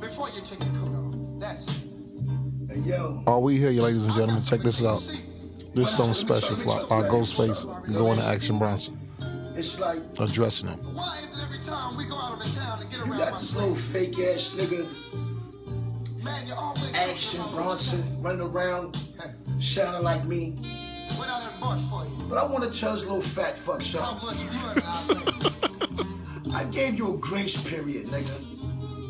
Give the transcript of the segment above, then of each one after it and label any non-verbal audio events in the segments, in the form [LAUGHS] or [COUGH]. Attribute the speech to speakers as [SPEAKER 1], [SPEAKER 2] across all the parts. [SPEAKER 1] before you take your coat off. That's it.
[SPEAKER 2] Hey, yo.
[SPEAKER 3] Oh, we hear you, ladies and
[SPEAKER 1] I'm
[SPEAKER 3] gentlemen.
[SPEAKER 1] not
[SPEAKER 3] Check this out.
[SPEAKER 1] stupid, you see?
[SPEAKER 3] This song special for our Ghostface going to Action Bronson,
[SPEAKER 2] It's like
[SPEAKER 3] addressing
[SPEAKER 4] [LAUGHS]
[SPEAKER 3] him.
[SPEAKER 1] Why is it every time we go out on the town and get
[SPEAKER 2] you
[SPEAKER 1] around
[SPEAKER 2] got
[SPEAKER 1] my
[SPEAKER 2] this little fake ass nigga,
[SPEAKER 1] man, you always
[SPEAKER 2] Action Bronson, running around, sounding like me.
[SPEAKER 1] What I done bought for you?
[SPEAKER 2] But I want to tell this little fat fuck
[SPEAKER 1] How
[SPEAKER 2] something.
[SPEAKER 1] much blood I made?
[SPEAKER 2] I gave you a grace period, nigga.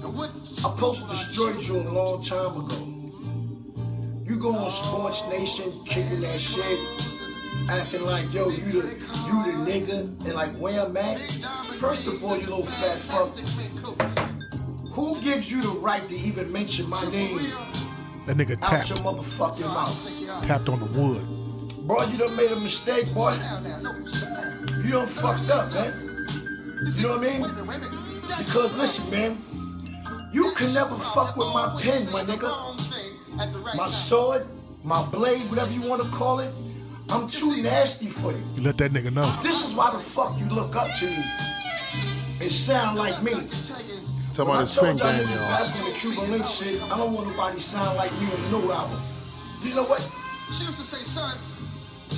[SPEAKER 1] And what?
[SPEAKER 2] I post destroyed you a long time ago. You go on Sports Nation kicking that shit, acting like yo, you the you the nigga, and like where I'm at.
[SPEAKER 1] Big diamond
[SPEAKER 2] First of
[SPEAKER 1] rings
[SPEAKER 2] all,
[SPEAKER 1] and
[SPEAKER 2] you little fat fuck.
[SPEAKER 1] fantastic mink coats.
[SPEAKER 2] Who gives you the right to even mention my
[SPEAKER 1] For
[SPEAKER 2] name
[SPEAKER 1] real,
[SPEAKER 4] That nigga
[SPEAKER 2] out your
[SPEAKER 4] tapped,
[SPEAKER 2] motherfucking
[SPEAKER 1] I don't
[SPEAKER 2] mouth?
[SPEAKER 1] think you are.
[SPEAKER 4] tapped on the wood.
[SPEAKER 2] Bro, you done made a mistake, boy.
[SPEAKER 1] Sit down now. No, sit down.
[SPEAKER 2] You done fucked up, man. You know what I
[SPEAKER 1] Wait a
[SPEAKER 2] mean?
[SPEAKER 1] minute, wait a minute. That's
[SPEAKER 2] Because
[SPEAKER 1] wrong.
[SPEAKER 2] listen, man, you can never fuck with my pen, my nigga. My sword, my blade, whatever you want to call it. I'm too nasty for you.
[SPEAKER 4] You let that nigga know.
[SPEAKER 2] This is why the fuck you look up to me and sound like me.
[SPEAKER 3] Tell
[SPEAKER 2] When
[SPEAKER 3] about
[SPEAKER 2] I
[SPEAKER 3] his
[SPEAKER 2] told
[SPEAKER 3] pink
[SPEAKER 2] y'all
[SPEAKER 3] game,
[SPEAKER 2] niggas
[SPEAKER 3] y'all.
[SPEAKER 2] back on the Cuban Link shit, I don't want nobody sound like me on no album. You know what?
[SPEAKER 1] She used to say, son,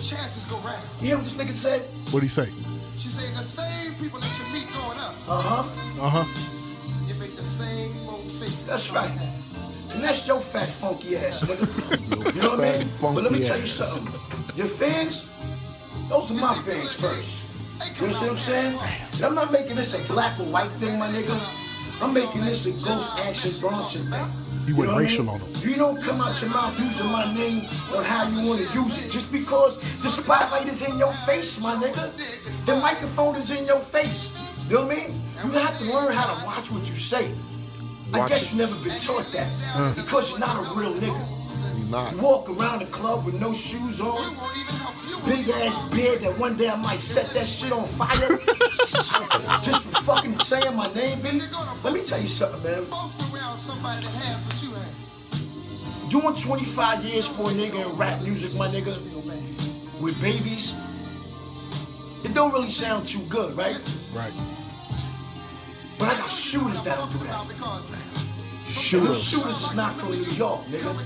[SPEAKER 1] chances go round.
[SPEAKER 2] You hear what this nigga said?
[SPEAKER 4] What'd he say?
[SPEAKER 1] She said, the same people that you meet going up,
[SPEAKER 2] Uh huh.
[SPEAKER 4] Uh huh.
[SPEAKER 1] you make the same old faces.
[SPEAKER 2] That's right. And that's your fat funky ass,
[SPEAKER 3] [LAUGHS]
[SPEAKER 2] nigga. you know what I
[SPEAKER 3] fat,
[SPEAKER 2] mean? But let me
[SPEAKER 3] funky
[SPEAKER 2] tell you
[SPEAKER 3] ass.
[SPEAKER 2] something. Your fans, those are my fans first. You know what I'm saying? And I'm not making this a black or white thing, my nigga. I'm making this a ghost action Bronson thing.
[SPEAKER 4] You
[SPEAKER 2] know
[SPEAKER 4] went
[SPEAKER 2] what I
[SPEAKER 4] racial
[SPEAKER 2] mean?
[SPEAKER 4] on him.
[SPEAKER 2] You don't come out your mouth using my name on how you want to use it. Just because the spotlight is in your face, my nigga. The microphone is in your face. You know what I mean? You have to learn how to watch what you say. I
[SPEAKER 3] Watch
[SPEAKER 2] guess
[SPEAKER 3] it.
[SPEAKER 2] you never been taught that because you're not a real nigga.
[SPEAKER 3] You not.
[SPEAKER 2] You walk around the club with no shoes on, big ass beard that one day I might set that shit on fire just for fucking saying my name, baby. Let me tell you something, man.
[SPEAKER 1] Boast around somebody that has what you have.
[SPEAKER 2] Doing 25 years for a nigga in rap music, my nigga,
[SPEAKER 1] Feel bad.
[SPEAKER 2] with babies, it don't really sound too good, right?
[SPEAKER 4] Right.
[SPEAKER 2] But I got shooters that'll do that.
[SPEAKER 1] Because
[SPEAKER 2] Them
[SPEAKER 3] Shooters.
[SPEAKER 2] shooters is not from New York, nigga.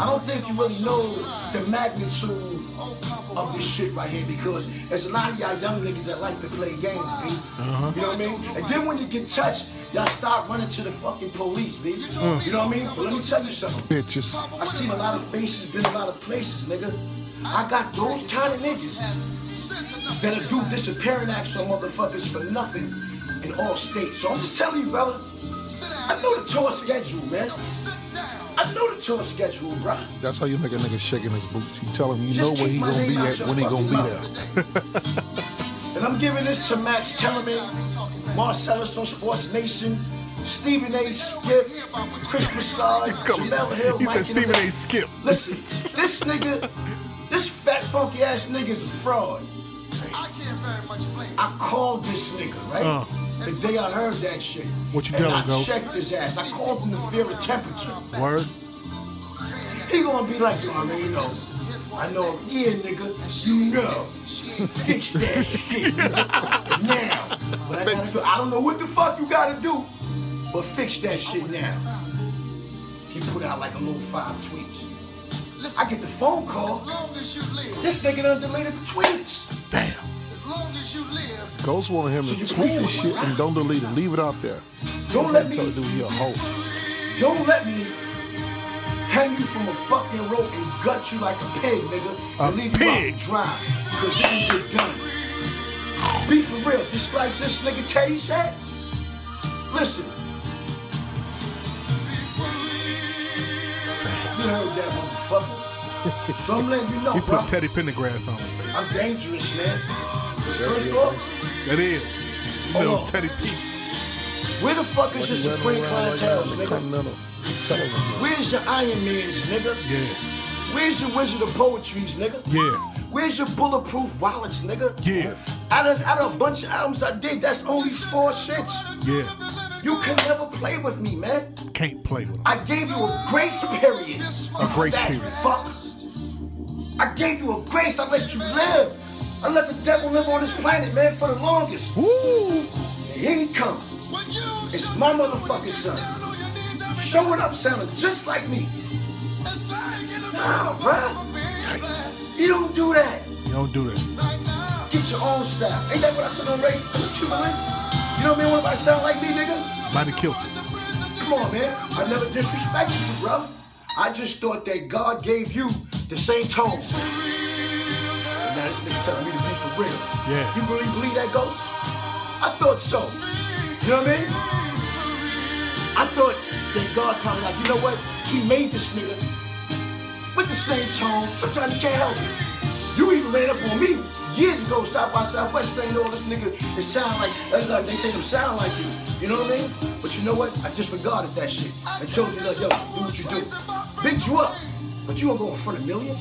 [SPEAKER 2] I don't think you really know the magnitude
[SPEAKER 1] old couple
[SPEAKER 2] of this shit right here because there's a lot of y'all young niggas that like to play games, B. You know what I mean? And then when you get touched, y'all start running to the fucking police, B. You know what I mean? But let me tell you something.
[SPEAKER 3] Bitches.
[SPEAKER 2] I've seen a lot of faces, been a lot of places, nigga. I got those kind of niggas
[SPEAKER 1] have sense enough to
[SPEAKER 2] that'll do disappearing acts on motherfuckers for nothing in all states. So I'm just telling you, brother,
[SPEAKER 1] sit
[SPEAKER 2] I
[SPEAKER 1] down.
[SPEAKER 2] know the tour schedule, man.
[SPEAKER 1] Don't sit down.
[SPEAKER 2] I know the tour schedule, bruh.
[SPEAKER 3] That's how you make a nigga shake in his boots. You tell him you know
[SPEAKER 2] Just
[SPEAKER 3] where
[SPEAKER 2] keep
[SPEAKER 3] he
[SPEAKER 2] my
[SPEAKER 3] gonna
[SPEAKER 2] name
[SPEAKER 3] be
[SPEAKER 2] out
[SPEAKER 3] at
[SPEAKER 2] your
[SPEAKER 3] when he gonna
[SPEAKER 2] fucking
[SPEAKER 3] be
[SPEAKER 2] mouth.
[SPEAKER 3] there.
[SPEAKER 2] And I'm giving this to Max Kellerman, Marcellus on Sports Nation, Stephen A. Skip, Chris Massard,
[SPEAKER 4] It's coming.
[SPEAKER 2] Jamel Hill.
[SPEAKER 4] He
[SPEAKER 2] Mike
[SPEAKER 4] said
[SPEAKER 2] and
[SPEAKER 4] Stephen
[SPEAKER 2] Ray.
[SPEAKER 4] A. Skip.
[SPEAKER 2] Listen, this nigga, this fat funky ass nigga is a fraud.
[SPEAKER 1] I can't very much blame. you.
[SPEAKER 2] I called this nigga, right?
[SPEAKER 4] Uh.
[SPEAKER 2] The day I heard that shit.
[SPEAKER 4] What you
[SPEAKER 2] and
[SPEAKER 4] tell
[SPEAKER 2] I
[SPEAKER 4] him, Ghost?
[SPEAKER 2] checked his ass. I called him to feel the temperature.
[SPEAKER 4] Word.
[SPEAKER 1] Saying that
[SPEAKER 2] He gonna be like, yo, I already know. I know, yeah, nigga, you know.
[SPEAKER 1] she ain't
[SPEAKER 2] [LAUGHS] fix that shit now. But I, gotta go. I don't know what the fuck you gotta do, but fix that shit now. He put out like a little five tweets.
[SPEAKER 1] Listen,
[SPEAKER 2] I get the phone
[SPEAKER 1] as
[SPEAKER 2] call.
[SPEAKER 1] long as you live,
[SPEAKER 2] This nigga done deleted the tweets.
[SPEAKER 4] Damn.
[SPEAKER 1] as long as you live,
[SPEAKER 3] Ghost wanted him
[SPEAKER 2] So you
[SPEAKER 3] to tweet
[SPEAKER 2] playing
[SPEAKER 3] this
[SPEAKER 2] with
[SPEAKER 3] shit
[SPEAKER 2] me?
[SPEAKER 3] and don't delete it. Leave it out there.
[SPEAKER 2] Don't let
[SPEAKER 3] Tell the dude
[SPEAKER 2] me,
[SPEAKER 3] he a hoe.
[SPEAKER 2] don't let me hang you from a fucking rope and gut you like a pig, nigga, and
[SPEAKER 4] A
[SPEAKER 2] leave you out
[SPEAKER 4] pig.
[SPEAKER 2] to dry because you didn't get done. Be for real, just like this nigga Teddy said. Listen. You heard that
[SPEAKER 4] [LAUGHS]
[SPEAKER 2] motherfucker. so I'm letting you know,
[SPEAKER 4] He
[SPEAKER 2] bro.
[SPEAKER 4] put Teddy Pendergrass on his face.
[SPEAKER 2] I'm dangerous, man. First
[SPEAKER 3] good.
[SPEAKER 2] off,
[SPEAKER 4] That is.
[SPEAKER 2] Hold
[SPEAKER 4] Little
[SPEAKER 2] on.
[SPEAKER 4] Teddy P.
[SPEAKER 2] where the fuck is your Supreme Clientels, nigga?
[SPEAKER 3] Continental. Tell him. man.
[SPEAKER 2] Where's your Iron Mans, nigga?
[SPEAKER 4] Yeah.
[SPEAKER 2] Where's your Wizard of Poetries, nigga?
[SPEAKER 4] Yeah.
[SPEAKER 2] Where's your bulletproof wallets, nigga?
[SPEAKER 4] Yeah.
[SPEAKER 2] Out of out of a bunch of albums I did, that's only four shits.
[SPEAKER 4] Yeah.
[SPEAKER 2] You can never play with me, man.
[SPEAKER 4] Can't play with him.
[SPEAKER 2] I gave you a grace period.
[SPEAKER 4] A grace
[SPEAKER 2] That
[SPEAKER 4] period.
[SPEAKER 2] fuck. I gave you a grace. I let you live. I let the devil live on this planet, man, for the longest.
[SPEAKER 4] Woo!
[SPEAKER 2] And here he come.
[SPEAKER 1] when you
[SPEAKER 2] It's
[SPEAKER 1] shut
[SPEAKER 2] my
[SPEAKER 1] down, when you
[SPEAKER 2] motherfucking
[SPEAKER 1] get
[SPEAKER 2] son.
[SPEAKER 1] down on your knees, that's
[SPEAKER 2] showing up sounding just like me. Nah, bruh. You don't do that.
[SPEAKER 4] You don't do that.
[SPEAKER 2] Get your own style. Ain't that what I said on race? What you man? You know what I mean? What if I sound like me, nigga?
[SPEAKER 4] Might have killed it.
[SPEAKER 2] Come on, man. I never disrespected you, bro. I just thought that God gave you the same tone. And now this nigga telling me to be for real.
[SPEAKER 4] Yeah.
[SPEAKER 2] You really believe that, Ghost? I thought so. You know what I mean? I thought that God probably like, you know what? He made this nigga with the same tone. Sometimes you can't help it. You even ran up on me years ago, South by Southwest, saying, oh, this nigga, it sound like, uh, like they say them sound like you. You know what I mean? But you know what? I disregarded that shit. I told you, like, yo, do what you do. Bitch you up. But you gonna go in front of millions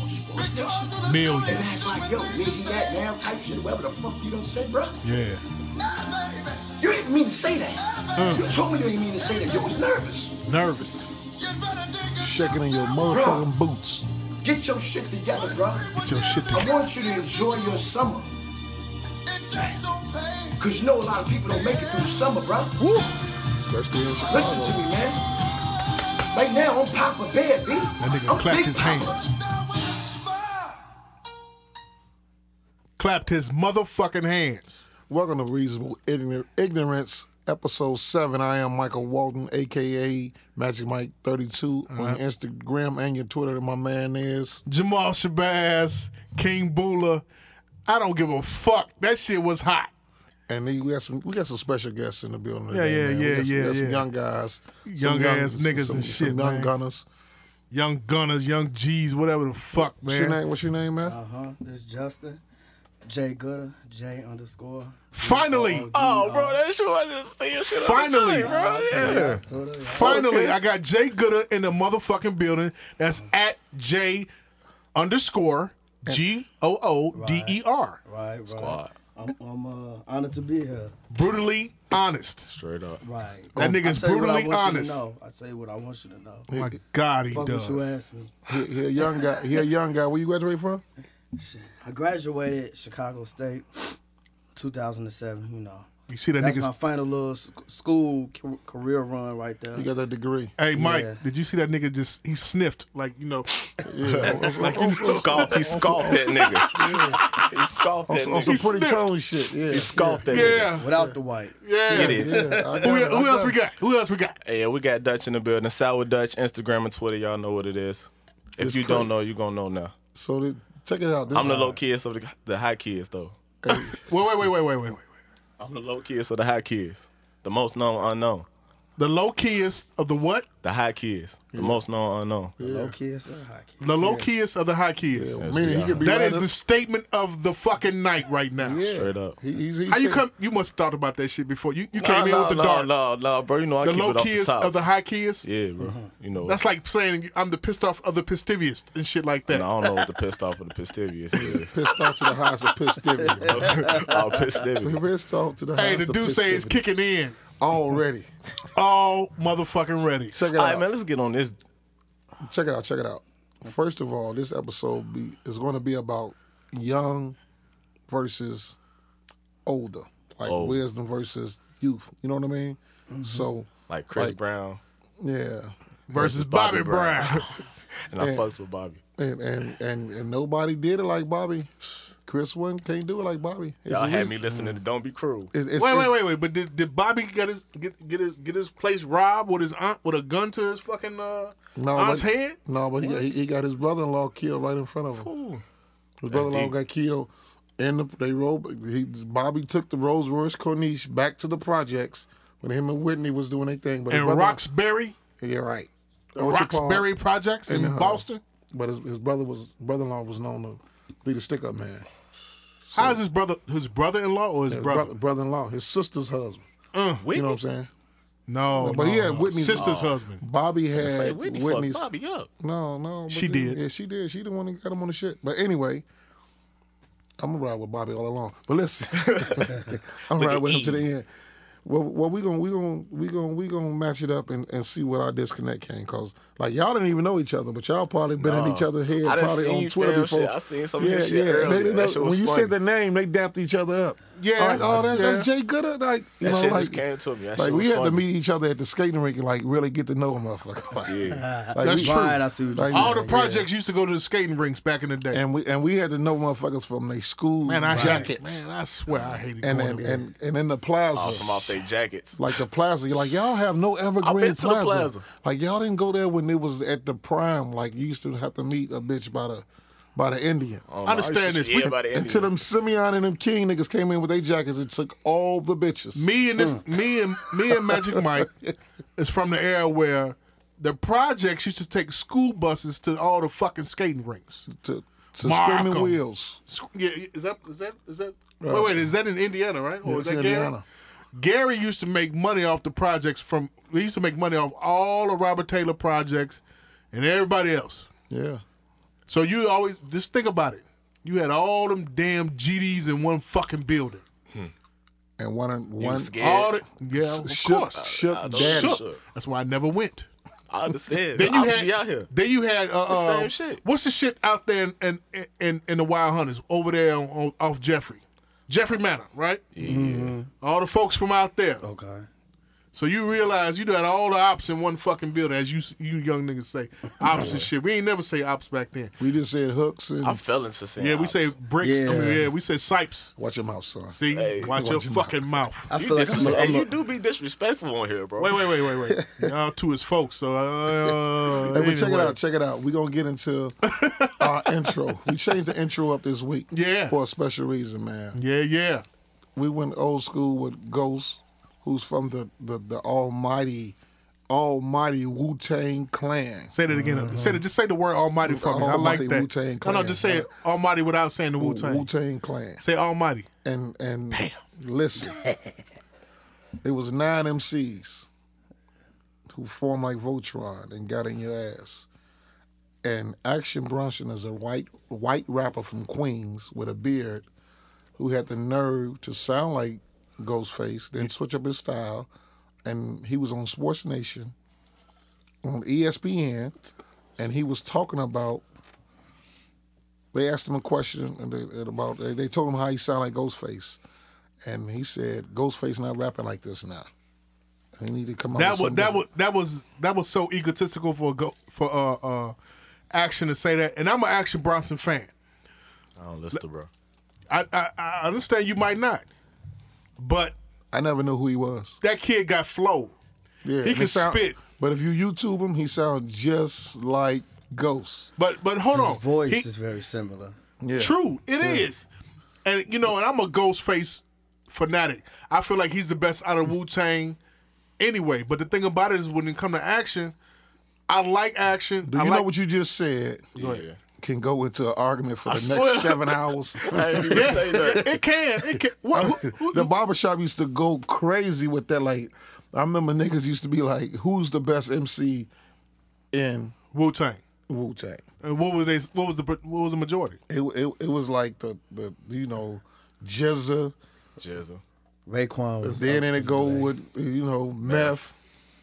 [SPEAKER 2] on sports station? And
[SPEAKER 4] Millions.
[SPEAKER 2] act like, yo, nigga, that now type shit, whatever the fuck you done said, bruh.
[SPEAKER 4] Yeah.
[SPEAKER 2] You didn't mean to say that. You told me you didn't mean to say that. You was nervous.
[SPEAKER 4] Nervous.
[SPEAKER 3] Shaking in your motherfucking boots.
[SPEAKER 2] Get your shit together, bro.
[SPEAKER 4] Get your shit
[SPEAKER 2] I
[SPEAKER 4] together.
[SPEAKER 2] want you to enjoy your summer. Cause you know a lot of people don't make it through the summer, bro.
[SPEAKER 4] Woo.
[SPEAKER 3] Especially in
[SPEAKER 2] Listen
[SPEAKER 3] Chicago.
[SPEAKER 2] to me, man. Right now, I'm Papa Bear, B.
[SPEAKER 4] That nigga
[SPEAKER 2] I'm
[SPEAKER 4] clapped
[SPEAKER 2] Big
[SPEAKER 4] his
[SPEAKER 2] Papa.
[SPEAKER 4] hands. Clapped his motherfucking hands.
[SPEAKER 3] Welcome to Reasonable Ignor- Ignorance, episode seven. I am Michael Walton, aka Magic Mike 32
[SPEAKER 4] Uh-huh.
[SPEAKER 3] on Instagram and your Twitter. That my man is.
[SPEAKER 4] Jamal Shabazz, King Bula. I don't give a fuck. That shit was hot.
[SPEAKER 3] And then we got some we got some special guests in the building.
[SPEAKER 4] Yeah,
[SPEAKER 3] today,
[SPEAKER 4] yeah,
[SPEAKER 3] man. We
[SPEAKER 4] yeah,
[SPEAKER 3] got some-
[SPEAKER 4] yeah,
[SPEAKER 3] we got
[SPEAKER 4] yeah.
[SPEAKER 3] Some young guys,
[SPEAKER 4] Young ass niggas
[SPEAKER 3] some, some
[SPEAKER 4] and shit,
[SPEAKER 3] young
[SPEAKER 4] man.
[SPEAKER 3] gunners.
[SPEAKER 4] Young Gunners, Young G's, whatever the fuck,
[SPEAKER 3] What's your
[SPEAKER 4] man.
[SPEAKER 3] name? What's your name, man?
[SPEAKER 5] Uh huh. This Justin. J Gooder. J underscore.
[SPEAKER 4] Finally,
[SPEAKER 5] Oh, bro.
[SPEAKER 6] That's true. I just see your shit.
[SPEAKER 4] finally,
[SPEAKER 5] Yeah.
[SPEAKER 4] Finally, I got Jay Gooder in the motherfucking building. That's at J underscore G O O D E R.
[SPEAKER 5] Right, right. Squad. I'm, I'm uh, honored to be here.
[SPEAKER 4] Brutally honest.
[SPEAKER 6] Straight up.
[SPEAKER 5] Right.
[SPEAKER 4] That nigga's
[SPEAKER 5] I tell you what
[SPEAKER 4] brutally
[SPEAKER 5] I want you to
[SPEAKER 4] honest.
[SPEAKER 5] know. I tell you what I want you to know.
[SPEAKER 4] My God, he
[SPEAKER 5] Fuck what you
[SPEAKER 4] does.
[SPEAKER 5] asked me.
[SPEAKER 3] He, he a young guy. He a young guy. Where you graduate from?
[SPEAKER 5] Shit. I graduated Chicago State, 2007. You know.
[SPEAKER 4] You see that
[SPEAKER 5] That's my
[SPEAKER 4] nigga's?
[SPEAKER 5] final little sc- school ca- career run right there.
[SPEAKER 3] You got that degree.
[SPEAKER 4] Hey, Mike,
[SPEAKER 5] Yeah.
[SPEAKER 4] did you see that nigga? Just he sniffed like you know.
[SPEAKER 3] like
[SPEAKER 6] He scoffed. He scoffed at [LAUGHS] niggas. He scoffed at
[SPEAKER 3] on, on some
[SPEAKER 6] niggas.
[SPEAKER 3] oh, pretty tone shit. Yeah,
[SPEAKER 6] He scoffed at
[SPEAKER 4] Yeah,
[SPEAKER 6] niggas.
[SPEAKER 5] Without the white.
[SPEAKER 4] yeah.
[SPEAKER 6] Get it.
[SPEAKER 3] yeah. I
[SPEAKER 4] Who,
[SPEAKER 3] got it, I
[SPEAKER 4] who else
[SPEAKER 3] got
[SPEAKER 4] we
[SPEAKER 3] it.
[SPEAKER 4] got? Who else we got?
[SPEAKER 6] Hey, yeah, we got Dutch in the building. Sour Dutch, Instagram and Twitter. Y'all know what it is. If
[SPEAKER 3] It's
[SPEAKER 6] you
[SPEAKER 3] crazy.
[SPEAKER 6] don't know, you gonna know now.
[SPEAKER 3] So the, check it out. This
[SPEAKER 6] I'm the low kids of the, the high kids, though.
[SPEAKER 4] Wait, wait, wait, wait, wait, wait, wait.
[SPEAKER 6] I'm the low kids of the high kids. The most known unknown.
[SPEAKER 4] The low keyest of the what?
[SPEAKER 6] The high kids. The most known unknown.
[SPEAKER 5] Low kids and high kids.
[SPEAKER 4] The low keyest of the high keyest.
[SPEAKER 3] meaning he could be
[SPEAKER 4] That
[SPEAKER 3] right
[SPEAKER 4] is
[SPEAKER 3] up-
[SPEAKER 4] the statement of the fucking night right now.
[SPEAKER 3] yeah.
[SPEAKER 6] Straight up.
[SPEAKER 3] He, he's, he's
[SPEAKER 4] How you
[SPEAKER 3] saying-
[SPEAKER 4] come? You must thought about that shit before you, you
[SPEAKER 6] Nah,
[SPEAKER 4] came in
[SPEAKER 6] nah,
[SPEAKER 4] with the
[SPEAKER 6] nah,
[SPEAKER 4] dark,
[SPEAKER 6] Nah, nah, bro. You know I
[SPEAKER 4] the
[SPEAKER 6] keep
[SPEAKER 4] low
[SPEAKER 6] it off
[SPEAKER 4] kids
[SPEAKER 6] the top. Mm-hmm.
[SPEAKER 4] of the high kids.
[SPEAKER 6] yeah, bro. You know
[SPEAKER 4] That's like saying I'm the pissed off of the pistiviest and shit like that.
[SPEAKER 6] Nah, I don't know [LAUGHS] what the pissed off of the pistivious is.
[SPEAKER 3] Pissed off to the highest
[SPEAKER 4] [LAUGHS]
[SPEAKER 3] of pistivity. bro.
[SPEAKER 6] [LAUGHS] oh, pistivious.
[SPEAKER 3] Pissed off to the
[SPEAKER 4] Hey,
[SPEAKER 3] highest
[SPEAKER 4] the
[SPEAKER 3] of
[SPEAKER 4] dude say it's
[SPEAKER 3] pistivity.
[SPEAKER 4] kicking in,
[SPEAKER 3] already.
[SPEAKER 4] all motherfucking ready.
[SPEAKER 3] Check it
[SPEAKER 6] All
[SPEAKER 3] out.
[SPEAKER 6] right, man. Let's get on this.
[SPEAKER 3] Check it out. Check it out. First of all, this episode be, is going to be about young versus older, like wisdom versus youth. You know what I mean? So,
[SPEAKER 6] Like Chris
[SPEAKER 3] Like-
[SPEAKER 6] Brown,
[SPEAKER 3] yeah,
[SPEAKER 4] Versus Bobby,
[SPEAKER 6] Bobby
[SPEAKER 4] Brown.
[SPEAKER 6] Brown.
[SPEAKER 4] [LAUGHS]
[SPEAKER 6] and I fucks with Bobby.
[SPEAKER 3] and and and, and nobody did it like Bobby. Chris one can't do it like Bobby. It's
[SPEAKER 6] Y'all
[SPEAKER 3] a
[SPEAKER 6] had
[SPEAKER 3] reason-
[SPEAKER 6] me listening to "Don't Be Cruel."
[SPEAKER 3] It's, it's,
[SPEAKER 4] wait,
[SPEAKER 3] it's-
[SPEAKER 4] wait, wait, wait. But did, did Bobby get his get, get his get his place robbed with his aunt with a gun to his fucking uh,
[SPEAKER 3] No,
[SPEAKER 4] aunt's
[SPEAKER 3] but,
[SPEAKER 4] head?
[SPEAKER 3] No, but he got, he, he got his brother-in-law killed right in front of him. His brother-in-law
[SPEAKER 6] deep.
[SPEAKER 3] got killed, and the, they rolled. He, Bobby took the Rolls Royce Corniche back to the projects when him and Whitney was doing their thing. But his
[SPEAKER 4] And
[SPEAKER 3] brother-
[SPEAKER 4] Roxbury,
[SPEAKER 3] yeah, right.
[SPEAKER 4] the
[SPEAKER 3] Orchard Park.
[SPEAKER 4] Roxbury projects in
[SPEAKER 3] uh,
[SPEAKER 4] Boston.
[SPEAKER 3] but his, his brother was brother-in-law was known to be the stick-up man.
[SPEAKER 4] How is his brother? His brother-in-law or his
[SPEAKER 3] His
[SPEAKER 4] brother?
[SPEAKER 3] brother, brother-in-law, his sister's husband. You know what I'm saying?
[SPEAKER 4] No,
[SPEAKER 3] But
[SPEAKER 4] Oh, no,
[SPEAKER 3] he had
[SPEAKER 4] no.
[SPEAKER 3] Whitney's-
[SPEAKER 4] sister's
[SPEAKER 3] Oh.
[SPEAKER 4] husband.
[SPEAKER 3] Bobby had
[SPEAKER 6] Say Whitney
[SPEAKER 3] Whitney's.
[SPEAKER 6] fucked Bobby up.
[SPEAKER 3] No, no. but
[SPEAKER 4] She
[SPEAKER 3] then-
[SPEAKER 4] did.
[SPEAKER 3] Yeah, she did. She the one that got him on the shit. But anyway,
[SPEAKER 4] [LAUGHS]
[SPEAKER 3] I'm gonna ride with Bobby all along. But listen, I'm gonna ride with him to the end. Well, well, we gonna we gonna we gonna we gonna match it up and, and see what our disconnect came cause like y'all didn't even know each other, but y'all probably been in each other's head
[SPEAKER 6] I done
[SPEAKER 3] probably
[SPEAKER 6] seen
[SPEAKER 3] on
[SPEAKER 6] you
[SPEAKER 3] Twitter
[SPEAKER 6] fam
[SPEAKER 3] before.
[SPEAKER 6] shit. I seen some of your shit earlier.
[SPEAKER 3] They didn't
[SPEAKER 6] That
[SPEAKER 3] know,
[SPEAKER 6] shit was
[SPEAKER 3] when you
[SPEAKER 6] funny.
[SPEAKER 3] said the name, they dapped each other up.
[SPEAKER 4] Yeah,
[SPEAKER 3] like, oh, that,
[SPEAKER 4] yeah.
[SPEAKER 3] that's Jay Gooder. Like you
[SPEAKER 6] That
[SPEAKER 3] know,
[SPEAKER 6] shit
[SPEAKER 3] like
[SPEAKER 6] just came to me. That
[SPEAKER 3] like
[SPEAKER 6] shit
[SPEAKER 3] we
[SPEAKER 6] was
[SPEAKER 3] had to
[SPEAKER 6] funny.
[SPEAKER 3] meet each other at the skating rink and like really get to know a motherfucker. [LAUGHS] Like, yeah,
[SPEAKER 4] That's true.
[SPEAKER 5] Right, I see what you're
[SPEAKER 3] Like,
[SPEAKER 4] All the
[SPEAKER 5] saying,
[SPEAKER 4] projects used to go to the skating rinks back in the day.
[SPEAKER 3] and we and we had to know motherfuckers from their school
[SPEAKER 4] man, I
[SPEAKER 3] jackets
[SPEAKER 4] Man, I swear I hated
[SPEAKER 3] and
[SPEAKER 4] going
[SPEAKER 3] and,
[SPEAKER 4] to
[SPEAKER 3] and and in the plaza.
[SPEAKER 6] Off them off their jackets.
[SPEAKER 3] like the plaza. You're like, y'all have no evergreen
[SPEAKER 6] been to the
[SPEAKER 3] plaza.
[SPEAKER 6] plaza.
[SPEAKER 3] Like y'all didn't go there when it was at the prime. Like you used to have to meet a bitch by the by the Indian.
[SPEAKER 6] Um,
[SPEAKER 4] I understand
[SPEAKER 6] used to
[SPEAKER 4] this.
[SPEAKER 6] hear
[SPEAKER 4] We-
[SPEAKER 6] about the
[SPEAKER 3] Until
[SPEAKER 6] Indians.
[SPEAKER 3] them Simeon and them King niggas came in with their jackets and took all the bitches.
[SPEAKER 4] me and this,
[SPEAKER 3] Mm.
[SPEAKER 4] me and me and
[SPEAKER 3] [LAUGHS]
[SPEAKER 4] Magic Mike is from the era where the projects used to take school buses to all the fucking skating rinks.
[SPEAKER 3] to, to
[SPEAKER 4] Mark
[SPEAKER 3] screaming
[SPEAKER 4] 'em.
[SPEAKER 3] wheels.
[SPEAKER 4] Sc- Yeah, is that is that is that? Wait, wait, is that in Indiana, right? Or
[SPEAKER 3] Uh, Yeah,
[SPEAKER 4] is
[SPEAKER 3] it's
[SPEAKER 4] that
[SPEAKER 3] Indiana.
[SPEAKER 4] Gary? Gary used to make money off the projects from. He used to make money off all the Robert Taylor projects and everybody else.
[SPEAKER 3] Yeah.
[SPEAKER 4] So you always just think about it. You had all them damn GDs in one fucking building.
[SPEAKER 3] And one and one
[SPEAKER 6] scared.
[SPEAKER 4] All the yeah, of
[SPEAKER 3] shook
[SPEAKER 4] course.
[SPEAKER 3] shook daddy.
[SPEAKER 4] Shook. That's why I never went.
[SPEAKER 6] I understand.
[SPEAKER 4] Then you
[SPEAKER 6] Obviously
[SPEAKER 4] had
[SPEAKER 6] out here.
[SPEAKER 4] Then you had uh,
[SPEAKER 6] same
[SPEAKER 4] uh,
[SPEAKER 6] shit.
[SPEAKER 4] What's the shit out there in in, in, in the Wild Hunters over there on, on- off Jeffrey, Jeffrey Manor, right? Yeah. All the folks from out there.
[SPEAKER 5] Okay.
[SPEAKER 4] So you realize you had all the ops in one fucking building, as you s- you young niggas say ops and shit. We ain't never say ops back then.
[SPEAKER 3] We just said hooks and
[SPEAKER 6] I fell into saying.
[SPEAKER 4] Yeah, we
[SPEAKER 6] ops.
[SPEAKER 4] say bricks. I mean,
[SPEAKER 5] Yeah.
[SPEAKER 4] yeah, we say sipes.
[SPEAKER 3] watch your mouth, son.
[SPEAKER 4] See, watch your fucking mouth.
[SPEAKER 5] I
[SPEAKER 6] You,
[SPEAKER 5] feel like I'm
[SPEAKER 6] disres-
[SPEAKER 5] a,
[SPEAKER 6] hey,
[SPEAKER 5] I'm a,
[SPEAKER 6] you do be disrespectful on here, bro.
[SPEAKER 4] Wait, wait, wait, wait, wait. Y'all to his folks. So uh,
[SPEAKER 3] Hey, but check it
[SPEAKER 4] anyway.
[SPEAKER 3] out, check it out. We're gonna get
[SPEAKER 4] [LAUGHS]
[SPEAKER 3] into our intro. We changed the intro up this week.
[SPEAKER 4] Yeah.
[SPEAKER 3] For a special reason, man.
[SPEAKER 4] Yeah, yeah.
[SPEAKER 3] we went old school with Ghost, who's from the the, the almighty, almighty Wu Tang Clan.
[SPEAKER 4] Say that again. Say that. Just say the word Almighty for me. I like
[SPEAKER 3] Almighty
[SPEAKER 4] that.
[SPEAKER 3] Wu-Tang
[SPEAKER 4] no,
[SPEAKER 3] Clan.
[SPEAKER 4] no, just say it Almighty without saying the Wu
[SPEAKER 3] Wu
[SPEAKER 4] Tang.
[SPEAKER 3] Tang Clan.
[SPEAKER 4] Say Almighty.
[SPEAKER 3] And and
[SPEAKER 4] [LAUGHS]
[SPEAKER 3] listen, it was nine MCs who formed like Voltron and got in your ass. And Action Bronson is a white white rapper from Queens with a beard who had the nerve to sound like Ghostface, then switch up his style. And he was on Sports Nation, on E ESPN, and he was talking about. They asked him a question and they, and about they, they told him how he sounded like Ghostface, and he said Ghostface not rapping like this now. He need to come out.
[SPEAKER 4] That
[SPEAKER 3] with
[SPEAKER 4] was
[SPEAKER 3] something
[SPEAKER 4] that was that was that was so egotistical for a go, for uh, uh, action to say that. And I'm an Action Bronson fan.
[SPEAKER 6] I don't listen to bro.
[SPEAKER 4] I, I I understand you might not, but
[SPEAKER 3] I never knew who he was.
[SPEAKER 4] that kid got flow.
[SPEAKER 3] Yeah,
[SPEAKER 4] He
[SPEAKER 3] and
[SPEAKER 4] can
[SPEAKER 3] sound-
[SPEAKER 4] spit.
[SPEAKER 3] But if you YouTube him, he sounds just like Ghost.
[SPEAKER 4] But but hold on.
[SPEAKER 5] his voice
[SPEAKER 4] He-
[SPEAKER 5] is very similar.
[SPEAKER 3] Yeah.
[SPEAKER 4] True, it is, And you know, and I'm a Ghostface fanatic. I feel like he's the best out of Wu Tang anyway. But the thing about it is when it come to action, I like action.
[SPEAKER 3] Do
[SPEAKER 4] I
[SPEAKER 3] you
[SPEAKER 4] like
[SPEAKER 3] know what you just said?
[SPEAKER 6] Yeah.
[SPEAKER 3] Can go into an argument for the next
[SPEAKER 6] swear.
[SPEAKER 3] seven
[SPEAKER 4] [LAUGHS]
[SPEAKER 3] hours. [LAUGHS]
[SPEAKER 6] I didn't even
[SPEAKER 4] Yes,
[SPEAKER 6] say
[SPEAKER 4] [LAUGHS]
[SPEAKER 6] that.
[SPEAKER 4] it can. It can. What, who, who-
[SPEAKER 3] the barbershop used to go crazy with that. Like, I remember niggas used to be like, "Who's the best MC in
[SPEAKER 4] Wu Tang.
[SPEAKER 3] Wu Tang?"
[SPEAKER 4] And what was they? What was the? What was the majority?
[SPEAKER 3] It, it it was like the the you know, Jizza.
[SPEAKER 6] Jizzle.
[SPEAKER 5] Raekwon was
[SPEAKER 3] Then
[SPEAKER 5] up
[SPEAKER 3] it
[SPEAKER 5] to
[SPEAKER 3] go
[SPEAKER 5] the-
[SPEAKER 3] with you know Meth.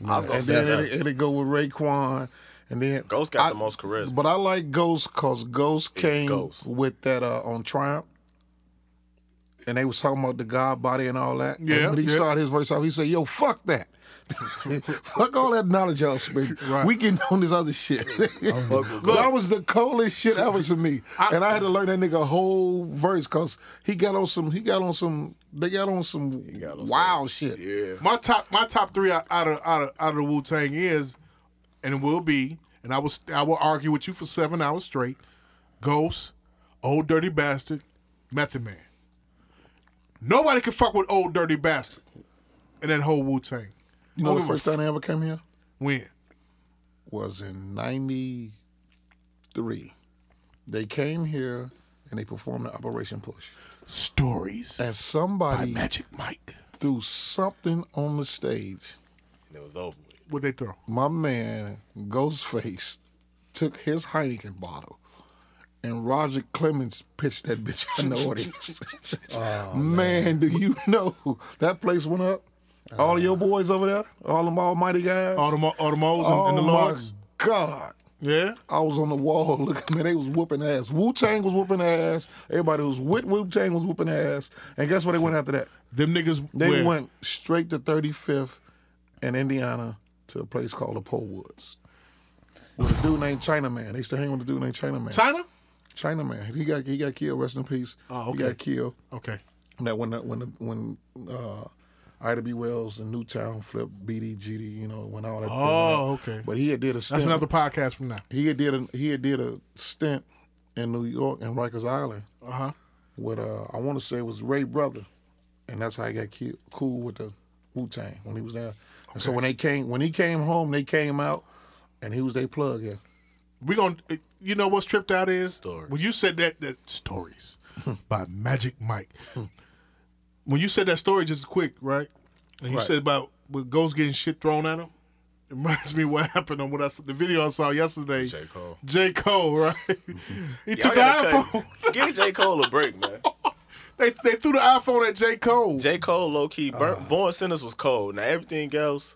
[SPEAKER 6] I was gonna
[SPEAKER 3] And
[SPEAKER 6] say
[SPEAKER 3] then
[SPEAKER 6] that.
[SPEAKER 3] it, it'd go with Raekwon, and then
[SPEAKER 6] Ghost got
[SPEAKER 3] I-
[SPEAKER 6] the most charisma.
[SPEAKER 3] But I like Ghost because Ghost came
[SPEAKER 6] Ghost.
[SPEAKER 3] with that uh, on Triumph, and they was talking about the God body and all that.
[SPEAKER 4] Yeah,
[SPEAKER 3] and when he
[SPEAKER 4] yeah.
[SPEAKER 3] started his verse off, he said, "Yo, fuck that." [LAUGHS] Fuck all that knowledge y'all spend.
[SPEAKER 6] [LAUGHS]
[SPEAKER 3] We getting on this other shit.
[SPEAKER 4] [LAUGHS]
[SPEAKER 3] that was the coldest shit ever to me, and I had to learn that nigga whole verse because he got on some. He got on some. They got on some
[SPEAKER 6] got on
[SPEAKER 3] wild shit.
[SPEAKER 6] Yeah.
[SPEAKER 4] My top. My top three out out of out of, out of the Wu Tang is, and will be. And I will. I will argue with you for seven hours straight. Ghost, Old Dirty Bastard, Method Man. Nobody can fuck with Old Dirty Bastard and that whole Wu Tang.
[SPEAKER 3] You know the first time they ever came here.
[SPEAKER 4] When?
[SPEAKER 3] was in 93. They came here and they performed the Operation Push.
[SPEAKER 4] Stories.
[SPEAKER 3] And somebody
[SPEAKER 4] Magic Mike.
[SPEAKER 3] threw something on the stage.
[SPEAKER 6] And it was over with.
[SPEAKER 4] What they throw?
[SPEAKER 3] My man, Ghostface, took his Heineken bottle and Roger Clemens pitched that
[SPEAKER 4] [LAUGHS] Oh,
[SPEAKER 3] bitch in the audience. man, do you know that place went up? All of your boys over there, all them almighty guys.
[SPEAKER 4] Uh. All the mo- all the moles and,
[SPEAKER 3] oh
[SPEAKER 4] and the
[SPEAKER 3] my
[SPEAKER 4] lords.
[SPEAKER 3] God.
[SPEAKER 4] Yeah.
[SPEAKER 3] I was on the wall [LAUGHS] looking, man, they was whooping ass. Wu Tang was whooping ass. Everybody who was with Wu Tang was whooping ass. And guess where they went after that?
[SPEAKER 4] Them niggas.
[SPEAKER 3] They
[SPEAKER 4] where?
[SPEAKER 3] went straight to 35th and Indiana to a place called the Pole Woods. With a dude named Chinaman. They used to hang with a dude named Chinaman.
[SPEAKER 4] China.
[SPEAKER 3] Chinaman. He got he got killed, rest in peace.
[SPEAKER 4] Oh,
[SPEAKER 3] He
[SPEAKER 4] okay.
[SPEAKER 3] got killed.
[SPEAKER 4] Okay.
[SPEAKER 3] That when the, when the, when uh Ida B. Wells and Newtown flipped BD GD, you know, when all that thing
[SPEAKER 4] Oh,
[SPEAKER 3] up.
[SPEAKER 4] okay.
[SPEAKER 3] But he had did a stint
[SPEAKER 4] That's another podcast from now.
[SPEAKER 3] he had did a he had did a stint in New York in Rikers Island
[SPEAKER 4] Uh huh.
[SPEAKER 3] with uh I want to say it was Ray brother, and that's how he got killed, cool with the Wu Tang when he was there. And so when they came when he came home, they came out, and he was their plug here.
[SPEAKER 4] We gonna. eh, You know what's tripped out is when you said that that stories by Magic Mike. when you said that story just quick, right? And you
[SPEAKER 3] Right.
[SPEAKER 4] said about with Ghost getting shit thrown at him. It reminds me what happened on what I s- the video I saw yesterday.
[SPEAKER 6] J. Cole.
[SPEAKER 4] J. Cole, [LAUGHS] right? he
[SPEAKER 6] Y'all
[SPEAKER 4] took the
[SPEAKER 6] gotta
[SPEAKER 4] iPhone.
[SPEAKER 6] cut- Give J. Cole a break, man.
[SPEAKER 4] They, they threw the iPhone at J. Cole.
[SPEAKER 6] J. Cole, low key, Bur- Born Sinners was cold. Now everything else,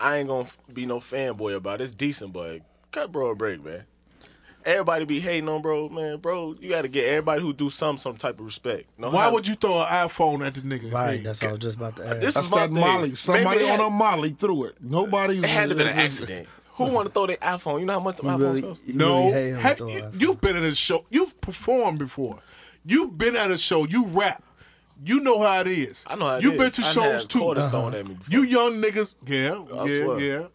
[SPEAKER 6] I ain't gonna be no fanboy about. It's decent, but cut bro a break, man. Everybody be hating on bro, man. Bro, you gotta get everybody who do some some type of respect. No,
[SPEAKER 4] Why would you throw an iPhone at the nigga?
[SPEAKER 5] Right,
[SPEAKER 4] Hey,
[SPEAKER 5] that's all I was just about to ask.
[SPEAKER 6] This
[SPEAKER 3] That's
[SPEAKER 6] is my
[SPEAKER 3] that
[SPEAKER 6] thing.
[SPEAKER 3] Molly. Somebody
[SPEAKER 6] Maybe it
[SPEAKER 3] on
[SPEAKER 6] had-
[SPEAKER 3] a Molly threw it. Nobody's.
[SPEAKER 6] It had to be an
[SPEAKER 3] it's just-
[SPEAKER 6] accident. Who want to throw their iPhone? You know how much the
[SPEAKER 5] you
[SPEAKER 6] iPhone
[SPEAKER 5] really,
[SPEAKER 6] costs?
[SPEAKER 5] you
[SPEAKER 4] No,
[SPEAKER 5] really hate him.
[SPEAKER 4] have
[SPEAKER 5] though,
[SPEAKER 4] you,
[SPEAKER 5] I feel.
[SPEAKER 4] you've been at a show. You've performed before. You've been at a show. You rap. You know how it is.
[SPEAKER 6] I know how it
[SPEAKER 4] You've
[SPEAKER 6] is.
[SPEAKER 4] been to
[SPEAKER 6] I done
[SPEAKER 4] shows
[SPEAKER 6] had
[SPEAKER 4] too.
[SPEAKER 6] quarters thrown at me before.
[SPEAKER 4] You young niggas. Yeah,
[SPEAKER 6] I
[SPEAKER 4] yeah,
[SPEAKER 6] swear.
[SPEAKER 4] yeah.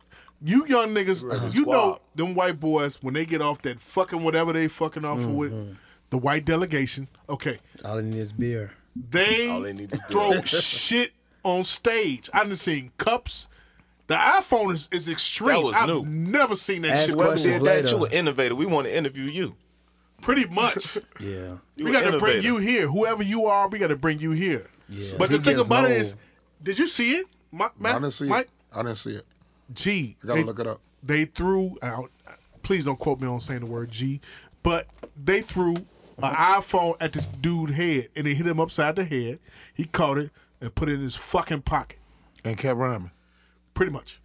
[SPEAKER 4] You young niggas.
[SPEAKER 6] Right.
[SPEAKER 4] You know
[SPEAKER 6] Squad.
[SPEAKER 4] them white boys when they get off that fucking whatever they fucking off
[SPEAKER 5] Mm-hmm.
[SPEAKER 4] with. The white delegation. Okay,
[SPEAKER 5] All I need is beer.
[SPEAKER 4] they,
[SPEAKER 6] All they need to do [LAUGHS]
[SPEAKER 4] throw shit on stage. I done seen cups. The iPhone is, is extreme.
[SPEAKER 6] That was
[SPEAKER 4] I've
[SPEAKER 6] new.
[SPEAKER 4] never seen that
[SPEAKER 5] Ask
[SPEAKER 4] shit.
[SPEAKER 6] Whoever
[SPEAKER 5] Questions
[SPEAKER 6] did
[SPEAKER 5] later.
[SPEAKER 6] that, you an innovator. We want to interview you.
[SPEAKER 4] Pretty much.
[SPEAKER 5] Yeah.
[SPEAKER 4] we
[SPEAKER 6] You an
[SPEAKER 4] got to bring
[SPEAKER 6] innovator.
[SPEAKER 4] you here. Whoever you are, we got to bring you here.
[SPEAKER 5] Yeah.
[SPEAKER 4] But the
[SPEAKER 5] He
[SPEAKER 4] thing
[SPEAKER 5] gets
[SPEAKER 4] about
[SPEAKER 5] no-
[SPEAKER 4] it is, did you see it? My,
[SPEAKER 3] I didn't see
[SPEAKER 4] Mike,
[SPEAKER 3] it. I didn't see it.
[SPEAKER 4] G.
[SPEAKER 3] I gotta
[SPEAKER 4] they-
[SPEAKER 3] look it up.
[SPEAKER 4] They threw out. Please don't quote me on saying the word G, but they threw an
[SPEAKER 3] [LAUGHS]
[SPEAKER 4] iPhone at this dude's head and it hit him upside the head. He caught it and put it in his fucking pocket.
[SPEAKER 3] And kept rhyming.
[SPEAKER 4] Pretty much.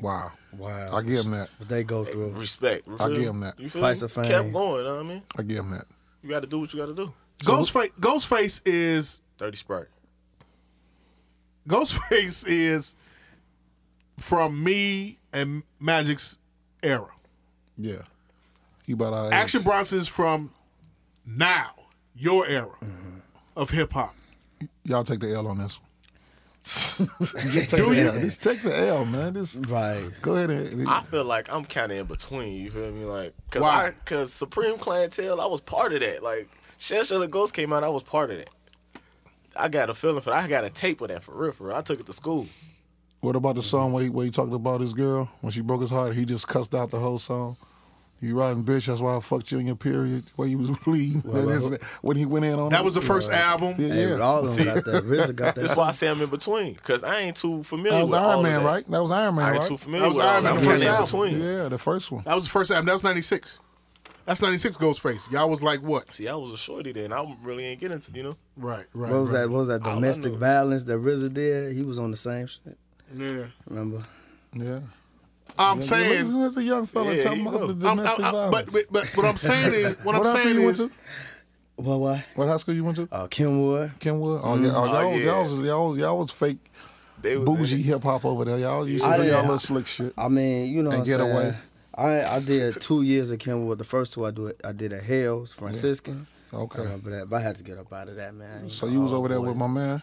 [SPEAKER 3] Wow.
[SPEAKER 5] Wow.
[SPEAKER 3] I give him that.
[SPEAKER 5] What they go
[SPEAKER 6] [LAUGHS]
[SPEAKER 5] through. [LAUGHS]
[SPEAKER 6] Respect. You
[SPEAKER 3] I
[SPEAKER 6] feel
[SPEAKER 3] give
[SPEAKER 6] me?
[SPEAKER 3] him that.
[SPEAKER 6] You feel
[SPEAKER 5] Price
[SPEAKER 6] me?
[SPEAKER 5] of fame.
[SPEAKER 6] Kept going. Know what I mean,
[SPEAKER 3] I give him that.
[SPEAKER 6] you got to do what you got to do.
[SPEAKER 4] Ghostface, Ghostface is
[SPEAKER 6] Dirty Sprite.
[SPEAKER 4] Ghostface [LAUGHS] is from me and Magic's era.
[SPEAKER 3] Yeah. You about our age.
[SPEAKER 4] Action Bronson's from now, your era of hip hop.
[SPEAKER 3] Y'all take the L on this one. Just take the L. Just take the L, man. Just
[SPEAKER 5] Right.
[SPEAKER 3] go ahead and
[SPEAKER 6] I feel like I'm kind of in between. You feel me? Like, cause
[SPEAKER 4] Why?
[SPEAKER 6] I, cause Supreme Clientele, I was part of that. Like, Shell Shell and Ghost came out, I was part of that. I got a feeling for that. I got a tape of that for real, for real. I took it to school.
[SPEAKER 3] What about the
[SPEAKER 6] Mm-hmm.
[SPEAKER 3] song where he, where he talked about his girl when she broke his heart? He just cussed out the whole song. You riding bitch, that's why I fucked you in your period when you was [LAUGHS] bleeding. That is- when he went in on
[SPEAKER 4] That
[SPEAKER 3] it.
[SPEAKER 4] was the first album.
[SPEAKER 3] yeah,
[SPEAKER 5] Hey,
[SPEAKER 3] yeah.
[SPEAKER 5] but all of them got that. RZA got that.
[SPEAKER 6] That's why I say I'm in between, cause I ain't too familiar
[SPEAKER 3] that was
[SPEAKER 6] with all
[SPEAKER 3] Iron
[SPEAKER 6] of
[SPEAKER 3] Man,
[SPEAKER 6] that.
[SPEAKER 3] right? That was Iron Man,
[SPEAKER 6] I ain't
[SPEAKER 3] right?
[SPEAKER 6] too
[SPEAKER 4] That
[SPEAKER 6] familiar
[SPEAKER 4] was
[SPEAKER 6] with all
[SPEAKER 4] Iron Man,
[SPEAKER 6] that. I'm
[SPEAKER 4] the
[SPEAKER 6] kind
[SPEAKER 4] first
[SPEAKER 6] of in
[SPEAKER 4] album.
[SPEAKER 6] between.
[SPEAKER 3] Yeah, the first one.
[SPEAKER 4] That was the first album. That was '96. That's '96 Ghostface. Y'all was like what?
[SPEAKER 6] See, I was a shorty then. I really ain't getting to you know.
[SPEAKER 4] Right, right.
[SPEAKER 5] What was that? What was that
[SPEAKER 6] I
[SPEAKER 5] domestic
[SPEAKER 6] know.
[SPEAKER 5] violence that RZA did? He was on the same shit.
[SPEAKER 4] Yeah.
[SPEAKER 5] Remember?
[SPEAKER 3] Yeah.
[SPEAKER 4] I'm
[SPEAKER 3] Listen,
[SPEAKER 4] saying.
[SPEAKER 3] there's a young fella
[SPEAKER 6] Yeah,
[SPEAKER 3] talking
[SPEAKER 6] you
[SPEAKER 3] about
[SPEAKER 6] know.
[SPEAKER 3] the
[SPEAKER 4] I'm, I'm,
[SPEAKER 3] domestic
[SPEAKER 4] I'm-
[SPEAKER 3] violence.
[SPEAKER 4] but, but but what I'm saying is
[SPEAKER 3] [LAUGHS]
[SPEAKER 4] what,
[SPEAKER 3] what
[SPEAKER 4] I'm
[SPEAKER 3] high school
[SPEAKER 4] saying
[SPEAKER 3] you went
[SPEAKER 4] is
[SPEAKER 3] to?
[SPEAKER 5] What? What?
[SPEAKER 3] What high school you went to?
[SPEAKER 5] Uh, Kenwood.
[SPEAKER 3] Kenwood? Oh, yeah. Oh,
[SPEAKER 6] Oh,
[SPEAKER 3] y'all,
[SPEAKER 6] yeah.
[SPEAKER 3] y'all, was, y'all, was, y'all was fake
[SPEAKER 6] They was
[SPEAKER 3] bougie hip hop over there. Y'all used
[SPEAKER 5] I
[SPEAKER 3] to do
[SPEAKER 5] didn't-
[SPEAKER 3] y'all little slick shit.
[SPEAKER 5] I mean, you know,
[SPEAKER 3] And
[SPEAKER 5] what I'm
[SPEAKER 3] Getaway.
[SPEAKER 5] saying? I I did two years at Kenwood. The first two I do I did at Hales Franciscan.
[SPEAKER 3] Okay.
[SPEAKER 5] I remember that, but I had to get up out of that man.
[SPEAKER 3] So you was
[SPEAKER 5] Oh,
[SPEAKER 3] over there
[SPEAKER 5] boy.
[SPEAKER 3] with my man,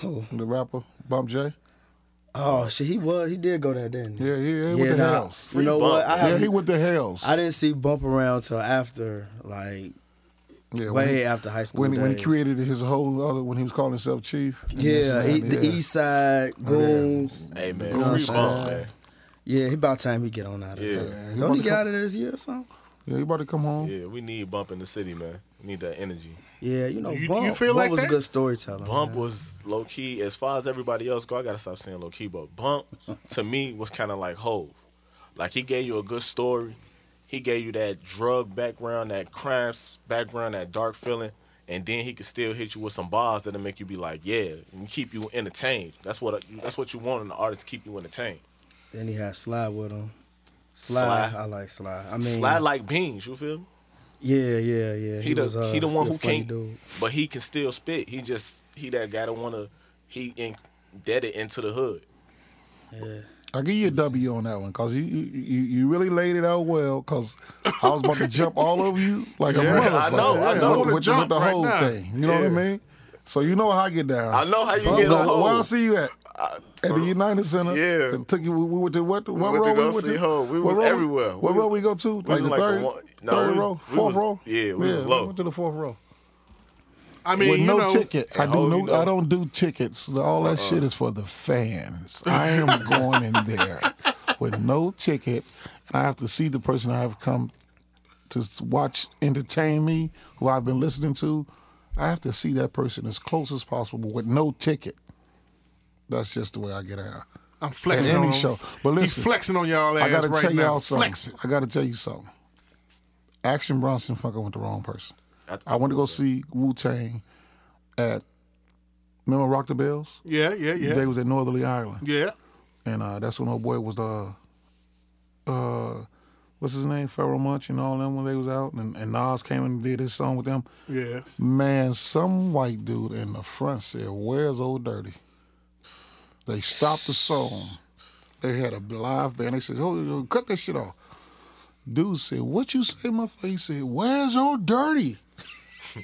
[SPEAKER 5] Who?
[SPEAKER 3] the rapper Bump J.
[SPEAKER 5] Oh shit, he was. He did go there, didn't he?
[SPEAKER 3] Yeah, yeah, yeah. with the
[SPEAKER 5] nah,
[SPEAKER 3] hells.
[SPEAKER 5] You know
[SPEAKER 6] Free
[SPEAKER 5] what?
[SPEAKER 6] bump.
[SPEAKER 5] I,
[SPEAKER 3] Yeah,
[SPEAKER 5] haven't-
[SPEAKER 3] he with the hells.
[SPEAKER 5] I didn't see Bump Around till after, like
[SPEAKER 3] Yeah,
[SPEAKER 5] way
[SPEAKER 3] when he,
[SPEAKER 5] after high school.
[SPEAKER 3] when, he- when he
[SPEAKER 5] days.
[SPEAKER 3] created his whole other when he was calling himself chief. and this
[SPEAKER 5] Yeah,
[SPEAKER 3] and
[SPEAKER 5] he,
[SPEAKER 3] that,
[SPEAKER 5] the East
[SPEAKER 3] Oh,
[SPEAKER 5] Side goons.
[SPEAKER 6] Hey man,
[SPEAKER 3] what I'm
[SPEAKER 6] free bump,
[SPEAKER 3] saying?
[SPEAKER 6] man.
[SPEAKER 5] Yeah, he about time he get on out of
[SPEAKER 6] Yeah.
[SPEAKER 5] there.
[SPEAKER 3] He
[SPEAKER 5] Man.
[SPEAKER 3] about
[SPEAKER 5] Don't he
[SPEAKER 3] to
[SPEAKER 5] get
[SPEAKER 3] come-
[SPEAKER 5] out of there this year or something?
[SPEAKER 3] Yeah, you about to come home?
[SPEAKER 6] Yeah, we need bump in the city, man. We need that energy.
[SPEAKER 5] Yeah, you know,
[SPEAKER 4] You- you
[SPEAKER 5] Bump,
[SPEAKER 4] feel
[SPEAKER 5] Bump
[SPEAKER 4] like
[SPEAKER 5] was
[SPEAKER 4] that?
[SPEAKER 5] a good storyteller.
[SPEAKER 6] Bump
[SPEAKER 5] man.
[SPEAKER 6] was low key. As far as everybody else go, I gotta stop saying low key. But
[SPEAKER 5] [LAUGHS]
[SPEAKER 6] Bump to me was kind of like Hove. Like he gave you a good story. He gave you that drug background, that crimes background, that dark feeling. and then he can still hit you with some bars that'll make you be like, yeah, and keep you entertained. That's what that's what you want in the artist to keep you entertained.
[SPEAKER 5] Then he had Sly with him. Sly,
[SPEAKER 6] Sly.
[SPEAKER 5] I like Sly. I mean,
[SPEAKER 6] Slide like beans, you feel me?
[SPEAKER 5] yeah, yeah, yeah.
[SPEAKER 6] He, the
[SPEAKER 5] uh,
[SPEAKER 6] he the one
[SPEAKER 5] a
[SPEAKER 6] who
[SPEAKER 5] funny
[SPEAKER 6] can't,
[SPEAKER 5] dude.
[SPEAKER 6] but he can still spit. He just he that guy that wanna he in dead it into the hood.
[SPEAKER 5] Yeah.
[SPEAKER 3] I'll give you a W on that one because you, you you you really laid it out well because I was about to jump all over you like a
[SPEAKER 4] Yeah, I
[SPEAKER 3] motherfucker.
[SPEAKER 6] know, I
[SPEAKER 3] with-
[SPEAKER 6] know.
[SPEAKER 3] With, with
[SPEAKER 4] Jump
[SPEAKER 3] the
[SPEAKER 4] right
[SPEAKER 3] whole
[SPEAKER 4] now.
[SPEAKER 3] thing. You know what I mean? So you know how I get down.
[SPEAKER 6] I know how you
[SPEAKER 3] But
[SPEAKER 6] get
[SPEAKER 3] where-
[SPEAKER 6] a hoe.
[SPEAKER 3] Where I see you at? At the United Center.
[SPEAKER 6] Yeah.
[SPEAKER 3] They Took you. We, we went to what? What
[SPEAKER 6] went to
[SPEAKER 3] row
[SPEAKER 6] go
[SPEAKER 3] we went
[SPEAKER 6] see
[SPEAKER 3] to?
[SPEAKER 6] her. We
[SPEAKER 3] what
[SPEAKER 6] was
[SPEAKER 3] row
[SPEAKER 6] everywhere.
[SPEAKER 3] What
[SPEAKER 6] We
[SPEAKER 3] row
[SPEAKER 6] was-
[SPEAKER 3] we go to? Like
[SPEAKER 6] was
[SPEAKER 3] the
[SPEAKER 6] like the
[SPEAKER 3] third,
[SPEAKER 6] one- no,
[SPEAKER 3] third
[SPEAKER 6] we was-
[SPEAKER 3] row,
[SPEAKER 6] we
[SPEAKER 3] fourth
[SPEAKER 6] was-
[SPEAKER 3] row.
[SPEAKER 6] yeah, we was
[SPEAKER 3] we
[SPEAKER 6] low.
[SPEAKER 3] went to the fourth row
[SPEAKER 4] I mean,
[SPEAKER 3] with
[SPEAKER 4] you
[SPEAKER 3] no
[SPEAKER 4] know,
[SPEAKER 3] ticket. I do
[SPEAKER 6] Oh,
[SPEAKER 3] no.
[SPEAKER 6] you know. Uh-uh.
[SPEAKER 3] I don't do tickets. All that shit is for the fans. I am going in there with no ticket, and I have to see the person I have come to s- watch entertain me, who I've been listening to. I have to see that person as close as possible with no ticket. That's just the way I get out.
[SPEAKER 4] I'm flexing
[SPEAKER 3] At any
[SPEAKER 4] on him.
[SPEAKER 3] show. But listen,
[SPEAKER 4] he's flexing on y'all ass
[SPEAKER 3] I gotta
[SPEAKER 4] right
[SPEAKER 3] tell
[SPEAKER 4] now.
[SPEAKER 3] y'all something.
[SPEAKER 4] Flexing.
[SPEAKER 3] I gotta tell you something. Action Bronson fucking with the wrong person.
[SPEAKER 6] I-
[SPEAKER 3] I, went to go see Wu Tang at remember Rock the Bells?
[SPEAKER 4] Yeah, yeah, yeah,
[SPEAKER 3] They was at Northerly Ireland,
[SPEAKER 4] yeah.
[SPEAKER 3] and uh, that's when old boy was the uh, what's his name, Pharoah Munch and all them when they was out, and, and Nas came and did his song with them.
[SPEAKER 4] Yeah.
[SPEAKER 3] Man, some white dude in the front said, "Where's Old Dirty?" They stopped the song. They had a live band. They said, "Oh, cut that shit off." Dude said, "What you say, motherfucker?" He said, "Where's Old Dirty?" [LAUGHS]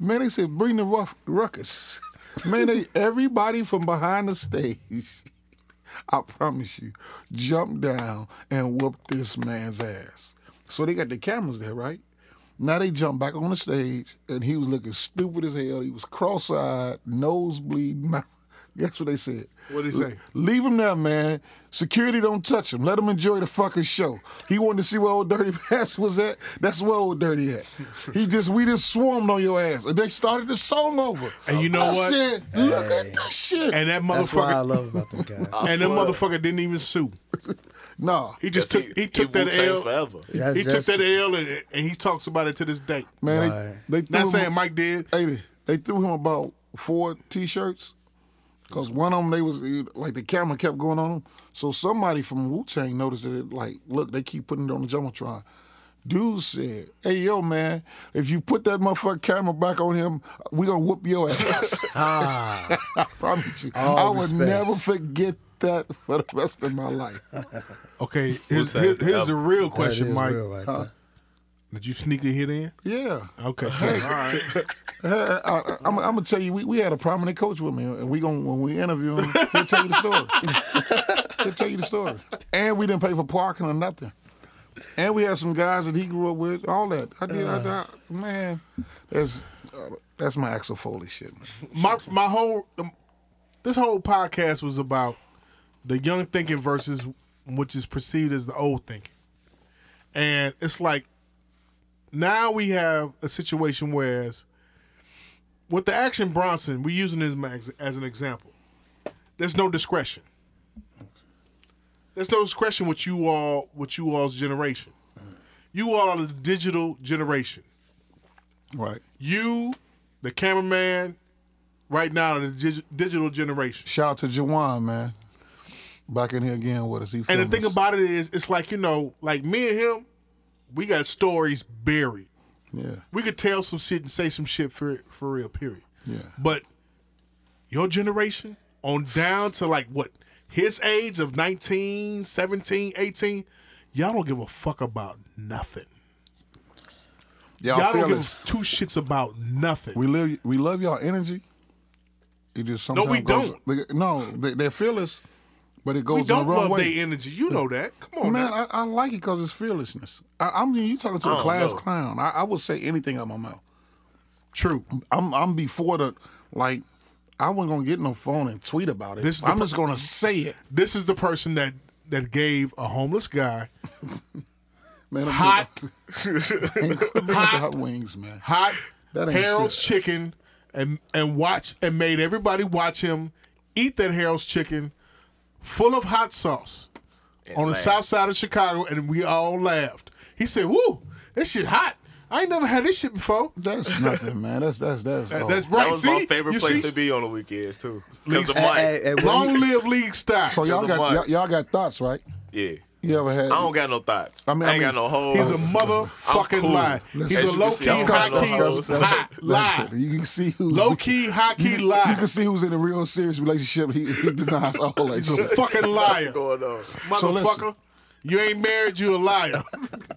[SPEAKER 3] Man, they said, "Bring the rough ruckus." [LAUGHS] Man, they, everybody from behind the stage, I promise you, jumped down and whooped this man's ass. So they got the cameras there, right? Now they jump back on the stage, and he was looking stupid as hell. He was cross-eyed, nose bleeding. [LAUGHS] mouth. Guess what they said?
[SPEAKER 4] What'd he say?
[SPEAKER 3] Leave him there, man. Security don't touch him. Let him enjoy the fucking show. He wanted to see where old Dirty [LAUGHS] Bass was at. That's where old Dirty at. He just we just swarmed on your ass, and they started the song over.
[SPEAKER 4] And you know
[SPEAKER 3] I
[SPEAKER 4] what?
[SPEAKER 3] Said, Look at that shit.
[SPEAKER 4] And that
[SPEAKER 5] That's what I
[SPEAKER 4] motherfucker.
[SPEAKER 5] love about them guys.
[SPEAKER 4] And that motherfucker didn't even sue.
[SPEAKER 3] nah,
[SPEAKER 4] He just took. He, took that
[SPEAKER 6] Wu-Tang
[SPEAKER 4] L.
[SPEAKER 6] forever.
[SPEAKER 4] [LAUGHS]
[SPEAKER 5] That's
[SPEAKER 4] He took
[SPEAKER 5] just-
[SPEAKER 4] that L, and, and he talks about it to this day.
[SPEAKER 3] man,
[SPEAKER 5] Right.
[SPEAKER 3] they, they threw
[SPEAKER 4] Not
[SPEAKER 3] him
[SPEAKER 4] saying
[SPEAKER 3] a-
[SPEAKER 4] Mike did.
[SPEAKER 3] Hey, they threw him about four t-shirts because one of them they was like the camera kept going on them. So somebody from Wu Tang noticed that it like, look, they keep putting it on the jumbotron. Dude said, "Hey yo, man, if you put that motherfucking camera back on him, we gonna whoop your ass." [LAUGHS] I promise you, I
[SPEAKER 5] Ah. All
[SPEAKER 3] would
[SPEAKER 5] respects.
[SPEAKER 3] never forget that for the rest of my life.
[SPEAKER 4] Okay, here's,
[SPEAKER 6] Wu-Tang
[SPEAKER 4] here- here's the
[SPEAKER 6] forever.
[SPEAKER 4] real
[SPEAKER 5] Uh, That
[SPEAKER 4] question,
[SPEAKER 5] is
[SPEAKER 4] Mike.
[SPEAKER 5] real right there.
[SPEAKER 4] Did you sneak a hit in?
[SPEAKER 3] Yeah.
[SPEAKER 4] Okay.
[SPEAKER 3] Hey, I, I, I'm, I'm gonna tell you, we, we had a prominent coach with me, and we going when we interview him, he'll tell you the story.
[SPEAKER 4] [LAUGHS]
[SPEAKER 3] he'll tell you the story. And we didn't pay for parking or nothing. And we had some guys that he grew up with, all that. I did,
[SPEAKER 4] Uh.
[SPEAKER 3] I, I, man. That's uh, that's my Axel Foley shit. Man.
[SPEAKER 4] my my whole um, this whole podcast was about the young thinking versus which is perceived as the old thinking, and it's like now we have a situation whereas with the action Bronson, we're using him as, as an example. There's no discretion. There's no discretion with you all with you all's generation. You all are the digital generation
[SPEAKER 3] Right.
[SPEAKER 4] you, the cameraman, right now in the dig- digital generation.
[SPEAKER 3] Shout out to Jawan, man. Back in here again with us. He
[SPEAKER 4] And the
[SPEAKER 3] filming
[SPEAKER 4] thing
[SPEAKER 3] us.
[SPEAKER 4] about it is, it's like you know, like me and him, we got stories buried.
[SPEAKER 3] yeah,
[SPEAKER 4] We could tell some shit and say some shit for for real. Period.
[SPEAKER 3] Yeah.
[SPEAKER 4] But your generation on down to like what his age of 19, 17, 18, y'all don't give a fuck about nothing.
[SPEAKER 3] y'all,
[SPEAKER 4] Y'all
[SPEAKER 3] feel
[SPEAKER 4] don't give
[SPEAKER 3] us.
[SPEAKER 4] two shits about nothing.
[SPEAKER 3] We live, we love y'all energy. It just sometimes
[SPEAKER 4] we
[SPEAKER 3] goes-
[SPEAKER 4] don't.
[SPEAKER 3] they- no, they, they're fearless, but it goes
[SPEAKER 4] We
[SPEAKER 3] in
[SPEAKER 4] don't
[SPEAKER 3] the wrong
[SPEAKER 4] love
[SPEAKER 3] way.
[SPEAKER 4] their energy. You know that. Come on,
[SPEAKER 3] Man,
[SPEAKER 4] now.
[SPEAKER 3] I, I like it because it's fearlessness. I, I mean, you talking to
[SPEAKER 6] I
[SPEAKER 3] a
[SPEAKER 6] don't
[SPEAKER 3] class
[SPEAKER 6] know.
[SPEAKER 3] clown. I, I would say anything out my mouth.
[SPEAKER 4] True.
[SPEAKER 3] I'm I'm before the like. I wasn't gonna get no phone and tweet about it.
[SPEAKER 4] This is the
[SPEAKER 3] I'm
[SPEAKER 4] pro-
[SPEAKER 3] just gonna say it,
[SPEAKER 4] this is the person that that gave a homeless guy
[SPEAKER 3] man. I'm
[SPEAKER 4] hot
[SPEAKER 3] gonna- quit bringing up the hot wings, man.
[SPEAKER 6] [LAUGHS]
[SPEAKER 4] hot
[SPEAKER 3] That ain't
[SPEAKER 4] Harold's chicken and and watch and made everybody watch him eat that Harold's chicken full of hot sauce on the
[SPEAKER 6] laugh.
[SPEAKER 4] south side of Chicago and we all laughed. He said, "Woo, this shit hot." I ain't never had this shit before. [LAUGHS]
[SPEAKER 3] That's nothing, man. That's that's that's.
[SPEAKER 4] That-
[SPEAKER 3] oh.
[SPEAKER 4] That's right.
[SPEAKER 6] That was
[SPEAKER 4] see,
[SPEAKER 6] my favorite
[SPEAKER 4] you
[SPEAKER 6] place
[SPEAKER 4] see?
[SPEAKER 6] to be on the weekends too.
[SPEAKER 4] League
[SPEAKER 6] Because the
[SPEAKER 4] Hey,
[SPEAKER 6] mic.
[SPEAKER 5] hey, hey, what
[SPEAKER 4] Long
[SPEAKER 5] you-
[SPEAKER 4] live league stock.
[SPEAKER 3] So y'all
[SPEAKER 6] a
[SPEAKER 3] got
[SPEAKER 6] mic.
[SPEAKER 3] y'all, y'all got thoughts, right?
[SPEAKER 6] Yeah.
[SPEAKER 3] You ever had?
[SPEAKER 6] I don't got no thoughts. I,
[SPEAKER 3] I mean,
[SPEAKER 6] ain't
[SPEAKER 3] I
[SPEAKER 6] got
[SPEAKER 3] mean,
[SPEAKER 6] no hoes.
[SPEAKER 4] He's a motherfucking
[SPEAKER 6] cool.
[SPEAKER 4] lie.
[SPEAKER 6] Let's-
[SPEAKER 4] He's
[SPEAKER 6] As
[SPEAKER 4] a
[SPEAKER 6] you can
[SPEAKER 4] low
[SPEAKER 6] see,
[SPEAKER 4] key
[SPEAKER 6] I don't got
[SPEAKER 4] hot
[SPEAKER 6] no
[SPEAKER 4] key
[SPEAKER 6] hoes.
[SPEAKER 4] lie. lie.
[SPEAKER 3] You can see who's
[SPEAKER 4] Low key, high key
[SPEAKER 3] You can
[SPEAKER 4] lie.
[SPEAKER 3] see who's in a real serious relationship. He, he denies all that
[SPEAKER 4] He's a
[SPEAKER 3] shit.
[SPEAKER 4] fucking liar,
[SPEAKER 6] going on.
[SPEAKER 3] So listen. Oh,
[SPEAKER 4] motherfucker. You ain't married, you
[SPEAKER 3] [LAUGHS]
[SPEAKER 4] a liar.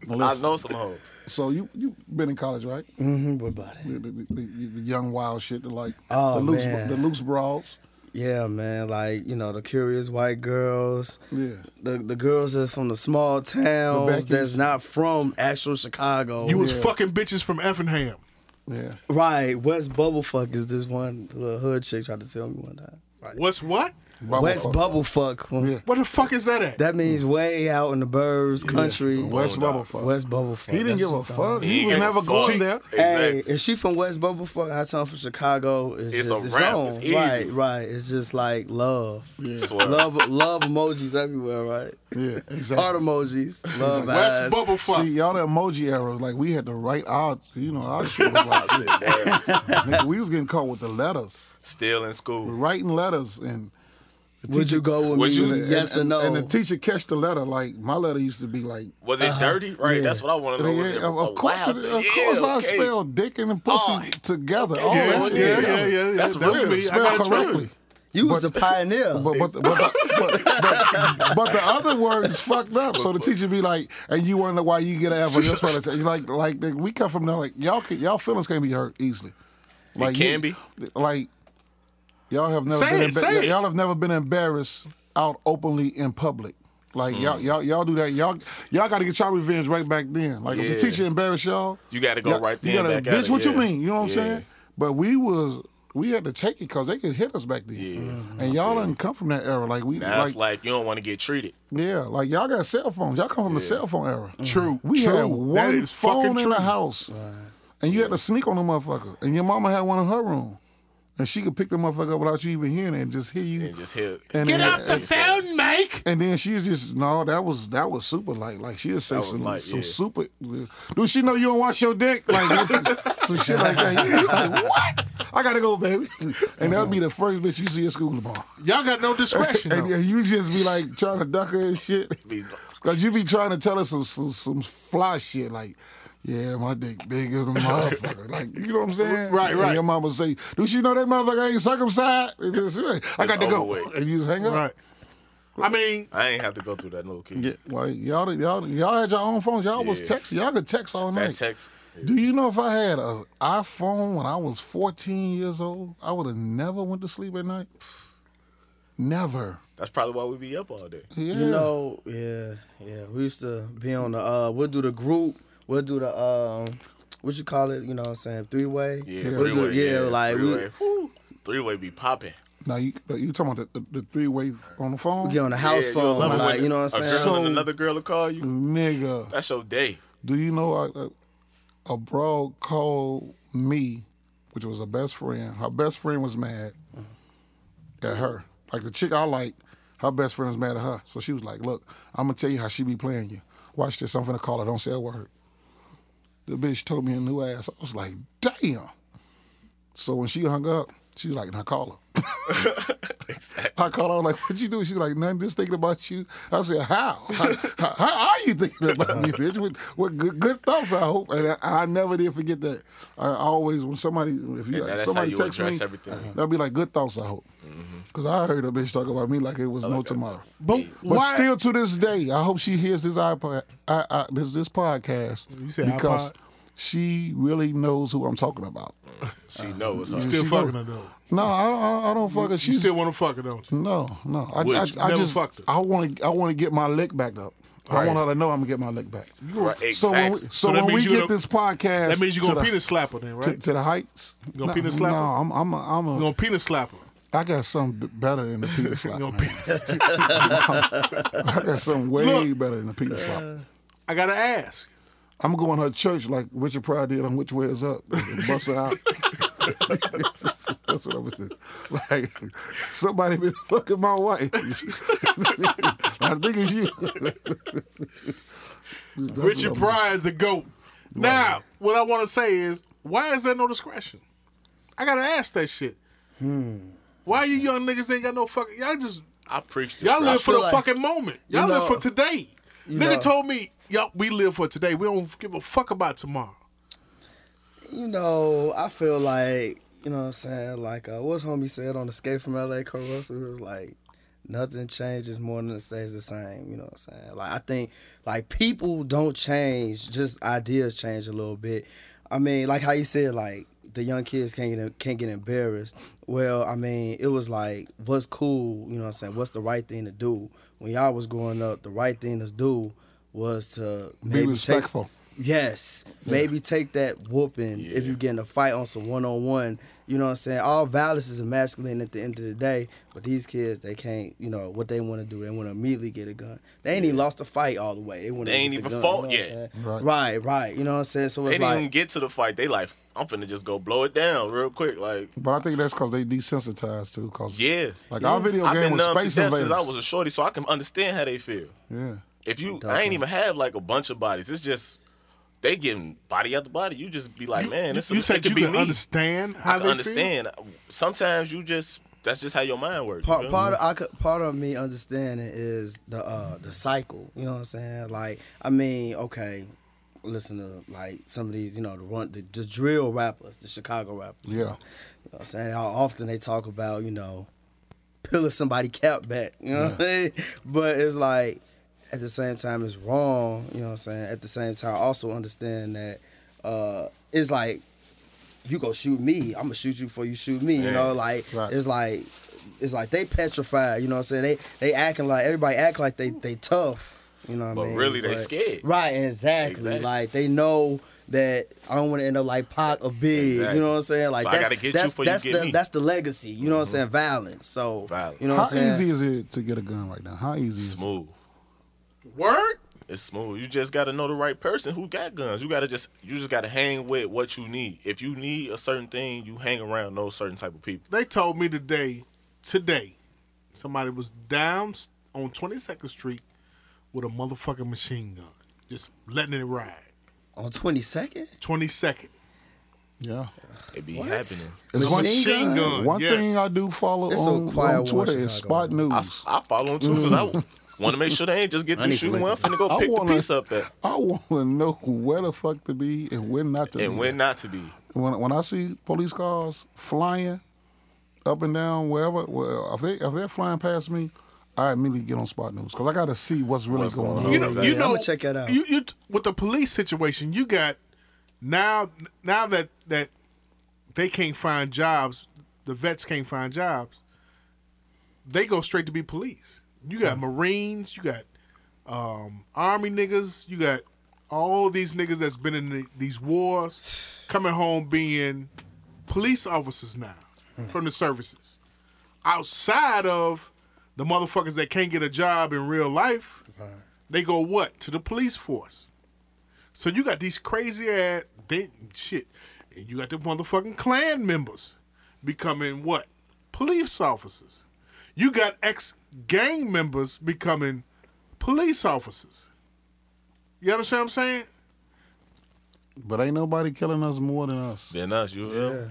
[SPEAKER 3] Now
[SPEAKER 6] I
[SPEAKER 3] listen,
[SPEAKER 6] know some hoes.
[SPEAKER 3] So you you been in college, right?
[SPEAKER 5] Mm-hmm, what about it?
[SPEAKER 3] The, the- the- the- the young wild shit, the like
[SPEAKER 5] Oh,
[SPEAKER 3] the loose
[SPEAKER 5] man.
[SPEAKER 3] the loose brawls.
[SPEAKER 5] Yeah, man. Like you know, the curious white girls.
[SPEAKER 3] Yeah.
[SPEAKER 5] The the girls that's from the small towns
[SPEAKER 3] Beckies.
[SPEAKER 5] that's not from actual Chicago.
[SPEAKER 4] You was fucking bitches from Effingham.
[SPEAKER 3] Yeah.
[SPEAKER 5] right? West Bubblefuck is this one little hood chick tried to tell me one time. Right.
[SPEAKER 4] What's what?
[SPEAKER 3] Bubble
[SPEAKER 5] West
[SPEAKER 3] fuck.
[SPEAKER 5] Bubblefuck.
[SPEAKER 3] Yeah.
[SPEAKER 4] What the fuck is that at?
[SPEAKER 5] That means way out in the burbs, country.
[SPEAKER 3] West bubble fuck.
[SPEAKER 5] West Bubblefuck.
[SPEAKER 3] He didn't
[SPEAKER 5] That's
[SPEAKER 3] give a
[SPEAKER 5] what I'm talking
[SPEAKER 3] fuck.
[SPEAKER 5] about.
[SPEAKER 3] He
[SPEAKER 6] He
[SPEAKER 3] was
[SPEAKER 6] gave a
[SPEAKER 3] never
[SPEAKER 6] fuck.
[SPEAKER 3] going there.
[SPEAKER 5] Hey,
[SPEAKER 6] Exactly.
[SPEAKER 5] if she from West Bubblefuck, I sound from Chicago. It's,
[SPEAKER 6] It's
[SPEAKER 5] just
[SPEAKER 6] a
[SPEAKER 5] its
[SPEAKER 6] rap.
[SPEAKER 5] own.
[SPEAKER 6] It's easy.
[SPEAKER 5] Right, right. It's just like love.
[SPEAKER 6] Swear.
[SPEAKER 5] Love, love emojis everywhere. Right.
[SPEAKER 3] Yeah, exactly.
[SPEAKER 5] Heart emojis. Love
[SPEAKER 4] West
[SPEAKER 5] eyes.
[SPEAKER 4] Bubble fuck.
[SPEAKER 3] See, y'all that emoji arrows, like we had to write our, you know, our shit was like, nigga, we was getting caught with the letters,
[SPEAKER 6] [LAUGHS] Still in school.
[SPEAKER 3] writing letters, and
[SPEAKER 5] Would you go with
[SPEAKER 6] Would
[SPEAKER 5] me?
[SPEAKER 6] you-
[SPEAKER 5] yes
[SPEAKER 3] and,
[SPEAKER 5] or no?
[SPEAKER 3] And the teacher catch the letter, like my letter used to be like,
[SPEAKER 6] Was it dirty? Right.
[SPEAKER 5] yeah.
[SPEAKER 6] That's what I want to know. Was
[SPEAKER 3] yeah,
[SPEAKER 6] it
[SPEAKER 3] of,
[SPEAKER 6] a
[SPEAKER 3] of course,
[SPEAKER 6] wild
[SPEAKER 3] it,
[SPEAKER 6] thing?
[SPEAKER 3] of
[SPEAKER 6] Yeah,
[SPEAKER 3] course, I
[SPEAKER 6] okay.
[SPEAKER 3] spell dick and pussy
[SPEAKER 6] Oh,
[SPEAKER 3] together.
[SPEAKER 6] okay,
[SPEAKER 3] All
[SPEAKER 4] yeah,
[SPEAKER 3] that
[SPEAKER 6] well,
[SPEAKER 3] shit
[SPEAKER 4] yeah,
[SPEAKER 3] together.
[SPEAKER 4] yeah, yeah, yeah.
[SPEAKER 6] That's
[SPEAKER 4] That
[SPEAKER 6] real.
[SPEAKER 4] would be- I
[SPEAKER 3] Spelled
[SPEAKER 4] gotta try.
[SPEAKER 3] correctly.
[SPEAKER 5] you was
[SPEAKER 3] but-
[SPEAKER 5] the
[SPEAKER 6] [LAUGHS]
[SPEAKER 5] pioneer.
[SPEAKER 3] But but the, but, the, but, but, but the other word is fucked up. So the teacher be like, and you wonder why you get an F on your spelling test. Like like nigga, we come from there, like y'all can, y'all feelings can be hurt easily. Like
[SPEAKER 6] can
[SPEAKER 3] you- Like y'all have never
[SPEAKER 4] Say
[SPEAKER 3] been
[SPEAKER 4] it,
[SPEAKER 3] embar-
[SPEAKER 4] say it.
[SPEAKER 3] y'all have never been embarrassed out openly in public. Like
[SPEAKER 6] Mm.
[SPEAKER 3] y'all, y'all, y'all do that. Y'all, y'all got to get y'all revenge right back then. Like if the
[SPEAKER 6] Yeah.
[SPEAKER 3] teacher embarrass y'all,
[SPEAKER 6] You gotta go
[SPEAKER 3] y'all-
[SPEAKER 6] right
[SPEAKER 3] You
[SPEAKER 6] then
[SPEAKER 3] gotta,
[SPEAKER 6] back at
[SPEAKER 3] bitch,
[SPEAKER 6] it,
[SPEAKER 3] what you
[SPEAKER 6] yeah.
[SPEAKER 3] mean? You know what
[SPEAKER 6] Yeah.
[SPEAKER 3] I'm saying? But we was we had to take it because they could hit us back then. And y'all didn't come from that era. Like we
[SPEAKER 6] Now
[SPEAKER 3] like,
[SPEAKER 6] it's like you don't want to get treated.
[SPEAKER 3] yeah, like y'all got cell phones. Y'all come from the cell phone era.
[SPEAKER 4] True.
[SPEAKER 3] We
[SPEAKER 4] true.
[SPEAKER 3] had
[SPEAKER 4] that
[SPEAKER 3] one
[SPEAKER 4] is fucking
[SPEAKER 3] phone in
[SPEAKER 4] true.
[SPEAKER 3] the house. And you had to sneak on the motherfucker. And your mama had one in her room. And she could pick the motherfucker up without you even hearing it and just hear you.
[SPEAKER 6] And just hit.
[SPEAKER 3] And
[SPEAKER 4] Get
[SPEAKER 3] then,
[SPEAKER 4] off the phone, Mike.
[SPEAKER 3] And then she was just no, that was that was super light. Like she was saying
[SPEAKER 6] was
[SPEAKER 3] some,
[SPEAKER 6] light,
[SPEAKER 3] some
[SPEAKER 6] yeah.
[SPEAKER 3] super. Do she know you don't wash your dick? Like [LAUGHS] some shit like that. You like what? I gotta go, baby. And that'll be the first bitch you see at school tomorrow.
[SPEAKER 4] Y'all got no discretion.
[SPEAKER 3] And
[SPEAKER 4] though.
[SPEAKER 3] yeah, you just be like trying to duck her and shit.
[SPEAKER 6] [LAUGHS] Be-
[SPEAKER 3] Cause you be trying to tell her some some, some fly shit like, yeah, my dick bigger than a motherfucker. Like, you know what I'm
[SPEAKER 6] [LAUGHS]
[SPEAKER 3] saying?
[SPEAKER 4] Right, right.
[SPEAKER 3] And your mama say, do she know that motherfucker ain't circumcised? And it's, I got to go.
[SPEAKER 6] over with.
[SPEAKER 3] And you just hang up.
[SPEAKER 4] Right. I mean,
[SPEAKER 6] I ain't have to go through that no kid.
[SPEAKER 3] Yeah, like y'all, y'all, y'all had your own phones. Y'all was
[SPEAKER 6] Yeah.
[SPEAKER 3] texting. Y'all could text all
[SPEAKER 6] That
[SPEAKER 3] night.
[SPEAKER 6] text.
[SPEAKER 3] Do you know if I had an iPhone when I was 14 years old, I would have never went to sleep at night. Never.
[SPEAKER 6] That's probably why we be up all day.
[SPEAKER 3] Yeah.
[SPEAKER 5] You know, yeah, yeah. We used to be on the uh we'll do the group, we'll do the um what you call it, you know what I'm saying, three way.
[SPEAKER 6] Yeah,
[SPEAKER 5] we'll do
[SPEAKER 6] three-way,
[SPEAKER 5] the, yeah,
[SPEAKER 6] yeah,
[SPEAKER 5] like
[SPEAKER 6] three-way. Three way be popping.
[SPEAKER 3] now you you talking about the, the, the three way on the phone?
[SPEAKER 5] we get on the house
[SPEAKER 6] Yeah, you
[SPEAKER 5] phone,
[SPEAKER 6] love it
[SPEAKER 5] like
[SPEAKER 6] when
[SPEAKER 5] you know what
[SPEAKER 6] a
[SPEAKER 5] I'm
[SPEAKER 6] girl
[SPEAKER 5] saying?
[SPEAKER 6] and
[SPEAKER 3] So-
[SPEAKER 6] another girl will call you.
[SPEAKER 3] Nigga,
[SPEAKER 6] That's your day.
[SPEAKER 3] do you know I, a, a broad called me, which was her best friend. Her best friend was mad at her. Like the chick I like, her best friend was mad at her. So she was like, "Look, I'm gonna tell you how she be playing you. Watch this. I'm finna call her. Don't say a word." The bitch told me a new ass. I was like, "Damn." So when she hung up, she was like, "Now call
[SPEAKER 6] [LAUGHS]
[SPEAKER 3] her." I called her. I was like, "What you doing?" She was like, "Nothing. Just thinking about you." I said, "How? How, how- how are you thinking about me, bitch? What, what good, good thoughts? I hope." And I, I never did forget that. I always, when somebody, if you
[SPEAKER 6] now that's how
[SPEAKER 3] somebody
[SPEAKER 6] you
[SPEAKER 3] texts
[SPEAKER 6] address
[SPEAKER 3] me,
[SPEAKER 6] everything. Mm-hmm.
[SPEAKER 3] that'll be like, "Good thoughts. I hope," because I heard a bitch talk about me like it was no tomorrow.
[SPEAKER 4] but,
[SPEAKER 3] But
[SPEAKER 4] why?
[SPEAKER 3] still to this day, I hope she hears this iPod, I, I, this this podcast
[SPEAKER 4] You said
[SPEAKER 3] because
[SPEAKER 4] iPod?
[SPEAKER 3] she really knows who I'm talking about.
[SPEAKER 6] She knows. Huh?
[SPEAKER 4] still
[SPEAKER 3] she
[SPEAKER 4] fucking
[SPEAKER 3] know-
[SPEAKER 4] her though.
[SPEAKER 3] No, I don't. I don't, I don't fuck her.
[SPEAKER 4] You
[SPEAKER 3] She's
[SPEAKER 4] still want to fuck her, don't you?
[SPEAKER 3] no, no. I,
[SPEAKER 6] Which
[SPEAKER 3] I, I
[SPEAKER 4] never
[SPEAKER 3] just
[SPEAKER 4] fucked her.
[SPEAKER 3] I want to I want to get my lick back up. I
[SPEAKER 6] Right.
[SPEAKER 3] want her to know I'm gonna get my lick back.
[SPEAKER 6] Right, exactly.
[SPEAKER 3] So when we, so
[SPEAKER 4] that
[SPEAKER 3] when
[SPEAKER 4] means
[SPEAKER 3] we
[SPEAKER 4] you
[SPEAKER 3] get
[SPEAKER 4] gonna-
[SPEAKER 3] this podcast,
[SPEAKER 4] That means you're
[SPEAKER 3] to
[SPEAKER 4] gonna
[SPEAKER 3] the-
[SPEAKER 4] penis slap her then, right?
[SPEAKER 3] to, to the heights. You
[SPEAKER 4] gonna
[SPEAKER 3] no,
[SPEAKER 4] penis
[SPEAKER 3] No,
[SPEAKER 4] slap her?
[SPEAKER 3] I'm I'm a, I'm a,
[SPEAKER 4] you're gonna penis slap her.
[SPEAKER 3] I got something b- better than the penis
[SPEAKER 4] [LAUGHS]
[SPEAKER 3] slap.
[SPEAKER 4] You're
[SPEAKER 3] man.
[SPEAKER 4] gonna penis.
[SPEAKER 3] I got something way
[SPEAKER 4] Look. uh,
[SPEAKER 3] better than the penis slap.
[SPEAKER 4] I gotta ask.
[SPEAKER 3] I'm going to her church like Richard Pryor did on Which Way Is Up. [LAUGHS] and Bust her out. That's what I would do. Like, somebody been fucking my wife. [LAUGHS] I think it's you. [LAUGHS] That's what
[SPEAKER 4] Richard
[SPEAKER 3] I'm-
[SPEAKER 4] Pryor is the goat. Now, what I want to say is, why is there no discretion? I gotta ask that shit.
[SPEAKER 5] Hmm.
[SPEAKER 4] Why you young niggas ain't got no fucking? Y'all just
[SPEAKER 6] I preached this.
[SPEAKER 4] y'all
[SPEAKER 6] bro.
[SPEAKER 4] live for the
[SPEAKER 5] feel like-
[SPEAKER 4] fucking moment. Y'all
[SPEAKER 5] you
[SPEAKER 4] live
[SPEAKER 5] know-
[SPEAKER 4] for today. Nigga
[SPEAKER 5] know-
[SPEAKER 4] told me, y'all we live for today. We don't give a fuck about tomorrow.
[SPEAKER 5] You know, I feel like, you know what I'm saying? Like, uh, what's homie said on Escape from LA, Kurt Russell was like, nothing changes more than it stays the same. You know what I'm saying? Like, I think, like, people don't change, just ideas change a little bit. I mean, like how you said, like, the young kids can't get can't get embarrassed. Well, I mean, it was like, what's cool? You know what I'm saying? What's the right thing to do? When y'all was growing up, the right thing to do was to maybe take-
[SPEAKER 3] respectful.
[SPEAKER 5] Yes. Maybe take that whooping if you get in a fight on some one on one. You know what I'm saying? All violence is masculine at the end of the day, but these kids, they can't, you know, what they want to do, they want to immediately get a gun. They ain't even lost a fight all the way. They, wanna
[SPEAKER 6] They ain't
[SPEAKER 5] get the
[SPEAKER 6] even
[SPEAKER 5] gun,
[SPEAKER 6] fought
[SPEAKER 5] you know
[SPEAKER 6] yet.
[SPEAKER 5] what I'm saying? Right. right, You know what I'm saying? So
[SPEAKER 6] They
[SPEAKER 5] it's
[SPEAKER 6] didn't even
[SPEAKER 5] like,
[SPEAKER 6] get to the fight. They like, I'm finna just go blow it down real quick. Like,
[SPEAKER 3] But I think that's because they desensitized too. Cause
[SPEAKER 6] yeah.
[SPEAKER 3] like our video
[SPEAKER 6] I've
[SPEAKER 3] game
[SPEAKER 6] been
[SPEAKER 3] was
[SPEAKER 6] numb to
[SPEAKER 3] Space
[SPEAKER 6] death
[SPEAKER 3] Invaders.
[SPEAKER 6] since I was a shorty, so I can understand how they feel.
[SPEAKER 3] yeah,
[SPEAKER 6] If you, I ain't even have like a bunch of bodies. It's just they getting body after body. You just be like, man,
[SPEAKER 4] you,
[SPEAKER 6] this
[SPEAKER 4] you
[SPEAKER 6] is, it
[SPEAKER 4] said
[SPEAKER 6] could
[SPEAKER 4] you
[SPEAKER 6] be
[SPEAKER 4] can
[SPEAKER 6] me.
[SPEAKER 4] understand how
[SPEAKER 6] I can
[SPEAKER 4] they
[SPEAKER 6] understand. Sometimes you just that's just how your mind works. you
[SPEAKER 5] part,
[SPEAKER 6] feel
[SPEAKER 5] part,
[SPEAKER 6] me?
[SPEAKER 5] of, I could, part of me understanding is the uh, the cycle. You know what I'm saying? Like, I mean, okay, listen to like some of these, you know, the run, the, the drill rappers, the Chicago rappers.
[SPEAKER 3] yeah.
[SPEAKER 5] You know what I'm saying how often they talk about you know peeling somebody cap back, you know what I mean? [LAUGHS] But it's like at the same time it's wrong, you know what I'm saying? At the same time I also understand that uh it's like you go shoot me, I'm gonna shoot you before you shoot me, you know, like
[SPEAKER 3] Right.
[SPEAKER 5] it's like it's like they petrified, you know what I'm saying? They they acting like everybody act like they they tough, you know what
[SPEAKER 6] But
[SPEAKER 5] I mean?
[SPEAKER 6] really, they scared.
[SPEAKER 5] Right, exactly.
[SPEAKER 6] Exactly.
[SPEAKER 5] Like they know that I don't want to end up like Pac or Big,
[SPEAKER 6] Exactly.
[SPEAKER 5] you know what I'm saying? Like
[SPEAKER 6] So I
[SPEAKER 5] that's
[SPEAKER 6] gotta get you
[SPEAKER 5] that's
[SPEAKER 6] before you
[SPEAKER 5] that's
[SPEAKER 6] get
[SPEAKER 5] the
[SPEAKER 6] me. Mm-hmm.
[SPEAKER 5] that's the legacy. You know what I'm saying? Violence. So
[SPEAKER 6] Violence.
[SPEAKER 5] you know
[SPEAKER 3] How
[SPEAKER 5] what I'm
[SPEAKER 3] easy
[SPEAKER 5] saying?
[SPEAKER 3] is it to get a gun right now? How easy? Is it?
[SPEAKER 6] smooth.
[SPEAKER 4] feel. Word.
[SPEAKER 6] It's smooth. You just gotta know the right person who got guns. You gotta just you just gotta hang with what you need. If you need a certain thing, you hang around those certain type of people.
[SPEAKER 4] They told me today, today, somebody was down s- on 22nd Street with a motherfucking machine gun, just letting it ride.
[SPEAKER 5] On 22nd?
[SPEAKER 4] 22nd.
[SPEAKER 3] Yeah.
[SPEAKER 6] It be happening.
[SPEAKER 3] It's one,
[SPEAKER 4] machine gun.
[SPEAKER 3] one
[SPEAKER 4] yes.
[SPEAKER 3] thing I do follow
[SPEAKER 5] It's a
[SPEAKER 3] on,
[SPEAKER 5] quiet
[SPEAKER 3] on
[SPEAKER 5] war
[SPEAKER 3] Twitter is
[SPEAKER 5] Chicago.
[SPEAKER 3] Spot News.
[SPEAKER 6] I, I follow them too because I want to make sure they ain't just get through shooting. Well, I'm finna go pick the piece up
[SPEAKER 3] [LAUGHS]
[SPEAKER 6] at
[SPEAKER 3] I want to know where the fuck to be and when not to
[SPEAKER 6] and
[SPEAKER 3] be.
[SPEAKER 6] when not to be.
[SPEAKER 3] when when I see police cars flying up and down wherever, well, if they if they're flying past me, I immediately get on spot news because I got to see what's really
[SPEAKER 6] What's
[SPEAKER 3] going
[SPEAKER 6] going
[SPEAKER 3] on.
[SPEAKER 6] on.
[SPEAKER 4] You know,
[SPEAKER 5] Oh, Yeah,
[SPEAKER 4] you
[SPEAKER 5] I'ma
[SPEAKER 4] know
[SPEAKER 5] check that out.
[SPEAKER 4] You, you t- with the police situation, you got now now that that they can't find jobs, the vets can't find jobs. They go straight to be police. You
[SPEAKER 5] Mm.
[SPEAKER 4] got Marines, you got um, Army niggas, you got all these niggas that's been in the, these wars
[SPEAKER 5] [SIGHS]
[SPEAKER 4] coming home being police officers now
[SPEAKER 5] Hmm.
[SPEAKER 4] from the services. Outside of the motherfuckers that can't get a job in real life, they go what to the police force. So you got these crazy ass they, shit, and you got the motherfucking Klan members becoming what police officers. You got ex gang members becoming police officers. You understand what I'm saying?
[SPEAKER 3] But ain't nobody killing us more than us.
[SPEAKER 6] Then us, you feel? me?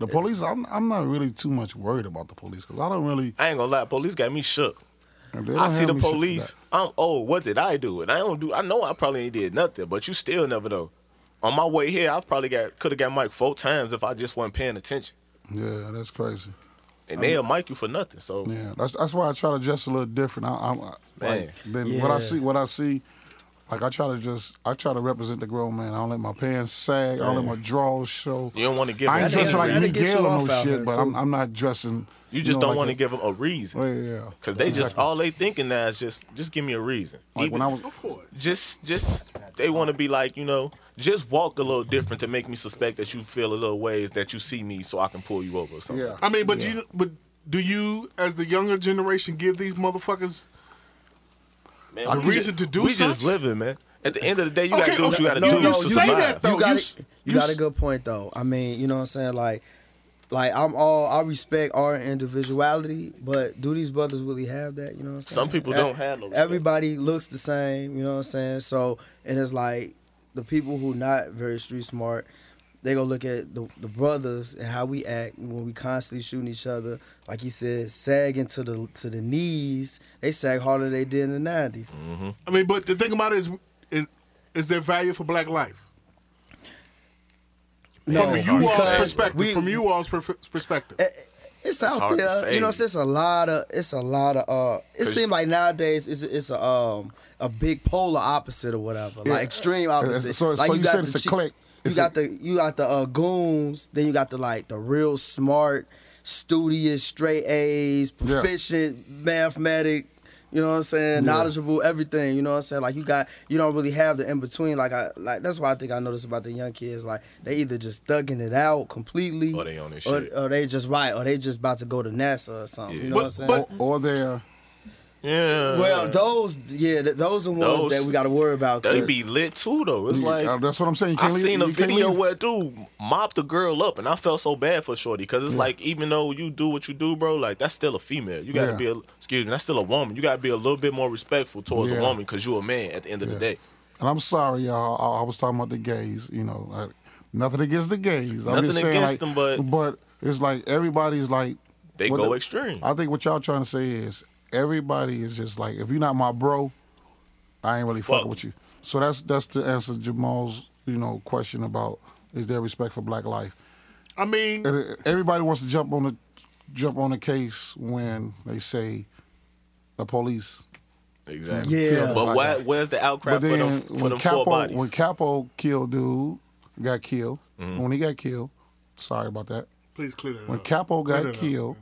[SPEAKER 3] The police, I'm I'm not really too much worried about the police because I don't really.
[SPEAKER 6] I ain't gonna lie, police got me shook.
[SPEAKER 3] they don't
[SPEAKER 6] I see
[SPEAKER 3] have
[SPEAKER 6] the
[SPEAKER 3] me shit for
[SPEAKER 6] police.
[SPEAKER 3] that.
[SPEAKER 6] I'm oh, what did I do? And I don't do. I know I probably ain't did nothing, but you still never know. On my way here, I probably got could have got Mike four times if I just wasn't paying attention.
[SPEAKER 3] Yeah, that's crazy.
[SPEAKER 6] And they'll mic you for nothing. So
[SPEAKER 3] Yeah, that's that's why I try to dress a little different. I, I'm I- like
[SPEAKER 6] Man.
[SPEAKER 3] then what I
[SPEAKER 5] Yeah.
[SPEAKER 3] see, what I see. Like I try to just, I try to represent the grown man. I don't let my pants sag. I don't let my drawers show.
[SPEAKER 6] You don't wanna give
[SPEAKER 3] I
[SPEAKER 6] them-
[SPEAKER 3] ain't dressing like
[SPEAKER 5] That'll
[SPEAKER 3] Nick
[SPEAKER 5] get you
[SPEAKER 3] Gale or
[SPEAKER 5] off
[SPEAKER 3] no
[SPEAKER 5] out
[SPEAKER 3] shit,
[SPEAKER 5] here,
[SPEAKER 3] but
[SPEAKER 5] too.
[SPEAKER 3] I'm, I'm not dressing.
[SPEAKER 6] you just
[SPEAKER 3] know,
[SPEAKER 6] don't
[SPEAKER 3] like
[SPEAKER 6] want to
[SPEAKER 3] a-
[SPEAKER 6] give them a reason
[SPEAKER 3] Yeah, yeah.
[SPEAKER 6] because they just all they thinking now is just just give me a reason.
[SPEAKER 3] Like when I was,
[SPEAKER 4] Go for it.
[SPEAKER 6] just just they want to be like you know just walk a little different to make me suspect that you feel a little ways that you see me so I can pull you over or something.
[SPEAKER 3] yeah.
[SPEAKER 4] I mean, but you but do you as the younger generation give these motherfuckers?
[SPEAKER 6] Man,
[SPEAKER 4] The
[SPEAKER 6] we ju-
[SPEAKER 4] reason to do
[SPEAKER 6] we
[SPEAKER 4] such?
[SPEAKER 6] just living, man. At the end of the day, you
[SPEAKER 4] Okay,
[SPEAKER 6] gotta do what you gotta
[SPEAKER 4] no,
[SPEAKER 6] do.
[SPEAKER 4] you
[SPEAKER 6] to
[SPEAKER 4] say
[SPEAKER 6] survive.
[SPEAKER 4] that, though.
[SPEAKER 5] You got,
[SPEAKER 4] You
[SPEAKER 5] a-
[SPEAKER 4] s-
[SPEAKER 5] you,
[SPEAKER 4] you
[SPEAKER 5] got
[SPEAKER 4] s-
[SPEAKER 5] a good point though. I mean, you know what I'm saying? Like like I'm all I respect our individuality, but do these brothers really have that? You know what I'm saying?
[SPEAKER 6] Some people
[SPEAKER 5] E-
[SPEAKER 6] don't have no respect.
[SPEAKER 5] Everybody looks the same, you know what I'm saying? So and it's like the the people who not very street smart, they gonna look at the, the brothers and how we act when we constantly shooting each other. Like he said, sagging to the to the knees. They sag harder than they did in the 90s
[SPEAKER 4] I mean, but the thing about it is, is, is there value for black life?
[SPEAKER 3] Oh,
[SPEAKER 5] No,
[SPEAKER 4] From you all's
[SPEAKER 6] because-
[SPEAKER 4] perspective.
[SPEAKER 5] we-
[SPEAKER 4] from you all's perf- perspective.
[SPEAKER 3] Eh,
[SPEAKER 5] it's
[SPEAKER 6] hard
[SPEAKER 5] out
[SPEAKER 6] to
[SPEAKER 5] there.
[SPEAKER 6] say.
[SPEAKER 5] You know, it's, it's a lot of it's a lot of uh it seems like nowadays it's it's a um a big polar opposite or whatever. Like extreme opposite.
[SPEAKER 3] Uh, so-
[SPEAKER 5] like
[SPEAKER 3] so you
[SPEAKER 5] got
[SPEAKER 3] said
[SPEAKER 5] the
[SPEAKER 3] it's a
[SPEAKER 5] chi-
[SPEAKER 3] clique.
[SPEAKER 5] You
[SPEAKER 3] It's
[SPEAKER 5] got
[SPEAKER 3] a-
[SPEAKER 5] the you got the uh, goons, then you got the like the real smart, studious, straight A's,
[SPEAKER 3] Yeah.
[SPEAKER 5] proficient, mathematic, you know what I'm saying, knowledgeable, everything, you know what I'm saying? Like you got you don't really have the in between. Like I like that's why I think I noticed about the young kids, like they either just thugging it out completely
[SPEAKER 6] Or they on this
[SPEAKER 5] or,
[SPEAKER 6] shit.
[SPEAKER 5] or they just right, or they just about to go to NASA or something. You know
[SPEAKER 6] But-
[SPEAKER 5] what I'm saying?
[SPEAKER 4] but-
[SPEAKER 3] Or they're
[SPEAKER 6] Yeah.
[SPEAKER 5] well, those yeah, th- those are ones
[SPEAKER 6] Those-
[SPEAKER 5] that we got to worry about.
[SPEAKER 6] They
[SPEAKER 5] 'cause-
[SPEAKER 6] be lit too though. It's like
[SPEAKER 3] Yeah, uh, that's what I'm saying. You
[SPEAKER 6] I
[SPEAKER 3] can't leave-
[SPEAKER 6] seen a
[SPEAKER 3] you can't
[SPEAKER 6] video
[SPEAKER 3] leave-
[SPEAKER 6] where a dude mopped the girl up, and I felt so bad for Shorty because it's like even though you do what you do, bro, like that's still a female. You gotta
[SPEAKER 3] Yeah.
[SPEAKER 6] be a excuse me, that's still a woman. You gotta be a little bit more respectful towards
[SPEAKER 3] Yeah.
[SPEAKER 6] a woman because you're a man at the end of the day.
[SPEAKER 3] And I'm sorry, y'all. I, I was talking about the gays. You know, like, nothing against the gays. I'm
[SPEAKER 6] Nothing
[SPEAKER 3] just saying,
[SPEAKER 6] against
[SPEAKER 3] like,
[SPEAKER 6] them, but-
[SPEAKER 3] it's like everybody's like
[SPEAKER 6] They
[SPEAKER 3] what
[SPEAKER 6] go
[SPEAKER 3] the-
[SPEAKER 6] extreme.
[SPEAKER 3] I think what y'all trying to say is everybody is just like, if you're not my bro, I ain't really
[SPEAKER 6] Fuck.
[SPEAKER 3] fucking with you. So that's that's the answer to Jamal's you know question about is there respect for black life.
[SPEAKER 4] I mean,
[SPEAKER 3] And it- everybody wants to jump on the jump on the case when they say the police
[SPEAKER 6] Exactly.
[SPEAKER 5] Yeah.
[SPEAKER 6] But why, where's the outcry
[SPEAKER 3] But
[SPEAKER 6] for
[SPEAKER 3] then
[SPEAKER 6] them for
[SPEAKER 3] when
[SPEAKER 6] them four
[SPEAKER 3] Capo when
[SPEAKER 6] bodies? Mm-hmm.
[SPEAKER 3] Capo killed dude, got killed. When he got killed, sorry about that.
[SPEAKER 4] please clear that
[SPEAKER 3] When
[SPEAKER 4] up.
[SPEAKER 3] Capo
[SPEAKER 4] Clear
[SPEAKER 3] got
[SPEAKER 4] that up.
[SPEAKER 3] killed,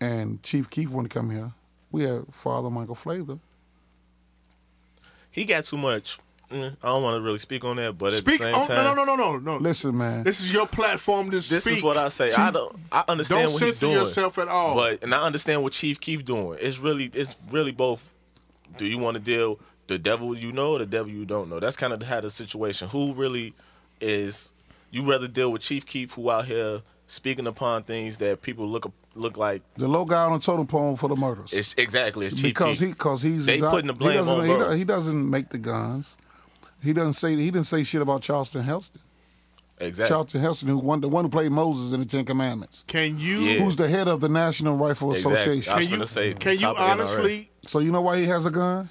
[SPEAKER 3] and Chief Keith wanted to come here, we had Father Michael Flather.
[SPEAKER 6] He got too much. Mm, I don't want to really speak on that, but at
[SPEAKER 4] Speak.
[SPEAKER 6] the same
[SPEAKER 4] on,
[SPEAKER 6] time,
[SPEAKER 4] no, no, no, no, no.
[SPEAKER 3] Listen, man,
[SPEAKER 4] This is your platform to
[SPEAKER 6] This
[SPEAKER 4] speak.
[SPEAKER 6] is what I say. I don't. I understand
[SPEAKER 4] Don't
[SPEAKER 6] what he's
[SPEAKER 4] censor
[SPEAKER 6] doing.
[SPEAKER 4] yourself at all.
[SPEAKER 6] But and I understand what Chief keep doing. It's really, it's really both. Do you want to deal the devil you know or the devil you don't know? That's kind of how the situation. Who really is? You rather deal with Chief Keef, who out here speaking upon things that people look look like
[SPEAKER 3] the low guy on the totem pole for the murders.
[SPEAKER 6] it's exactly it's Chief
[SPEAKER 3] because
[SPEAKER 6] Keef.
[SPEAKER 3] he because he's
[SPEAKER 6] They
[SPEAKER 3] not,
[SPEAKER 6] putting the blame
[SPEAKER 3] he doesn't,
[SPEAKER 6] on
[SPEAKER 3] he,
[SPEAKER 6] bro.
[SPEAKER 3] do- he doesn't make the guns. He doesn't say he didn't say shit about Charleston Heston.
[SPEAKER 6] exactly.
[SPEAKER 3] Charleston Heston, who one the one who played Moses in the Ten Commandments,
[SPEAKER 4] Can you?
[SPEAKER 6] Yeah.
[SPEAKER 3] who's the head of the National Rifle
[SPEAKER 6] Exactly.
[SPEAKER 3] Association.
[SPEAKER 6] I was
[SPEAKER 4] Can you,
[SPEAKER 6] finna say,
[SPEAKER 4] can you
[SPEAKER 6] top of the NRA.
[SPEAKER 4] honestly?
[SPEAKER 3] So you know why he has a gun?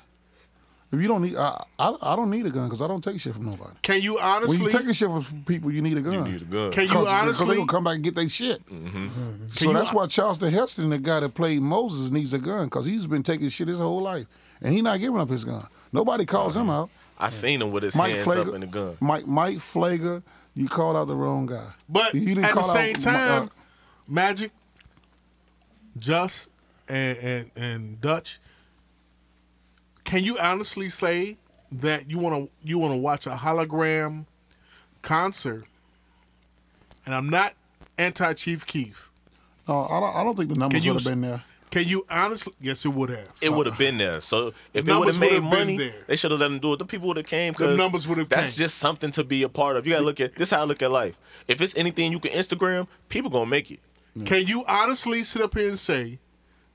[SPEAKER 3] If you don't need, I I, I don't need a gun because I don't take shit from nobody.
[SPEAKER 4] Can you honestly?
[SPEAKER 3] When you taking shit from people, you need a gun.
[SPEAKER 6] You need a gun.
[SPEAKER 4] Can you
[SPEAKER 3] because they
[SPEAKER 4] honestly- Mm-hmm.
[SPEAKER 3] gonna come back and get their shit.
[SPEAKER 6] Mm-hmm.
[SPEAKER 3] So
[SPEAKER 4] you-
[SPEAKER 3] that's why Charleston Heston, the guy that played Moses, needs a gun because he's been taking shit his whole life and he not giving up his gun. Nobody calls him out.
[SPEAKER 6] I seen him with his
[SPEAKER 3] Mike
[SPEAKER 6] hands up
[SPEAKER 3] Flager,
[SPEAKER 6] in the gun.
[SPEAKER 3] Mike Mike Flager, you called out the wrong guy.
[SPEAKER 4] But
[SPEAKER 3] you
[SPEAKER 4] at the same
[SPEAKER 3] Mi- uh,
[SPEAKER 4] time, Magic, Just, and, and and Dutch. Can you honestly say that you want to you want to watch a hologram concert? And I'm not anti Chief Keef.
[SPEAKER 3] no, uh, I don't, I don't think the numbers
[SPEAKER 4] Can you
[SPEAKER 3] would have been there.
[SPEAKER 4] Can you honestly? Yes, it would have.
[SPEAKER 6] It would have been there. So if it would
[SPEAKER 4] Uh-huh. numbers
[SPEAKER 6] have made
[SPEAKER 4] would've been
[SPEAKER 6] money,
[SPEAKER 4] there.
[SPEAKER 6] they should have let them do it. The people would have came.
[SPEAKER 4] The
[SPEAKER 6] 'cause
[SPEAKER 4] numbers would've
[SPEAKER 6] That's
[SPEAKER 4] came.
[SPEAKER 6] just something to be a part of. You gotta look at this. Is how I look at life. If it's anything you can Instagram, people gonna make it.
[SPEAKER 4] Can you honestly sit up here and say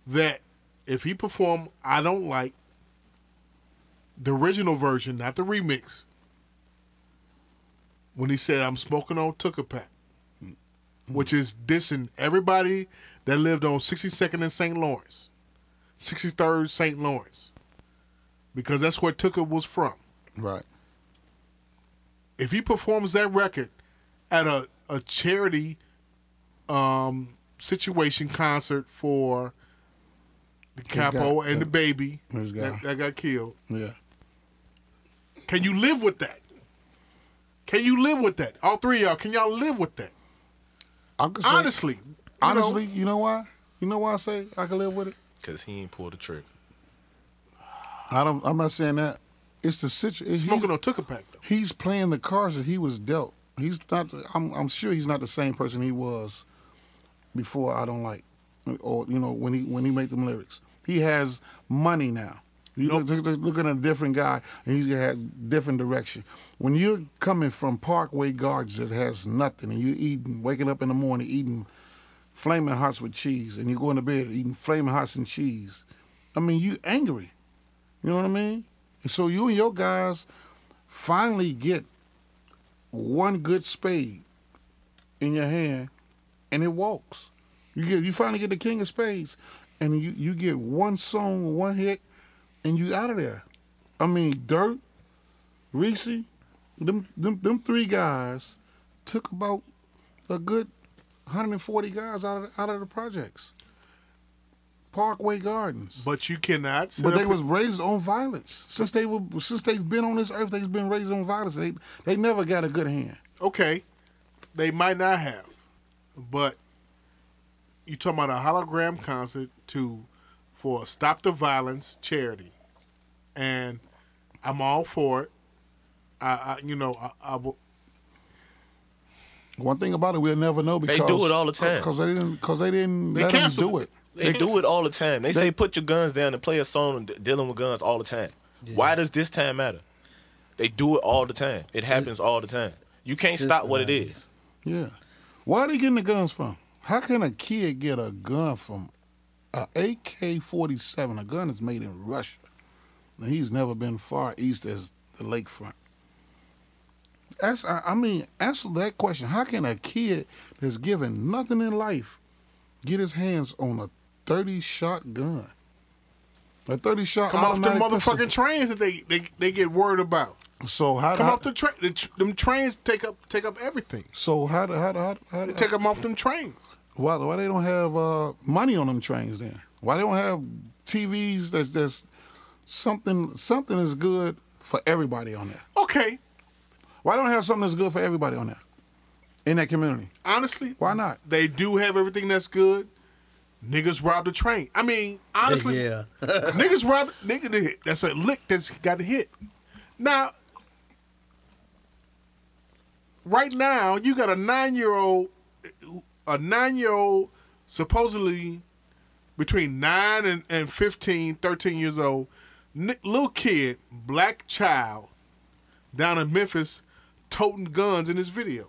[SPEAKER 4] that if he performed I Don't Like, the original version, not the remix, when he said I'm smoking on Tucker Pack, which is dissing everybody that lived on 62nd and St. Lawrence, 63rd St. Lawrence, because that's where Tucker was from.
[SPEAKER 3] Right.
[SPEAKER 4] If he performs that record at a, a charity um, situation concert for the capo
[SPEAKER 3] guy-
[SPEAKER 4] and the baby
[SPEAKER 3] This guy.
[SPEAKER 4] that, that got killed.
[SPEAKER 3] Yeah.
[SPEAKER 4] Can you live with that? Can you live with that? All three of y'all, can y'all live with that?
[SPEAKER 3] I could say,
[SPEAKER 4] Honestly. you know,
[SPEAKER 3] honestly, you know why? You know why I say I can live with it?
[SPEAKER 6] Cause he ain't pulled the trigger.
[SPEAKER 3] I don't. I'm not saying that. It's the situation.
[SPEAKER 4] smoking
[SPEAKER 3] He's,
[SPEAKER 4] on Tucker Pack though.
[SPEAKER 3] he's playing the cards that he was dealt. He's not. I'm. I'm sure he's not the same person he was before. I don't like, or you know, when he when he made them lyrics. He has money now. You look, look, look at a different guy, and he's gonna have different direction. When you're coming from Parkway Gardens that has nothing, and you eating, waking up in the morning eating flaming hearts with cheese, and you going to bed eating flaming hearts and cheese. I mean, you angry. You know what I mean? And so you and your guys finally get one good spade in your hand and it walks. You get you finally get the king of spades and you, you get one song, one hit, and you out of there. I mean, Dirt, Reese, them them them three guys took about a good 140 guys out of the, out of the projects. Parkway Gardens.
[SPEAKER 4] But you cannot.
[SPEAKER 3] But
[SPEAKER 4] sell
[SPEAKER 3] they
[SPEAKER 4] pi-
[SPEAKER 3] was raised on violence. Since they were since they've been on this earth, they've been raised on violence. They they never got a good hand.
[SPEAKER 4] okay. They might not have, but you talking about a hologram concert to for a Stop the Violence charity, and I'm all for it. I, I you know, I, I will.
[SPEAKER 3] One thing about it, we'll never know
[SPEAKER 6] They
[SPEAKER 3] because
[SPEAKER 6] do it all the time.
[SPEAKER 3] Because they didn't because they didn't
[SPEAKER 4] They
[SPEAKER 3] let them
[SPEAKER 4] canceled
[SPEAKER 3] do
[SPEAKER 4] it.
[SPEAKER 3] it.
[SPEAKER 6] They do it all the time. They, say put your guns down and play a song d- dealing with guns all the time. Why does this time matter? They do it all the time. It happens all the time. You can't stop what it is.
[SPEAKER 3] Yeah. Where are they getting the guns from? How can a kid get a gun from a AK-47? A gun is made in Russia. And he's never been far east as the lakefront. That's I, I mean, answer that question. How can a kid that's given nothing in life get his hands on a 30 shot gun? A 30 shot
[SPEAKER 4] Come off the
[SPEAKER 3] automatic
[SPEAKER 4] motherfucking
[SPEAKER 3] pistol.
[SPEAKER 4] trains that they, they they get worried about.
[SPEAKER 3] So how
[SPEAKER 4] Come
[SPEAKER 3] how-
[SPEAKER 4] off the train. The tr- them trains take up take up everything.
[SPEAKER 3] So how do how do- how do- how, do-
[SPEAKER 4] They take them off them trains.
[SPEAKER 3] why why they don't have uh, money on them trains then? Why they don't have TVs that's that's something something is good for everybody on there.
[SPEAKER 4] Okay,
[SPEAKER 3] Why don't they have something that's good for everybody on there in that community?
[SPEAKER 4] honestly,
[SPEAKER 3] Why not?
[SPEAKER 4] They do have everything that's good. Niggas robbed the train. I mean, honestly,
[SPEAKER 5] [LAUGHS]
[SPEAKER 6] [LAUGHS]
[SPEAKER 5] yeah.
[SPEAKER 4] niggas robbed nigga. That hit. That's a lick that's got a hit. Now, right now, you got a nine year old, a nine year old, supposedly between nine and, and 15, 13 years old, ni- little kid, black child, down in Memphis, toting guns in this video.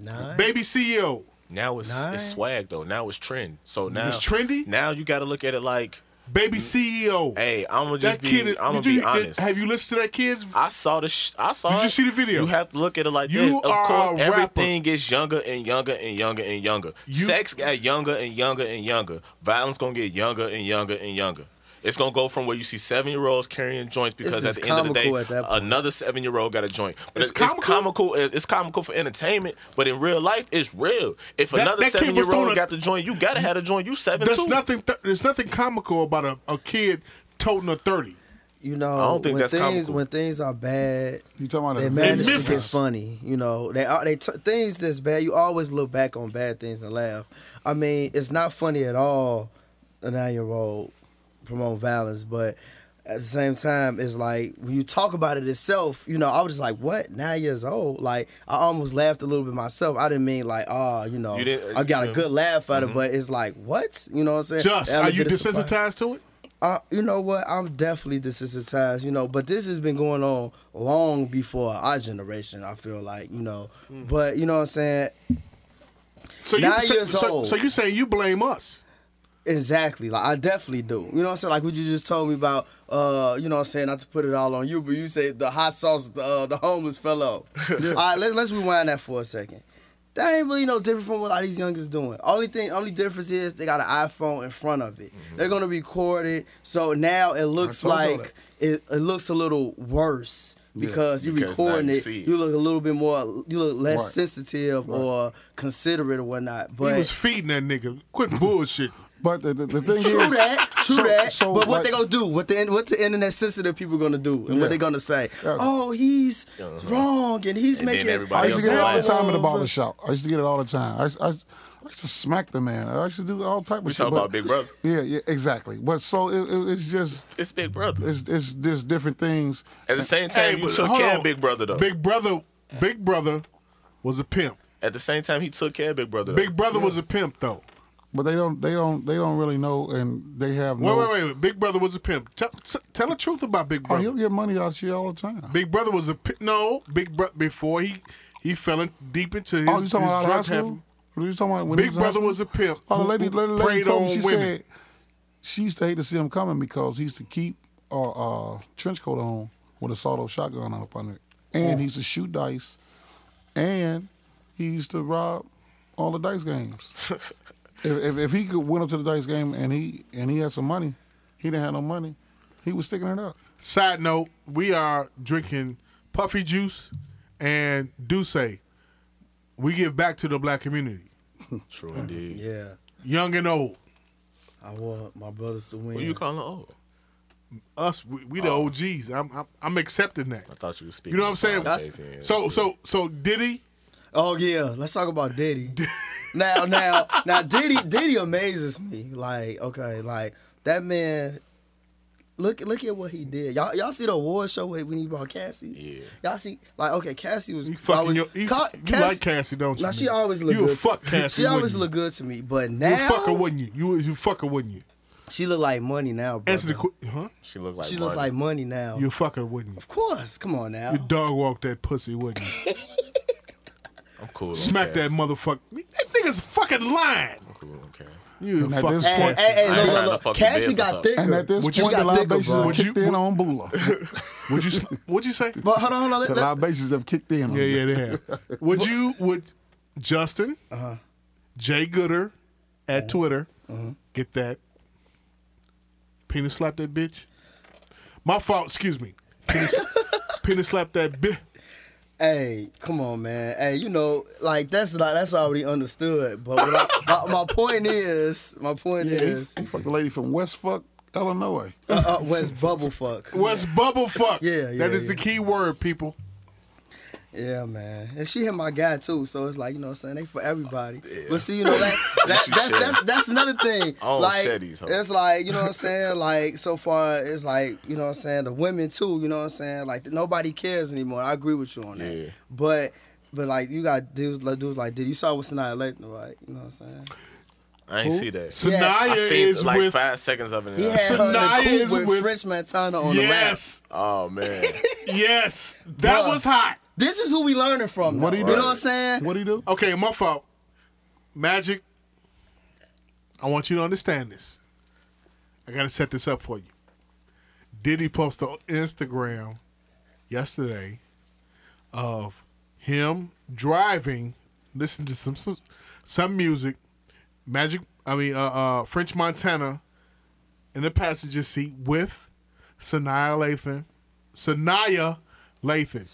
[SPEAKER 5] Nine.
[SPEAKER 4] Baby E CEO.
[SPEAKER 6] Now it's,
[SPEAKER 5] Nine.
[SPEAKER 6] it's swag though. Now it's trend. So now
[SPEAKER 4] It's trendy?
[SPEAKER 6] Now you got to look at it like,
[SPEAKER 4] Baby CEO.
[SPEAKER 6] hey, I'm gonna just
[SPEAKER 4] that
[SPEAKER 6] be.
[SPEAKER 4] kid. Is,
[SPEAKER 6] I'm gonna
[SPEAKER 4] did you-
[SPEAKER 6] be honest.
[SPEAKER 4] Have you listened to that kid's?
[SPEAKER 6] I saw the. Sh- I saw.
[SPEAKER 4] Did you
[SPEAKER 6] it.
[SPEAKER 4] see the video?
[SPEAKER 6] You have to look at it like
[SPEAKER 4] You
[SPEAKER 6] this. Of
[SPEAKER 4] are
[SPEAKER 6] course,
[SPEAKER 4] a rapper.
[SPEAKER 6] everything gets younger and younger and younger and younger.
[SPEAKER 4] You-
[SPEAKER 6] Sex got younger and younger and younger. Violence gonna get younger and younger and younger. It's gonna go from where you see seven year olds carrying joints because at
[SPEAKER 5] This is
[SPEAKER 6] the end of the
[SPEAKER 5] comical
[SPEAKER 6] day,
[SPEAKER 5] at that point.
[SPEAKER 6] another seven year old got a joint. But
[SPEAKER 4] It's
[SPEAKER 6] it's,
[SPEAKER 4] comical?
[SPEAKER 6] It's comical. It's, it's comical for entertainment, but in real life, it's real. If
[SPEAKER 4] That-
[SPEAKER 6] another
[SPEAKER 4] that kid was
[SPEAKER 6] seven year
[SPEAKER 4] throwing a-
[SPEAKER 6] old got the joint, you gotta have a joint. You seven
[SPEAKER 4] There's
[SPEAKER 6] too.
[SPEAKER 4] nothing. Th- there's nothing comical about a, a kid toting a thirty.
[SPEAKER 5] You know,
[SPEAKER 6] I don't think
[SPEAKER 5] when
[SPEAKER 6] that's
[SPEAKER 5] things
[SPEAKER 6] comical.
[SPEAKER 5] when things are bad,
[SPEAKER 3] You talking about
[SPEAKER 5] they
[SPEAKER 3] in
[SPEAKER 5] manage to get
[SPEAKER 4] Memphis.
[SPEAKER 5] funny. You know, they are they t- things that's bad. You always look back on bad things and laugh. I mean, it's not funny at all. A nine year old promote violence, but at the same time, it's like when you talk about it itself. You know, I was just like, what nine years old? Like I almost laughed a little bit myself. I didn't mean like, oh, you know,
[SPEAKER 6] You Mm-hmm. didn't-
[SPEAKER 5] I got a
[SPEAKER 6] you-
[SPEAKER 5] good laugh out of it, but it's like, what? You know what I'm
[SPEAKER 3] Eh,
[SPEAKER 5] saying?
[SPEAKER 4] Just
[SPEAKER 5] That
[SPEAKER 4] are
[SPEAKER 5] little
[SPEAKER 4] you
[SPEAKER 5] bit of surprise.
[SPEAKER 4] desensitized to it?
[SPEAKER 5] Uh, you know what? I'm definitely desensitized, you know, but this has been going on long before our generation, I feel like, you know. But, you know what I'm saying?
[SPEAKER 4] So you
[SPEAKER 5] Nine
[SPEAKER 4] so,
[SPEAKER 5] years
[SPEAKER 4] so,
[SPEAKER 5] old.
[SPEAKER 4] so you say you blame us?
[SPEAKER 5] Exactly. Like, I definitely do. You know what I'm saying? Like, what you just told me about, uh, you know what I'm saying? Not to put it all on you, but you said the hot sauce, the, uh, the homeless fellow. All right, let's, let's rewind that for a second. That ain't really no different from what all these youngsters doing. Only thing, only difference is they got an iPhone in front of it. They're gonna record it, so now it looks
[SPEAKER 3] told y'all
[SPEAKER 5] like it, it looks a little worse because you
[SPEAKER 6] because
[SPEAKER 5] recording
[SPEAKER 6] now you
[SPEAKER 5] it.
[SPEAKER 6] see it.
[SPEAKER 5] You look a little bit more, you look less
[SPEAKER 3] Right.
[SPEAKER 5] sensitive or considerate or whatnot.
[SPEAKER 4] He
[SPEAKER 5] But
[SPEAKER 4] was feeding that nigga. Quit
[SPEAKER 6] [LAUGHS]
[SPEAKER 4] bullshit.
[SPEAKER 3] But the, the, the thing
[SPEAKER 5] True
[SPEAKER 3] is,
[SPEAKER 5] that. True
[SPEAKER 3] So-
[SPEAKER 5] that.
[SPEAKER 3] so,
[SPEAKER 5] but what
[SPEAKER 3] like-
[SPEAKER 5] they gonna do? What the what the internet sensitive people gonna do? And
[SPEAKER 3] Yeah.
[SPEAKER 5] what they gonna say?
[SPEAKER 3] Yeah.
[SPEAKER 5] Oh, he's wrong and he's
[SPEAKER 6] Uh-huh. And then
[SPEAKER 5] making.
[SPEAKER 6] everybody
[SPEAKER 3] I used to get it all the
[SPEAKER 6] Right.
[SPEAKER 3] time in the
[SPEAKER 5] of-
[SPEAKER 3] barber shop. I used to get it all the time. I used, I used, I used to smack the man. I used to do all type of
[SPEAKER 6] We
[SPEAKER 3] shit.
[SPEAKER 6] talk
[SPEAKER 3] but-
[SPEAKER 6] about Big Brother.
[SPEAKER 3] [LAUGHS] Yeah, yeah, exactly. But so it, it, it's just
[SPEAKER 6] It's Big Brother.
[SPEAKER 3] it's it's just different things.
[SPEAKER 6] At the same time, you
[SPEAKER 4] but
[SPEAKER 6] took
[SPEAKER 4] hold
[SPEAKER 6] care
[SPEAKER 4] on.
[SPEAKER 6] of Big Brother though.
[SPEAKER 4] Big brother. Big brother was a pimp.
[SPEAKER 6] At the same time, he took care of Big Brother. Though.
[SPEAKER 4] Big brother was a pimp though.
[SPEAKER 3] But they don't they don't they don't really know, and they have
[SPEAKER 4] Wait,
[SPEAKER 3] no.
[SPEAKER 4] wait, wait, wait. Big brother was a pimp. Tell, t- tell the truth about Big
[SPEAKER 3] Oh,
[SPEAKER 4] brother.
[SPEAKER 3] he'll get money out of you all the time.
[SPEAKER 4] Big brother was a pi- no. Big brother before he he fell in deep into his,
[SPEAKER 3] Oh, you talking
[SPEAKER 4] his
[SPEAKER 3] about out of
[SPEAKER 4] drug
[SPEAKER 3] high school?
[SPEAKER 4] habit.
[SPEAKER 3] What you talking about? When he
[SPEAKER 4] Big
[SPEAKER 3] in high
[SPEAKER 4] brother
[SPEAKER 3] school?
[SPEAKER 4] was a pimp.
[SPEAKER 3] Oh, the
[SPEAKER 4] who-
[SPEAKER 3] lady,
[SPEAKER 4] who
[SPEAKER 3] lady, lady
[SPEAKER 4] preyed
[SPEAKER 3] told me.
[SPEAKER 4] on
[SPEAKER 3] She
[SPEAKER 4] women.
[SPEAKER 3] said she used to hate to see him coming because he used to keep a uh, trench coat on with a sawed-off shotgun up on it. And he used to shoot dice, and he used to rob all the dice
[SPEAKER 4] [LAUGHS]
[SPEAKER 3] games. if, if, if he could went up to the dice game and he and he had some money, he didn't have no money. He was sticking it up.
[SPEAKER 4] Side note, we are drinking puffy juice and Duce. We give back to the black community,
[SPEAKER 6] True indeed.
[SPEAKER 5] Yeah.
[SPEAKER 4] young and old.
[SPEAKER 5] I want my brothers to win.
[SPEAKER 6] Who you calling Oh, old?
[SPEAKER 4] Us, we, we the
[SPEAKER 3] Oh.
[SPEAKER 4] OGs. I'm, I'm I'm accepting that.
[SPEAKER 6] I thought you was speaking.
[SPEAKER 4] You know what I'm saying?
[SPEAKER 5] That's-
[SPEAKER 4] So so so Diddy,
[SPEAKER 5] Oh yeah, let's talk
[SPEAKER 4] [LAUGHS]
[SPEAKER 5] about Diddy. now, now, now, Diddy, Diddy amazes me. Like, okay, like that man. Look, look at what he did. Y'all, y'all see the award show when when he brought Cassie. Yeah. Y'all see, like, okay, Cassie was.
[SPEAKER 4] you fucking
[SPEAKER 5] always-
[SPEAKER 4] your, you,
[SPEAKER 5] Ca-
[SPEAKER 4] you like Cassie, don't you?
[SPEAKER 5] Now she
[SPEAKER 4] nigga?
[SPEAKER 5] always look
[SPEAKER 4] you
[SPEAKER 5] good.
[SPEAKER 4] a fuck Cassie.
[SPEAKER 5] She always
[SPEAKER 4] wouldn't
[SPEAKER 5] look good to me, but
[SPEAKER 4] you? You
[SPEAKER 5] now
[SPEAKER 4] a fucker, wouldn't you? You you fucker, wouldn't you?
[SPEAKER 5] she look like money now, bro.
[SPEAKER 4] Answer the qu- huh?
[SPEAKER 6] She looked like
[SPEAKER 5] She looks like money
[SPEAKER 6] Barney.
[SPEAKER 5] now.
[SPEAKER 4] You a fucker, wouldn't you?
[SPEAKER 5] of course, come on now.
[SPEAKER 4] You dog walk that pussy, wouldn't you?
[SPEAKER 6] I'm cool. on
[SPEAKER 4] Smack that
[SPEAKER 6] Cass.
[SPEAKER 4] motherfucker. That nigga's fucking lying.
[SPEAKER 6] I'm cool on Cass.
[SPEAKER 4] You
[SPEAKER 3] And at
[SPEAKER 4] fucking
[SPEAKER 3] this
[SPEAKER 5] Hey, hey,
[SPEAKER 3] point-
[SPEAKER 5] hey,
[SPEAKER 6] I ain't
[SPEAKER 5] look,
[SPEAKER 6] trying to
[SPEAKER 5] look, look.
[SPEAKER 6] fucking
[SPEAKER 5] Cassie
[SPEAKER 6] bed for
[SPEAKER 5] got
[SPEAKER 6] something.
[SPEAKER 5] thicker.
[SPEAKER 3] And at this
[SPEAKER 5] She
[SPEAKER 3] point, the
[SPEAKER 5] got thicker,
[SPEAKER 3] libations
[SPEAKER 5] bro.
[SPEAKER 3] have kicked in
[SPEAKER 4] would-
[SPEAKER 3] on Bula.
[SPEAKER 4] Would you? sm- Would you say?
[SPEAKER 5] But hold on, hold on. Let,
[SPEAKER 3] the
[SPEAKER 5] let-
[SPEAKER 3] libations have kicked in. On
[SPEAKER 4] Yeah,
[SPEAKER 3] you.
[SPEAKER 4] yeah, they
[SPEAKER 5] [LAUGHS]
[SPEAKER 4] have. Would you? Would Justin?
[SPEAKER 5] Uh-huh.
[SPEAKER 4] Jay Gooder at Twitter get that? Penis slap that bitch. My fault. Excuse me.
[SPEAKER 5] [LAUGHS]
[SPEAKER 4] Penis, penis slap that bitch.
[SPEAKER 5] Hey, come on, man. Hey, you know, like that's not that's already understood. But what I, my, my point is, my point is,
[SPEAKER 3] He fucked a lady from West Fuck, Illinois.
[SPEAKER 5] uh, uh, West bubble fuck.
[SPEAKER 4] What's bubble fuck?
[SPEAKER 5] Yeah, yeah,
[SPEAKER 4] That is the
[SPEAKER 5] yeah.
[SPEAKER 4] key word, people.
[SPEAKER 5] Yeah, man. And she hit my guy too, so it's like you know, what I'm saying they for everybody.
[SPEAKER 6] Oh,
[SPEAKER 5] But see, you know
[SPEAKER 6] [LAUGHS]
[SPEAKER 5] that, that that's, that's that's another thing.
[SPEAKER 6] All
[SPEAKER 5] like
[SPEAKER 6] shitties, huh?
[SPEAKER 5] it's like you know what
[SPEAKER 6] [LAUGHS]
[SPEAKER 5] I'm saying. Like so far, it's like you know what I'm saying. The women too, you know what I'm saying. Like nobody cares anymore. I agree with you on that.
[SPEAKER 6] Yeah.
[SPEAKER 5] But but like you got dudes like dudes like dude, you saw what Sanaa Lathan, right? You know what I'm saying.
[SPEAKER 6] I ain't see that.
[SPEAKER 4] Sanaya
[SPEAKER 6] I seen
[SPEAKER 4] is
[SPEAKER 6] like
[SPEAKER 4] with.
[SPEAKER 6] five seconds of it.
[SPEAKER 5] He
[SPEAKER 6] and I-
[SPEAKER 5] had her
[SPEAKER 4] Sanaya
[SPEAKER 5] in the
[SPEAKER 4] is
[SPEAKER 5] coupe with,
[SPEAKER 4] with-
[SPEAKER 5] French Montana on the rap.
[SPEAKER 4] Yes, [LAUGHS]
[SPEAKER 6] Oh man.
[SPEAKER 4] yes, that
[SPEAKER 5] Bruh.
[SPEAKER 4] was hot.
[SPEAKER 5] This is who we learning from. What
[SPEAKER 3] do you
[SPEAKER 5] you
[SPEAKER 3] do?
[SPEAKER 5] know what I'm saying?
[SPEAKER 3] What do you
[SPEAKER 4] [LAUGHS]
[SPEAKER 3] do?
[SPEAKER 4] Okay, my fault. Magic, I want you to understand this. I got to set this up for you. Diddy posted on Instagram yesterday of him driving, listening to some some, some music, Magic, I mean, uh, uh, French Montana in the passenger seat with Sanaya Lathan. Sanaya Lathan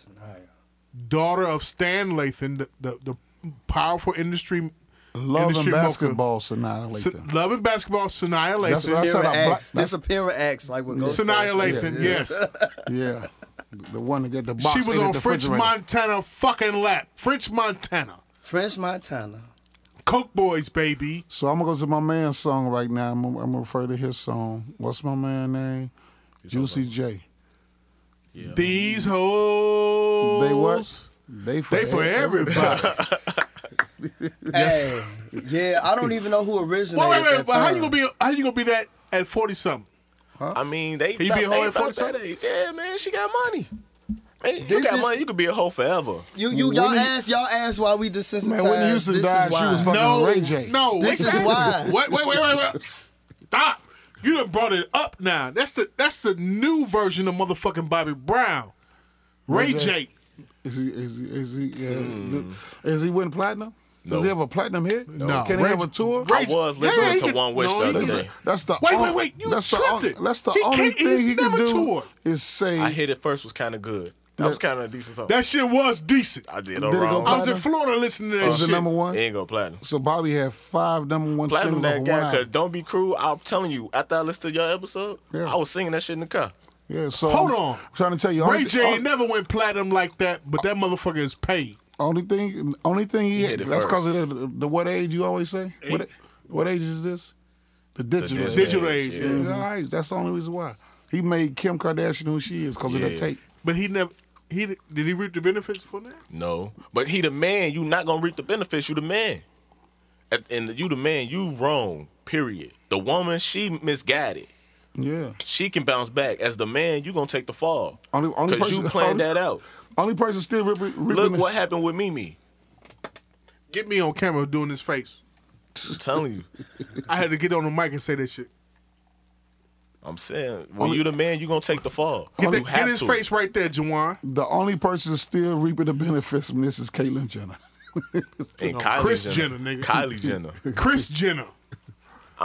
[SPEAKER 4] daughter of Stan Lathan, the the, the powerful industry
[SPEAKER 3] Love and
[SPEAKER 4] industry mogul.
[SPEAKER 3] basketball, Sanaa
[SPEAKER 4] S-
[SPEAKER 3] Lathan.
[SPEAKER 4] love and basketball, Sanaya
[SPEAKER 3] That's
[SPEAKER 4] Lathan.
[SPEAKER 3] what I said.
[SPEAKER 5] Pure
[SPEAKER 3] I bla-
[SPEAKER 5] X. This a pure X, like what goes
[SPEAKER 4] Sanaya Lathan,
[SPEAKER 3] Yeah, yeah.
[SPEAKER 4] yes.
[SPEAKER 3] Yeah, the one that got the box.
[SPEAKER 4] she was
[SPEAKER 3] in
[SPEAKER 4] on
[SPEAKER 3] the
[SPEAKER 4] French
[SPEAKER 3] refrigerator.
[SPEAKER 4] Montana fucking lap. French Montana.
[SPEAKER 5] French Montana.
[SPEAKER 4] Coke Boys, baby.
[SPEAKER 3] So I'm gonna go to my man's song right now. I'm, I'm gonna refer to his song. What's my man's name? Juicy J.
[SPEAKER 4] These hoes.
[SPEAKER 3] They what? They for,
[SPEAKER 4] They for everybody.
[SPEAKER 3] [LAUGHS]
[SPEAKER 5] Yes. yeah, I don't even know who originated
[SPEAKER 4] Well, wait, wait,
[SPEAKER 5] that
[SPEAKER 4] but how
[SPEAKER 5] term.
[SPEAKER 4] you gonna be? How you gonna be that at forty something?
[SPEAKER 6] I mean, they.
[SPEAKER 4] you be a hoe
[SPEAKER 6] they
[SPEAKER 4] at
[SPEAKER 6] about
[SPEAKER 4] 40
[SPEAKER 6] that
[SPEAKER 4] something?
[SPEAKER 6] age. Yeah, man, she got money. Man, you
[SPEAKER 5] This
[SPEAKER 6] got
[SPEAKER 5] is-
[SPEAKER 6] money. You could be a hoe forever.
[SPEAKER 5] You, you, y'all
[SPEAKER 3] Whitney-
[SPEAKER 5] ask, y'all ask why we desensitized.
[SPEAKER 3] Man, Whitney Houston
[SPEAKER 5] this
[SPEAKER 3] died,
[SPEAKER 5] is
[SPEAKER 3] she
[SPEAKER 5] why.
[SPEAKER 3] was fucking-
[SPEAKER 4] No,
[SPEAKER 3] Ray J.
[SPEAKER 4] no.
[SPEAKER 5] This
[SPEAKER 4] wait,
[SPEAKER 5] is why.
[SPEAKER 4] Wait, wait, wait, wait, wait. Stop. You done brought it up now. That's the that's the new version of motherfucking Bobby Brown. Ray J.
[SPEAKER 3] Is he? Is he? Is he? Uh, do- Is he winning platinum? Does he have a platinum hit?
[SPEAKER 4] Hmm. No.
[SPEAKER 3] Can
[SPEAKER 4] Ray
[SPEAKER 3] he have a
[SPEAKER 4] J-
[SPEAKER 3] tour?
[SPEAKER 4] Ray
[SPEAKER 6] I was listening
[SPEAKER 4] Yeah, he
[SPEAKER 6] to
[SPEAKER 4] could-
[SPEAKER 6] One Wish
[SPEAKER 4] no,
[SPEAKER 6] the
[SPEAKER 4] he
[SPEAKER 6] other
[SPEAKER 4] could-
[SPEAKER 6] day.
[SPEAKER 3] That's the
[SPEAKER 4] Wait,
[SPEAKER 3] on-
[SPEAKER 4] wait, wait. You
[SPEAKER 3] that's
[SPEAKER 4] tripped
[SPEAKER 3] the on-
[SPEAKER 4] it.
[SPEAKER 3] that's the
[SPEAKER 4] He
[SPEAKER 3] only
[SPEAKER 4] can't- he's
[SPEAKER 3] thing he can
[SPEAKER 4] never
[SPEAKER 3] do
[SPEAKER 4] toured.
[SPEAKER 3] is say
[SPEAKER 6] I hit it first was kind of good. That was kind of decent song.
[SPEAKER 4] That shit was decent.
[SPEAKER 6] I [LAUGHS] did no
[SPEAKER 3] Did it go
[SPEAKER 6] wrong.
[SPEAKER 4] I
[SPEAKER 3] platinum?
[SPEAKER 4] was in Florida listening to that
[SPEAKER 3] was the
[SPEAKER 4] shit.
[SPEAKER 3] number one.
[SPEAKER 6] It ain't go platinum.
[SPEAKER 3] So Bobby had five number one
[SPEAKER 6] Platinum
[SPEAKER 3] singles off
[SPEAKER 6] that
[SPEAKER 3] of
[SPEAKER 6] guy,
[SPEAKER 3] one
[SPEAKER 6] cause
[SPEAKER 3] album.
[SPEAKER 6] don't be cruel. I'm telling you, after I listened to your episode,
[SPEAKER 3] Yeah.
[SPEAKER 6] I was singing that shit in the car.
[SPEAKER 3] Yeah. So
[SPEAKER 4] Hold
[SPEAKER 3] I'm
[SPEAKER 4] on.
[SPEAKER 3] trying to tell you,
[SPEAKER 4] Ray
[SPEAKER 3] only,
[SPEAKER 4] J ain't never went platinum like that, but that motherfucker is paid.
[SPEAKER 3] only thing, only thing he,
[SPEAKER 6] hit
[SPEAKER 3] had.
[SPEAKER 6] it
[SPEAKER 3] That's because
[SPEAKER 6] first.
[SPEAKER 3] of the, the what age you always say. What what age is this? The digital. age.
[SPEAKER 4] Digital age.
[SPEAKER 6] yeah.
[SPEAKER 3] Yeah, all right. That's the only reason why he made Kim Kardashian who she is because of
[SPEAKER 6] Yeah.
[SPEAKER 3] that tape.
[SPEAKER 4] But he never he did he reap the benefits for that?
[SPEAKER 6] No, but he the man. You not gonna reap the benefits. You the man, and, and you the man. You wrong. Period. The woman, she misguided.
[SPEAKER 3] Yeah.
[SPEAKER 6] She can bounce back. As the man, you gonna take the fall.
[SPEAKER 3] Only- only
[SPEAKER 6] Cause you
[SPEAKER 3] person-
[SPEAKER 6] planned
[SPEAKER 3] only-
[SPEAKER 6] that out.
[SPEAKER 3] Only person still rip, ripping.
[SPEAKER 6] Look what happened with Mimi.
[SPEAKER 4] Get me on camera doing this face.
[SPEAKER 6] I'm telling you.
[SPEAKER 4] I had to get on the mic and say that shit.
[SPEAKER 6] I'm saying, when you the man, you gonna take the fall.
[SPEAKER 3] Oh,
[SPEAKER 4] Get,
[SPEAKER 6] you
[SPEAKER 4] that, get his
[SPEAKER 6] to.
[SPEAKER 4] face right there, Juwan.
[SPEAKER 3] The only person still reaping the benefits from this is Caitlyn Jenner.
[SPEAKER 6] And Kylie
[SPEAKER 4] Kris Jenner,
[SPEAKER 6] Jenner,
[SPEAKER 4] nigga.
[SPEAKER 6] Kylie Jenner.
[SPEAKER 3] [LAUGHS]
[SPEAKER 4] Chris Jenner.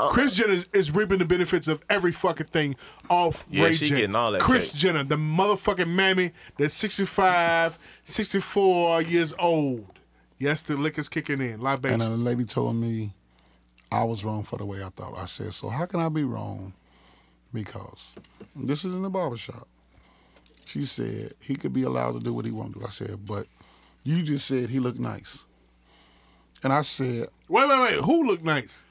[SPEAKER 4] Chris Jenner is, is reaping the benefits of every fucking thing off
[SPEAKER 6] Yeah,
[SPEAKER 4] Ray
[SPEAKER 6] she
[SPEAKER 4] J.
[SPEAKER 6] getting all that
[SPEAKER 4] Chris
[SPEAKER 6] cake.
[SPEAKER 4] Jenner, the motherfucking mammy that's 65, 64 years old. Yes, the liquor's kicking in.
[SPEAKER 3] And uh, then
[SPEAKER 4] Libations.
[SPEAKER 3] the lady told me I was wrong for the way I thought. I said, so how can I be wrong? Because this is in the barber shop. She said he could be allowed to do what he want to do. I said, but you just said he looked nice. And I said,
[SPEAKER 4] Wait, wait, wait. Who look nice?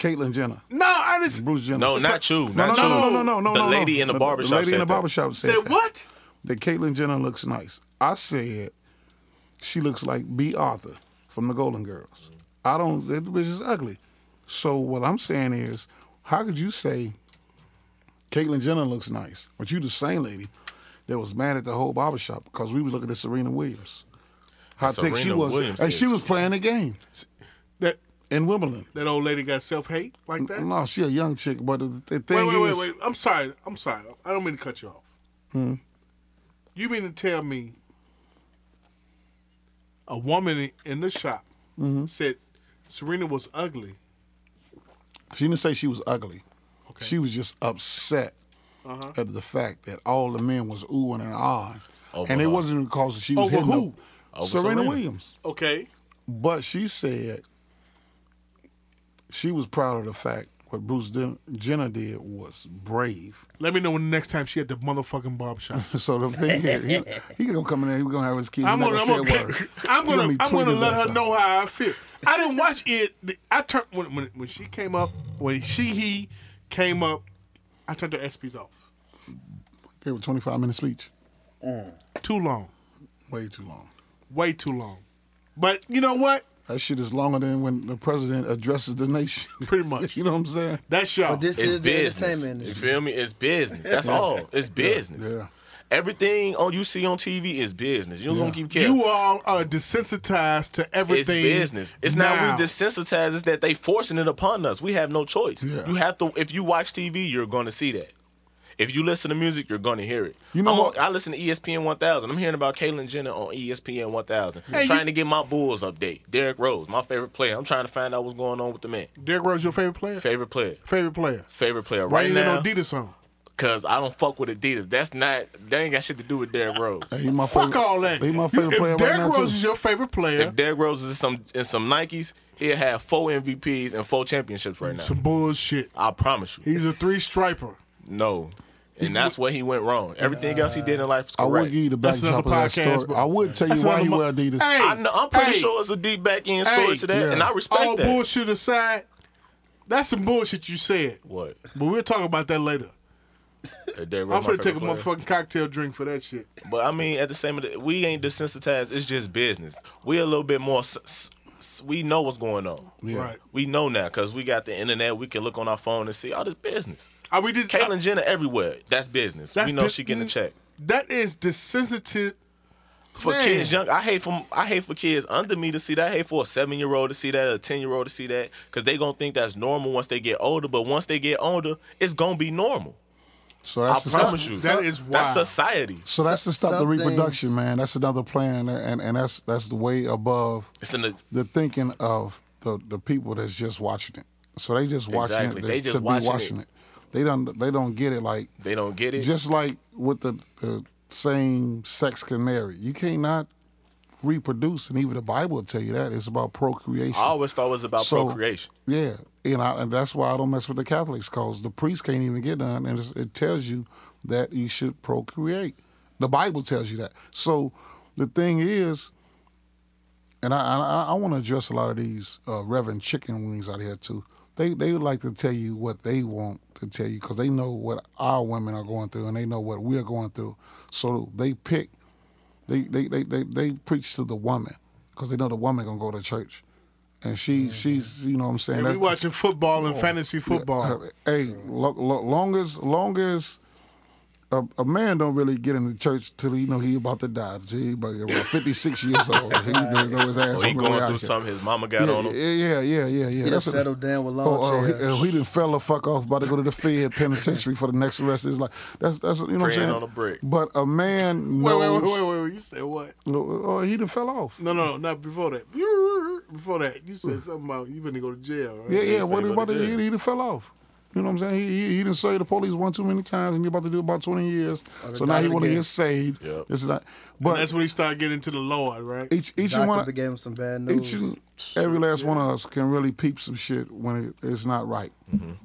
[SPEAKER 3] Caitlyn Jenner,
[SPEAKER 4] No, I just
[SPEAKER 3] Bruce Jenner.
[SPEAKER 6] No,
[SPEAKER 3] It's
[SPEAKER 6] not
[SPEAKER 3] like- No,
[SPEAKER 6] you.
[SPEAKER 3] no,
[SPEAKER 6] not
[SPEAKER 3] no,
[SPEAKER 6] you.
[SPEAKER 3] no, no, no, no,
[SPEAKER 6] The
[SPEAKER 3] no,
[SPEAKER 6] lady in the barbershop.
[SPEAKER 3] The lady in the
[SPEAKER 6] said that.
[SPEAKER 3] barbershop said,
[SPEAKER 4] said
[SPEAKER 3] that.
[SPEAKER 4] what?
[SPEAKER 3] that Caitlyn Jenner looks nice. I said she looks like B. Arthur from the Golden Girls. I don't. That bitch is ugly. So what I'm saying is, how could you say Caitlyn Jenner looks nice, but you the same lady that was mad at the whole barbershop because we was looking at Serena Williams? How thick she
[SPEAKER 6] Serena
[SPEAKER 3] was,
[SPEAKER 6] Williams
[SPEAKER 3] and she
[SPEAKER 6] is-
[SPEAKER 3] was playing the game
[SPEAKER 4] That
[SPEAKER 3] in Wimbledon.
[SPEAKER 4] that old lady got self hate like that?
[SPEAKER 3] No, she a young chick, but the, the thing
[SPEAKER 4] Wait, wait,
[SPEAKER 3] is,
[SPEAKER 4] wait, wait. I'm sorry. I'm sorry. I don't mean to cut you off.
[SPEAKER 3] Hmm.
[SPEAKER 4] You mean to tell me a woman in- in the shop
[SPEAKER 3] Mm-hmm.
[SPEAKER 4] said Serena was ugly?
[SPEAKER 3] She didn't say she was ugly.
[SPEAKER 4] Okay. Uh-huh.
[SPEAKER 3] She was just upset at the fact that all the men was oohing and ahhing. and it
[SPEAKER 6] her.
[SPEAKER 3] wasn't because she was
[SPEAKER 4] Over
[SPEAKER 3] hitting
[SPEAKER 4] who?
[SPEAKER 3] the-
[SPEAKER 6] Over
[SPEAKER 3] Serena,
[SPEAKER 6] Serena.
[SPEAKER 3] Williams.
[SPEAKER 4] Okay.
[SPEAKER 3] But she said she was proud of the fact what Bruce Den- Jenner did was brave. [LAUGHS]
[SPEAKER 4] Let me know when the next time she at the motherfucking barbershop.
[SPEAKER 3] So the thing is, he, he gonna come in there, he gonna have his kids.
[SPEAKER 4] I'm
[SPEAKER 3] he not
[SPEAKER 4] gonna, I'm
[SPEAKER 3] gonna, say a
[SPEAKER 4] gonna,
[SPEAKER 3] word.
[SPEAKER 4] [LAUGHS] I'm
[SPEAKER 3] He gonna
[SPEAKER 4] gonna,
[SPEAKER 3] be
[SPEAKER 4] I'm gonna
[SPEAKER 3] tweaking
[SPEAKER 4] let
[SPEAKER 3] his
[SPEAKER 4] her
[SPEAKER 3] ass
[SPEAKER 4] know
[SPEAKER 3] out.
[SPEAKER 4] how I feel. I didn't watch it. The- I turned when, when when she came up, when she he came up, I turned the SPs off.
[SPEAKER 3] Gave a 25 minute speech.
[SPEAKER 4] Too long,
[SPEAKER 3] Way too long.
[SPEAKER 4] way too long. But you know what?
[SPEAKER 3] That shit is longer than when the president addresses the nation.
[SPEAKER 4] Pretty
[SPEAKER 3] [LAUGHS]
[SPEAKER 4] much.
[SPEAKER 3] you know what I'm saying?
[SPEAKER 4] That's y'all.
[SPEAKER 5] But this
[SPEAKER 6] It's
[SPEAKER 5] is
[SPEAKER 6] business.
[SPEAKER 5] the entertainment
[SPEAKER 6] You
[SPEAKER 5] industry.
[SPEAKER 6] feel me? It's business. That's all. It's business.
[SPEAKER 3] yeah.
[SPEAKER 6] Everything on you see on TV is business. You don't gonna keep caring.
[SPEAKER 4] You all are desensitized to
[SPEAKER 6] it's
[SPEAKER 4] everything.
[SPEAKER 6] business. It's
[SPEAKER 4] now.
[SPEAKER 6] not we desensitize. It's that they forcing it upon us. We have no choice.
[SPEAKER 3] Yeah.
[SPEAKER 6] You have to. If you watch TV, you're going to see that. If you listen to music, you're going to hear it.
[SPEAKER 3] You know
[SPEAKER 6] I'm on-
[SPEAKER 3] what-
[SPEAKER 6] I listen to E ESPN 1000. I'm hearing about Caitlyn Jenner on E ESPN 1000.
[SPEAKER 4] Hey,
[SPEAKER 6] trying
[SPEAKER 4] you-
[SPEAKER 6] to get my Bulls update. Derrick Rose, my favorite player. I'm trying to find out what's going on with the man.
[SPEAKER 4] Derrick Rose, your favorite player?
[SPEAKER 6] Favorite player.
[SPEAKER 4] favorite player.
[SPEAKER 6] Favorite player
[SPEAKER 4] Why
[SPEAKER 6] right
[SPEAKER 4] ain't
[SPEAKER 6] now.
[SPEAKER 4] no Adidas song?
[SPEAKER 6] Cause I don't fuck with Adidas. That's not. That ain't got shit to do with Derrick Rose.
[SPEAKER 3] He my
[SPEAKER 4] Fuck
[SPEAKER 3] favorite-
[SPEAKER 4] all that.
[SPEAKER 3] He my
[SPEAKER 4] You-
[SPEAKER 3] favorite
[SPEAKER 4] if
[SPEAKER 3] player
[SPEAKER 4] Derrick
[SPEAKER 3] right now
[SPEAKER 4] Rose
[SPEAKER 3] too.
[SPEAKER 4] is your favorite player.
[SPEAKER 6] If Derrick Rose is in some in some Nikes, he'll have four MVPs and four championships right now.
[SPEAKER 4] some bullshit.
[SPEAKER 6] I promise you.
[SPEAKER 4] He's a three striper.
[SPEAKER 6] No. And that's where he went wrong. Everything else he did in life is
[SPEAKER 3] I
[SPEAKER 6] correct.
[SPEAKER 3] would give you the
[SPEAKER 4] That's
[SPEAKER 3] backdrop
[SPEAKER 4] another
[SPEAKER 3] of that
[SPEAKER 4] podcast,
[SPEAKER 3] story.
[SPEAKER 4] but-
[SPEAKER 3] I would tell you
[SPEAKER 4] That's
[SPEAKER 3] why
[SPEAKER 4] another
[SPEAKER 3] you
[SPEAKER 4] mo-
[SPEAKER 3] wear Adidas.
[SPEAKER 4] Hey,
[SPEAKER 6] I know, I'm pretty
[SPEAKER 4] Hey.
[SPEAKER 6] sure it's a deep back end story to that,
[SPEAKER 3] yeah.
[SPEAKER 6] and I respect
[SPEAKER 4] all
[SPEAKER 6] that.
[SPEAKER 4] bullshit aside, that's some bullshit you said.
[SPEAKER 6] What?
[SPEAKER 4] But we'll talk about that later.
[SPEAKER 6] That Derrick Rose
[SPEAKER 4] I'm
[SPEAKER 6] my
[SPEAKER 4] finna take a
[SPEAKER 6] favorite player.
[SPEAKER 4] motherfucking cocktail drink for that shit.
[SPEAKER 6] But I mean, at the same, we ain't desensitized. It's just business. We a little bit more. s- s- s- We know what's going on.
[SPEAKER 4] Right.
[SPEAKER 6] We know now because we got the internet. We can look on our phone and see all this business.
[SPEAKER 4] Are we just
[SPEAKER 6] Caitlyn Jenner everywhere. That's business.
[SPEAKER 4] That's
[SPEAKER 6] we know
[SPEAKER 4] dis-
[SPEAKER 6] she getting a check.
[SPEAKER 4] That is desensitive.
[SPEAKER 6] for
[SPEAKER 4] Man.
[SPEAKER 6] kids young. I hate from I hate for kids under me to see that. I hate for a seven year old to see that, a ten year old to see that, because they gonna think that's normal once they get older. But once they get older, it's gonna be normal.
[SPEAKER 3] so that's
[SPEAKER 6] I
[SPEAKER 3] to stop,
[SPEAKER 6] promise you.
[SPEAKER 4] that is
[SPEAKER 6] that's
[SPEAKER 4] wild.
[SPEAKER 6] society.
[SPEAKER 3] so that's to stop the
[SPEAKER 5] Some
[SPEAKER 3] reproduction,
[SPEAKER 5] things-
[SPEAKER 3] man. That's another plan, and and that's that's the way above
[SPEAKER 6] It's in the
[SPEAKER 3] the thinking of the the people that's just watching it. So they just watching
[SPEAKER 6] Exactly.
[SPEAKER 3] it to,
[SPEAKER 6] They just
[SPEAKER 3] to
[SPEAKER 6] watching
[SPEAKER 3] be watching
[SPEAKER 6] it.
[SPEAKER 3] it. They don't they don't get it like
[SPEAKER 6] they don't get it.
[SPEAKER 3] just like with the, the same sex can marry. You cannot reproduce, and even the Bible will tell you that it's about procreation.
[SPEAKER 6] I always thought it was about
[SPEAKER 3] So,
[SPEAKER 6] procreation.
[SPEAKER 3] Yeah, and I, and that's why I don't mess with the Catholics because the priest can't even get done, and it's, it tells you that you should procreate. The Bible tells you that. So the thing is, and I I, I want to address a lot of these uh, Reverend Chicken Wings out here too. They they like to tell you what they want to tell you because they know what our women are going through and they know what we're going through. So they pick, they they they they, they preach to the woman because they know the woman gonna go to church, and she
[SPEAKER 6] Mm-hmm.
[SPEAKER 3] she's you know what I'm saying.
[SPEAKER 4] And we
[SPEAKER 3] That's-
[SPEAKER 4] watching football and fantasy football.
[SPEAKER 3] Hey, lo- lo- long as long as a, a man don't really get in the church till he know he about to die. He about around
[SPEAKER 6] [LAUGHS]
[SPEAKER 3] 56 years old. He knows his ass.
[SPEAKER 6] Or
[SPEAKER 3] really
[SPEAKER 6] he going
[SPEAKER 3] out
[SPEAKER 6] through
[SPEAKER 3] here.
[SPEAKER 6] something his mama got
[SPEAKER 3] Yeah,
[SPEAKER 6] on him.
[SPEAKER 3] yeah, yeah, yeah, yeah.
[SPEAKER 5] He done
[SPEAKER 3] That's what-
[SPEAKER 5] settled down with lawn
[SPEAKER 3] Oh, oh, he,
[SPEAKER 5] chairs.
[SPEAKER 3] oh, he done fell the fuck off, about to go to the Fed penitentiary for the next rest of his life. That's that's you know what I'm
[SPEAKER 6] Praying
[SPEAKER 3] saying.
[SPEAKER 6] on a brick.
[SPEAKER 3] But a man
[SPEAKER 4] Wait,
[SPEAKER 3] knows.
[SPEAKER 4] wait, wait, wait, wait, wait. You said what?
[SPEAKER 3] Oh, he done fell off.
[SPEAKER 4] No, no, not before that. [LAUGHS] Before that, you said something about you better go to jail. Right?
[SPEAKER 3] Yeah, yeah. What
[SPEAKER 6] finna go
[SPEAKER 3] about
[SPEAKER 6] to
[SPEAKER 3] the,
[SPEAKER 6] jail.
[SPEAKER 3] he, he done fell off. You know what I'm saying? He he, he done served the police one too many times, and you're about to do about 20 years. So now he
[SPEAKER 5] doctor
[SPEAKER 3] want to
[SPEAKER 5] again.
[SPEAKER 3] get saved.
[SPEAKER 6] Yep.
[SPEAKER 3] This is not.
[SPEAKER 4] And that's
[SPEAKER 3] But
[SPEAKER 4] when he started getting to the Lord, right?
[SPEAKER 3] each each
[SPEAKER 5] Doctor
[SPEAKER 3] one of-
[SPEAKER 5] gave him some bad
[SPEAKER 3] each
[SPEAKER 5] news.
[SPEAKER 3] and every last one of us can really peep some shit when it, it's not right.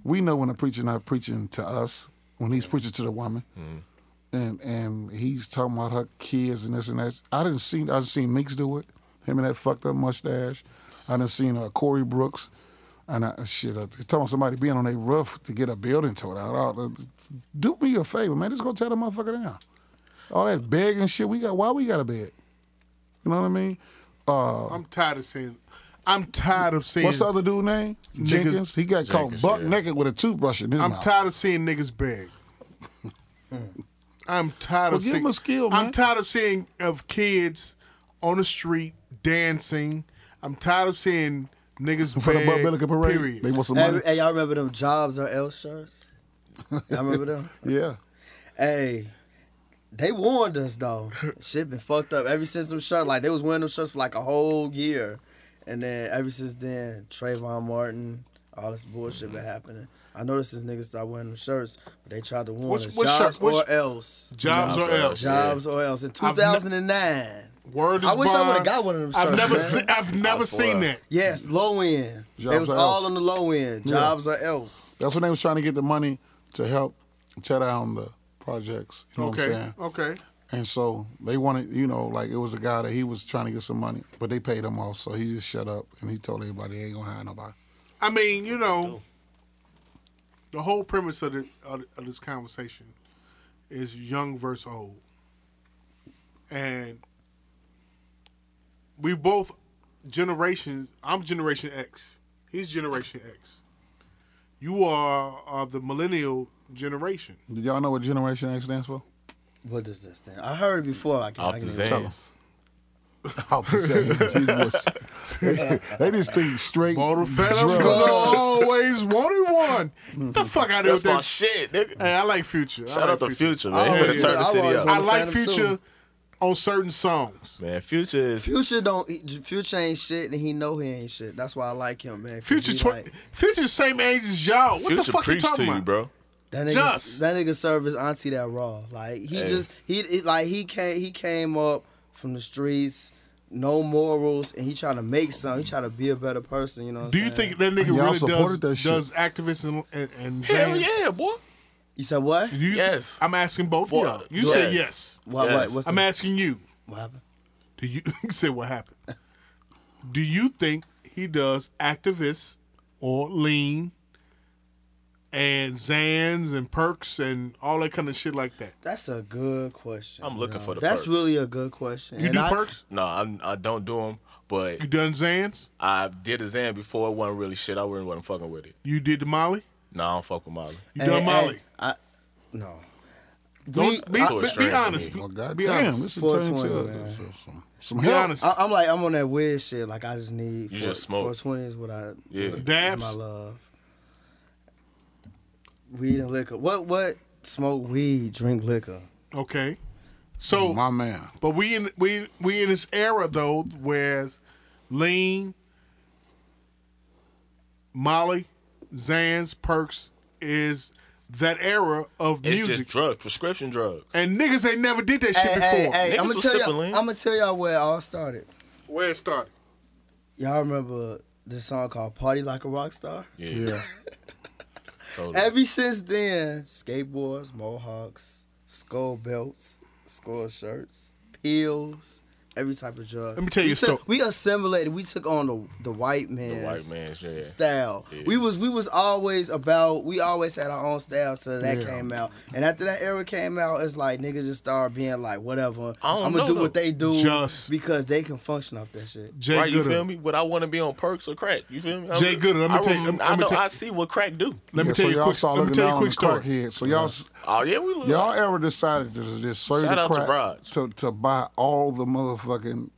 [SPEAKER 3] We know when a preacher not preaching to us, when he's preaching to the woman, and and he's talking about her kids and this and that. I didn't see I done seen Meeks do it, him and that fucked up mustache. I done seen uh, Corey Brooks. And I, shit, uh, talking about somebody being on a roof to get a building tore down. Oh, uh, Do me a favor, man. Just go tear the motherfucker down. All that begging shit we got. Why we got to beg? You know what I mean?
[SPEAKER 4] I'm tired of seeing. I'm tired of seeing.
[SPEAKER 3] What's the other dude name? Jenkins. He got caught
[SPEAKER 6] Jenkins,
[SPEAKER 3] buck
[SPEAKER 6] yeah.
[SPEAKER 3] naked with a toothbrush in his
[SPEAKER 4] I'm
[SPEAKER 3] mouth.
[SPEAKER 4] tired of seeing niggas beg. I'm tired
[SPEAKER 3] Well,
[SPEAKER 4] of
[SPEAKER 3] give
[SPEAKER 4] seeing.
[SPEAKER 3] him a skill,
[SPEAKER 4] I'm
[SPEAKER 3] man.
[SPEAKER 4] tired of seeing of kids on the street dancing. I'm tired of seeing niggas
[SPEAKER 3] for the
[SPEAKER 4] beg.
[SPEAKER 3] Buck Billiken parade.
[SPEAKER 4] Period.
[SPEAKER 3] They want some money.
[SPEAKER 5] Hey, hey, y'all remember them Jobs or L shirts? Y'all
[SPEAKER 3] [LAUGHS]
[SPEAKER 5] remember them?
[SPEAKER 3] yeah.
[SPEAKER 5] Hey, they warned us though. [LAUGHS] Shit been fucked up ever since them shirts. Like they was wearing them shirts for like a whole year, and then ever since then, Trayvon Martin, all this bullshit been happening. I noticed this niggas start wearing them shirts, but they tried to warn
[SPEAKER 4] What's-
[SPEAKER 5] us.
[SPEAKER 4] what shirt-
[SPEAKER 5] jobs
[SPEAKER 4] what sh-
[SPEAKER 5] or else.
[SPEAKER 4] Jobs or else.
[SPEAKER 5] Jobs or else. In
[SPEAKER 4] I've ne-
[SPEAKER 5] 2009.
[SPEAKER 4] Word is
[SPEAKER 5] I wish I
[SPEAKER 4] bond.
[SPEAKER 5] would've got one of them
[SPEAKER 4] I've
[SPEAKER 5] shirts,
[SPEAKER 4] never,
[SPEAKER 5] man.
[SPEAKER 4] se- I've never seen
[SPEAKER 6] swear.
[SPEAKER 4] that.
[SPEAKER 5] yes, low end.
[SPEAKER 3] Jobs
[SPEAKER 5] it was
[SPEAKER 3] or
[SPEAKER 5] all
[SPEAKER 3] else.
[SPEAKER 5] on the low end. Jobs or else.
[SPEAKER 3] That's when they was trying to get the money to help tear down the projects. You know what I'm
[SPEAKER 4] Okay.
[SPEAKER 3] saying?
[SPEAKER 4] Okay.
[SPEAKER 3] And so they wanted, you know, like it was a guy that he was trying to get some money, but they paid him off, so he just shut up and he told everybody he ain't gonna hire nobody.
[SPEAKER 4] I mean, you know, the whole premise of, the, of, of this conversation is young versus old. And we both generations, I'm Generation X. He's Generation X. You are, are the millennial generation.
[SPEAKER 3] Did y'all know what Generation X stands for? [LAUGHS]
[SPEAKER 5] What is this thing? I heard it before. I can't, I
[SPEAKER 6] Off
[SPEAKER 5] can't
[SPEAKER 6] the
[SPEAKER 5] even
[SPEAKER 6] Zans.
[SPEAKER 5] tell.
[SPEAKER 3] Oh, [LAUGHS] they just think straight.
[SPEAKER 4] All the fellas
[SPEAKER 3] drugs.
[SPEAKER 5] [LAUGHS]
[SPEAKER 4] was always wanted one. Get the fuck out of
[SPEAKER 6] That's
[SPEAKER 4] here
[SPEAKER 6] my
[SPEAKER 4] with that.
[SPEAKER 6] shit, nigga.
[SPEAKER 4] Hey, I like Future.
[SPEAKER 6] Shout
[SPEAKER 4] I
[SPEAKER 6] out
[SPEAKER 4] like
[SPEAKER 6] to Future, man.
[SPEAKER 5] I
[SPEAKER 6] He
[SPEAKER 5] always
[SPEAKER 6] finna turn
[SPEAKER 5] wanted-
[SPEAKER 6] the
[SPEAKER 5] I
[SPEAKER 6] city
[SPEAKER 5] always
[SPEAKER 6] up.
[SPEAKER 4] I
[SPEAKER 5] wanted-
[SPEAKER 4] like
[SPEAKER 5] Phantom
[SPEAKER 4] Future
[SPEAKER 5] too.
[SPEAKER 4] on certain songs.
[SPEAKER 6] Man, Future is
[SPEAKER 5] Future don't he- Future ain't shit, and he know he ain't shit. That's why I like him, man. 'cause
[SPEAKER 4] Future,
[SPEAKER 5] he
[SPEAKER 4] tw-
[SPEAKER 5] like,
[SPEAKER 4] Future, same age as y'all. What the
[SPEAKER 6] Future
[SPEAKER 4] fuck you
[SPEAKER 6] preach to
[SPEAKER 4] talking
[SPEAKER 6] you,
[SPEAKER 4] about,
[SPEAKER 6] bro.
[SPEAKER 5] that nigga,
[SPEAKER 4] Just.
[SPEAKER 5] that nigga serve his auntie that raw. Like he
[SPEAKER 6] Hey.
[SPEAKER 5] just he it- like he came he came up from the streets, no morals, and he trying to make something. He trying to be a better person. You know. What
[SPEAKER 4] Do
[SPEAKER 5] I'm
[SPEAKER 4] you
[SPEAKER 5] saying?
[SPEAKER 4] think that nigga
[SPEAKER 3] And y'all
[SPEAKER 4] really
[SPEAKER 3] supported that
[SPEAKER 4] does,
[SPEAKER 3] shit.
[SPEAKER 4] does activism and, and
[SPEAKER 6] Hell
[SPEAKER 4] things?
[SPEAKER 6] yeah, boy.
[SPEAKER 5] you said what?
[SPEAKER 4] Do you-
[SPEAKER 6] Yes.
[SPEAKER 4] I'm asking both
[SPEAKER 6] Boy,
[SPEAKER 4] of y'all. You
[SPEAKER 6] yes.
[SPEAKER 4] said yes.
[SPEAKER 5] Why,
[SPEAKER 6] Yes.
[SPEAKER 5] what? What's
[SPEAKER 4] I'm
[SPEAKER 5] the,
[SPEAKER 4] asking you.
[SPEAKER 5] what happened?
[SPEAKER 4] Do you, [LAUGHS] you said what happened? Do you think he does activists or lean and Zans and perks and all that kind of shit like that?
[SPEAKER 5] That's a good question.
[SPEAKER 6] I'm looking
[SPEAKER 5] you
[SPEAKER 6] for the
[SPEAKER 5] That's
[SPEAKER 6] perks.
[SPEAKER 5] really a good question.
[SPEAKER 4] You
[SPEAKER 5] and
[SPEAKER 4] do
[SPEAKER 5] I,
[SPEAKER 4] perks?
[SPEAKER 6] No, I'm, I don't do them, but
[SPEAKER 4] You done Zans?
[SPEAKER 6] I did a Zan before. It wasn't really shit. I really wasn't fucking with it.
[SPEAKER 4] You did the Molly?
[SPEAKER 6] No, I don't fuck with Molly.
[SPEAKER 4] You
[SPEAKER 5] Hey,
[SPEAKER 4] done
[SPEAKER 5] hey,
[SPEAKER 4] Molly?
[SPEAKER 5] I, no.
[SPEAKER 4] Don't- be,
[SPEAKER 6] that's what
[SPEAKER 4] be-
[SPEAKER 6] it's
[SPEAKER 4] be
[SPEAKER 6] strange
[SPEAKER 4] honest.
[SPEAKER 6] to me.
[SPEAKER 4] Be,
[SPEAKER 3] Well, Oh, goddamn,
[SPEAKER 4] be honest.
[SPEAKER 3] this is turning to
[SPEAKER 5] 420, man.
[SPEAKER 3] some, some
[SPEAKER 4] Be
[SPEAKER 3] help.
[SPEAKER 4] honest.
[SPEAKER 5] I, I'm like I'm on that weird shit. Like I just need.
[SPEAKER 6] You
[SPEAKER 5] four-
[SPEAKER 6] just smoke.
[SPEAKER 5] 420 is what I.
[SPEAKER 6] Yeah.
[SPEAKER 5] what- is
[SPEAKER 4] Dabs?
[SPEAKER 5] my love. Weed and liquor. What? What? Smoke weed, drink liquor.
[SPEAKER 4] okay. So
[SPEAKER 3] My man.
[SPEAKER 4] But we in we we in this era though, whereas lean, Molly, Zans, Perks is that era of
[SPEAKER 6] It's
[SPEAKER 4] music,
[SPEAKER 6] just drugs, prescription drugs.
[SPEAKER 4] and niggas ain't never did that shit
[SPEAKER 5] Hey, hey,
[SPEAKER 4] before.
[SPEAKER 5] hey,
[SPEAKER 6] Niggas
[SPEAKER 5] I'm gonna
[SPEAKER 6] was
[SPEAKER 5] tell
[SPEAKER 6] sipping
[SPEAKER 5] y'all.
[SPEAKER 6] lean.
[SPEAKER 5] I'm gonna tell y'all where it all started.
[SPEAKER 4] Where it started?
[SPEAKER 5] Y'all remember this song called "Party Like a Rock Star"?
[SPEAKER 6] Yeah.
[SPEAKER 3] Yeah.
[SPEAKER 6] [LAUGHS] Totally.
[SPEAKER 5] Ever since then, skateboards, mohawks, skull belts, skull shirts, pills, every type of drug.
[SPEAKER 4] Let me tell you
[SPEAKER 5] we
[SPEAKER 4] a
[SPEAKER 5] took-
[SPEAKER 4] story.
[SPEAKER 5] We assimilated. We took on the the white man's,
[SPEAKER 6] white man's, yeah.
[SPEAKER 5] style. We was we was always about. We always had our own style. So that
[SPEAKER 4] Yeah.
[SPEAKER 5] came out, and after that era came out, it's like niggas just started being like, whatever.
[SPEAKER 6] I don't
[SPEAKER 5] I'm gonna
[SPEAKER 6] know,
[SPEAKER 5] do
[SPEAKER 6] though.
[SPEAKER 5] what they do
[SPEAKER 4] Just-
[SPEAKER 5] because they can function off that shit.
[SPEAKER 4] Jay
[SPEAKER 6] right, you
[SPEAKER 4] Gooder.
[SPEAKER 6] feel me? Would I want to be on perks or crack? You feel me? I
[SPEAKER 4] Jay
[SPEAKER 6] would-
[SPEAKER 4] Gooden, I'ma
[SPEAKER 6] I
[SPEAKER 4] tell you-
[SPEAKER 6] rem-
[SPEAKER 4] I'ma-
[SPEAKER 6] I
[SPEAKER 4] I'ma
[SPEAKER 6] know.
[SPEAKER 4] tell-
[SPEAKER 6] I see what crack do.
[SPEAKER 4] Let me
[SPEAKER 3] Yeah,
[SPEAKER 4] tell
[SPEAKER 3] so
[SPEAKER 4] you a
[SPEAKER 3] y'all
[SPEAKER 4] quick.
[SPEAKER 3] start
[SPEAKER 4] Let me
[SPEAKER 3] looking
[SPEAKER 4] tell you
[SPEAKER 3] down
[SPEAKER 4] a
[SPEAKER 3] on
[SPEAKER 4] quick
[SPEAKER 3] the
[SPEAKER 4] story.
[SPEAKER 3] Crackhead. So y'all, s-
[SPEAKER 6] Oh yeah, we look.
[SPEAKER 3] y'all ever decided to just serve
[SPEAKER 6] Shout
[SPEAKER 3] the
[SPEAKER 6] out to
[SPEAKER 3] crack
[SPEAKER 6] Raj.
[SPEAKER 3] to, to buy all the motherfucking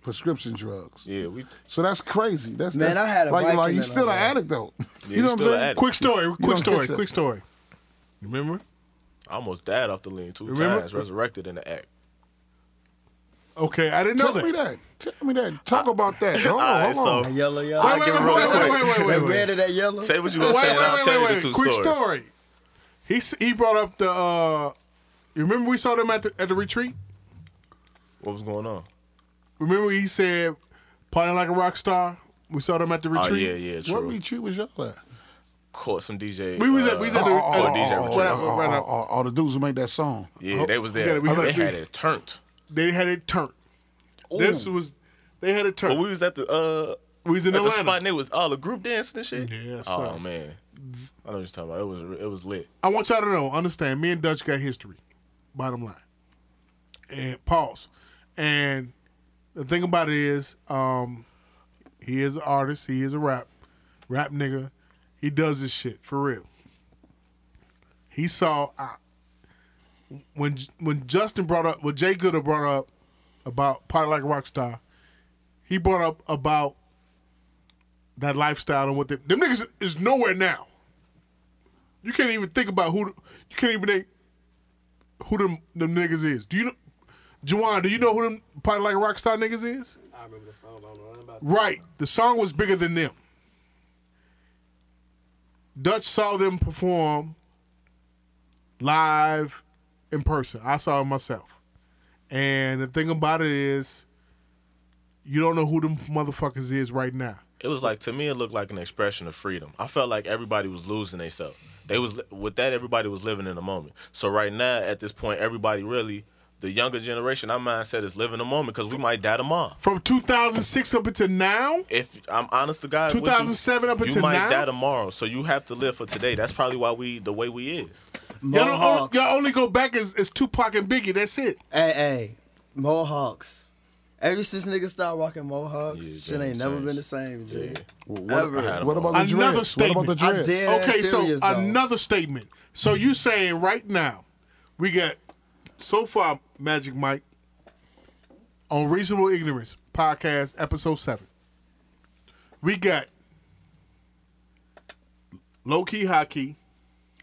[SPEAKER 3] prescription drugs?
[SPEAKER 6] yeah, we.
[SPEAKER 3] So that's crazy. That's
[SPEAKER 5] Man,
[SPEAKER 3] that's,
[SPEAKER 5] I had a
[SPEAKER 3] like,
[SPEAKER 5] Viking
[SPEAKER 3] like
[SPEAKER 5] in
[SPEAKER 3] he's still
[SPEAKER 5] my
[SPEAKER 3] an
[SPEAKER 5] life.
[SPEAKER 3] addict though. [LAUGHS]
[SPEAKER 6] he's
[SPEAKER 3] you know what I'm
[SPEAKER 6] still an
[SPEAKER 3] saying?
[SPEAKER 6] addict.
[SPEAKER 4] Quick story.
[SPEAKER 3] don't
[SPEAKER 4] Quick story.
[SPEAKER 3] catch that.
[SPEAKER 4] Quick story. Remember?
[SPEAKER 6] I almost died off the lean two
[SPEAKER 4] Remember?
[SPEAKER 6] times, resurrected in the act.
[SPEAKER 4] Okay, I didn't know
[SPEAKER 3] Tell
[SPEAKER 4] that.
[SPEAKER 3] me that. Tell me that. Talk about that. Hold on,
[SPEAKER 6] Alright,
[SPEAKER 3] hold on.
[SPEAKER 5] That
[SPEAKER 6] so-
[SPEAKER 5] yellow, y'all.
[SPEAKER 6] I'll give it real
[SPEAKER 4] wait,
[SPEAKER 6] quick.
[SPEAKER 4] wait, wait, wait,
[SPEAKER 5] that
[SPEAKER 4] wait.
[SPEAKER 5] red or that yellow.
[SPEAKER 6] Say what you gonna say, and I'll tell you the two
[SPEAKER 4] Quick
[SPEAKER 6] stories.
[SPEAKER 4] story. He s- he brought up the. uh You remember we saw them at the at the retreat?
[SPEAKER 6] What was going on?
[SPEAKER 4] Remember he said, "Partying like a rock star." We saw them at the retreat.
[SPEAKER 6] Oh yeah, yeah,
[SPEAKER 3] What
[SPEAKER 6] true.
[SPEAKER 3] retreat was y'all at?
[SPEAKER 6] Caught some DJ.
[SPEAKER 4] We was at
[SPEAKER 6] uh,
[SPEAKER 4] we was at the
[SPEAKER 6] or
[SPEAKER 3] oh, oh,
[SPEAKER 6] DJ.
[SPEAKER 3] oh,
[SPEAKER 6] retreat.
[SPEAKER 4] whatever.
[SPEAKER 3] Oh,
[SPEAKER 4] right
[SPEAKER 3] oh,
[SPEAKER 4] up.
[SPEAKER 3] oh, oh, the dudes who made that song.
[SPEAKER 6] Yeah, they was
[SPEAKER 4] Yeah,
[SPEAKER 6] there.
[SPEAKER 4] we had
[SPEAKER 6] They
[SPEAKER 4] a-
[SPEAKER 6] had it turned.
[SPEAKER 4] They had it turned. This was they had it
[SPEAKER 6] But
[SPEAKER 4] turned.
[SPEAKER 6] we was at the uh,
[SPEAKER 4] We was in
[SPEAKER 6] at the
[SPEAKER 4] Atlanta.
[SPEAKER 6] spot. And it was all the group dancing and shit.
[SPEAKER 4] Yeah,
[SPEAKER 6] Oh
[SPEAKER 4] so-
[SPEAKER 6] man, I know what you're talking about. It was it was lit.
[SPEAKER 4] I want y'all to know, understand, me and Dutch got history. Bottom line. And pause. And the thing about it is, um, he is an artist, he is a rap, rap nigga. He does this shit for real. He saw I, when when Justin brought up when Jay Gooder brought up about Party Like a Rockstar, he brought up about that lifestyle and what they, them niggas is nowhere now. You can't even think about who. You can't even think who them them niggas is. Do you know, Juwan? Do you know who them probably like rockstar niggas is?
[SPEAKER 7] I remember the song. but I don't know nothing about it.
[SPEAKER 4] Right. The song was bigger than them. Dutch saw them perform live in person. I saw it myself. And the thing about it is, you don't know who them motherfuckers is right now.
[SPEAKER 6] It was like to me, it looked like an expression of freedom. I felt like everybody was losing themselves. They was with that, everybody was living in the moment. So right now, at this point, everybody really, the younger generation, our mindset is living the moment because we might die tomorrow.
[SPEAKER 4] From 2006 up until now,
[SPEAKER 6] If I'm honest to God, with you,
[SPEAKER 4] 2007 up
[SPEAKER 6] you
[SPEAKER 4] until
[SPEAKER 6] might
[SPEAKER 4] now?
[SPEAKER 6] die tomorrow. So you have to live for today. That's probably why we the way we is.
[SPEAKER 4] y'all, don't only,
[SPEAKER 5] Mohawks.
[SPEAKER 4] y'all only go back as, as Tupac and Biggie. That's it.
[SPEAKER 5] Hey, hey, Mohawks. Ever since niggas started rocking Mohawks,
[SPEAKER 6] Yeah,
[SPEAKER 5] shit ain't
[SPEAKER 6] things
[SPEAKER 5] never
[SPEAKER 6] changed.
[SPEAKER 5] been the same, G.
[SPEAKER 6] I had
[SPEAKER 5] Ever.
[SPEAKER 6] them
[SPEAKER 3] What
[SPEAKER 6] all.
[SPEAKER 3] about the
[SPEAKER 4] Another
[SPEAKER 3] dreads? What about the
[SPEAKER 4] statement.
[SPEAKER 5] I
[SPEAKER 3] dreads?
[SPEAKER 5] did. Yeah,
[SPEAKER 4] okay,
[SPEAKER 5] that's
[SPEAKER 4] so
[SPEAKER 5] serious, though.
[SPEAKER 4] another statement. So you saying right now, we got so far Magic Mike on Reasonable Ignorance podcast episode seven. We got low key hockey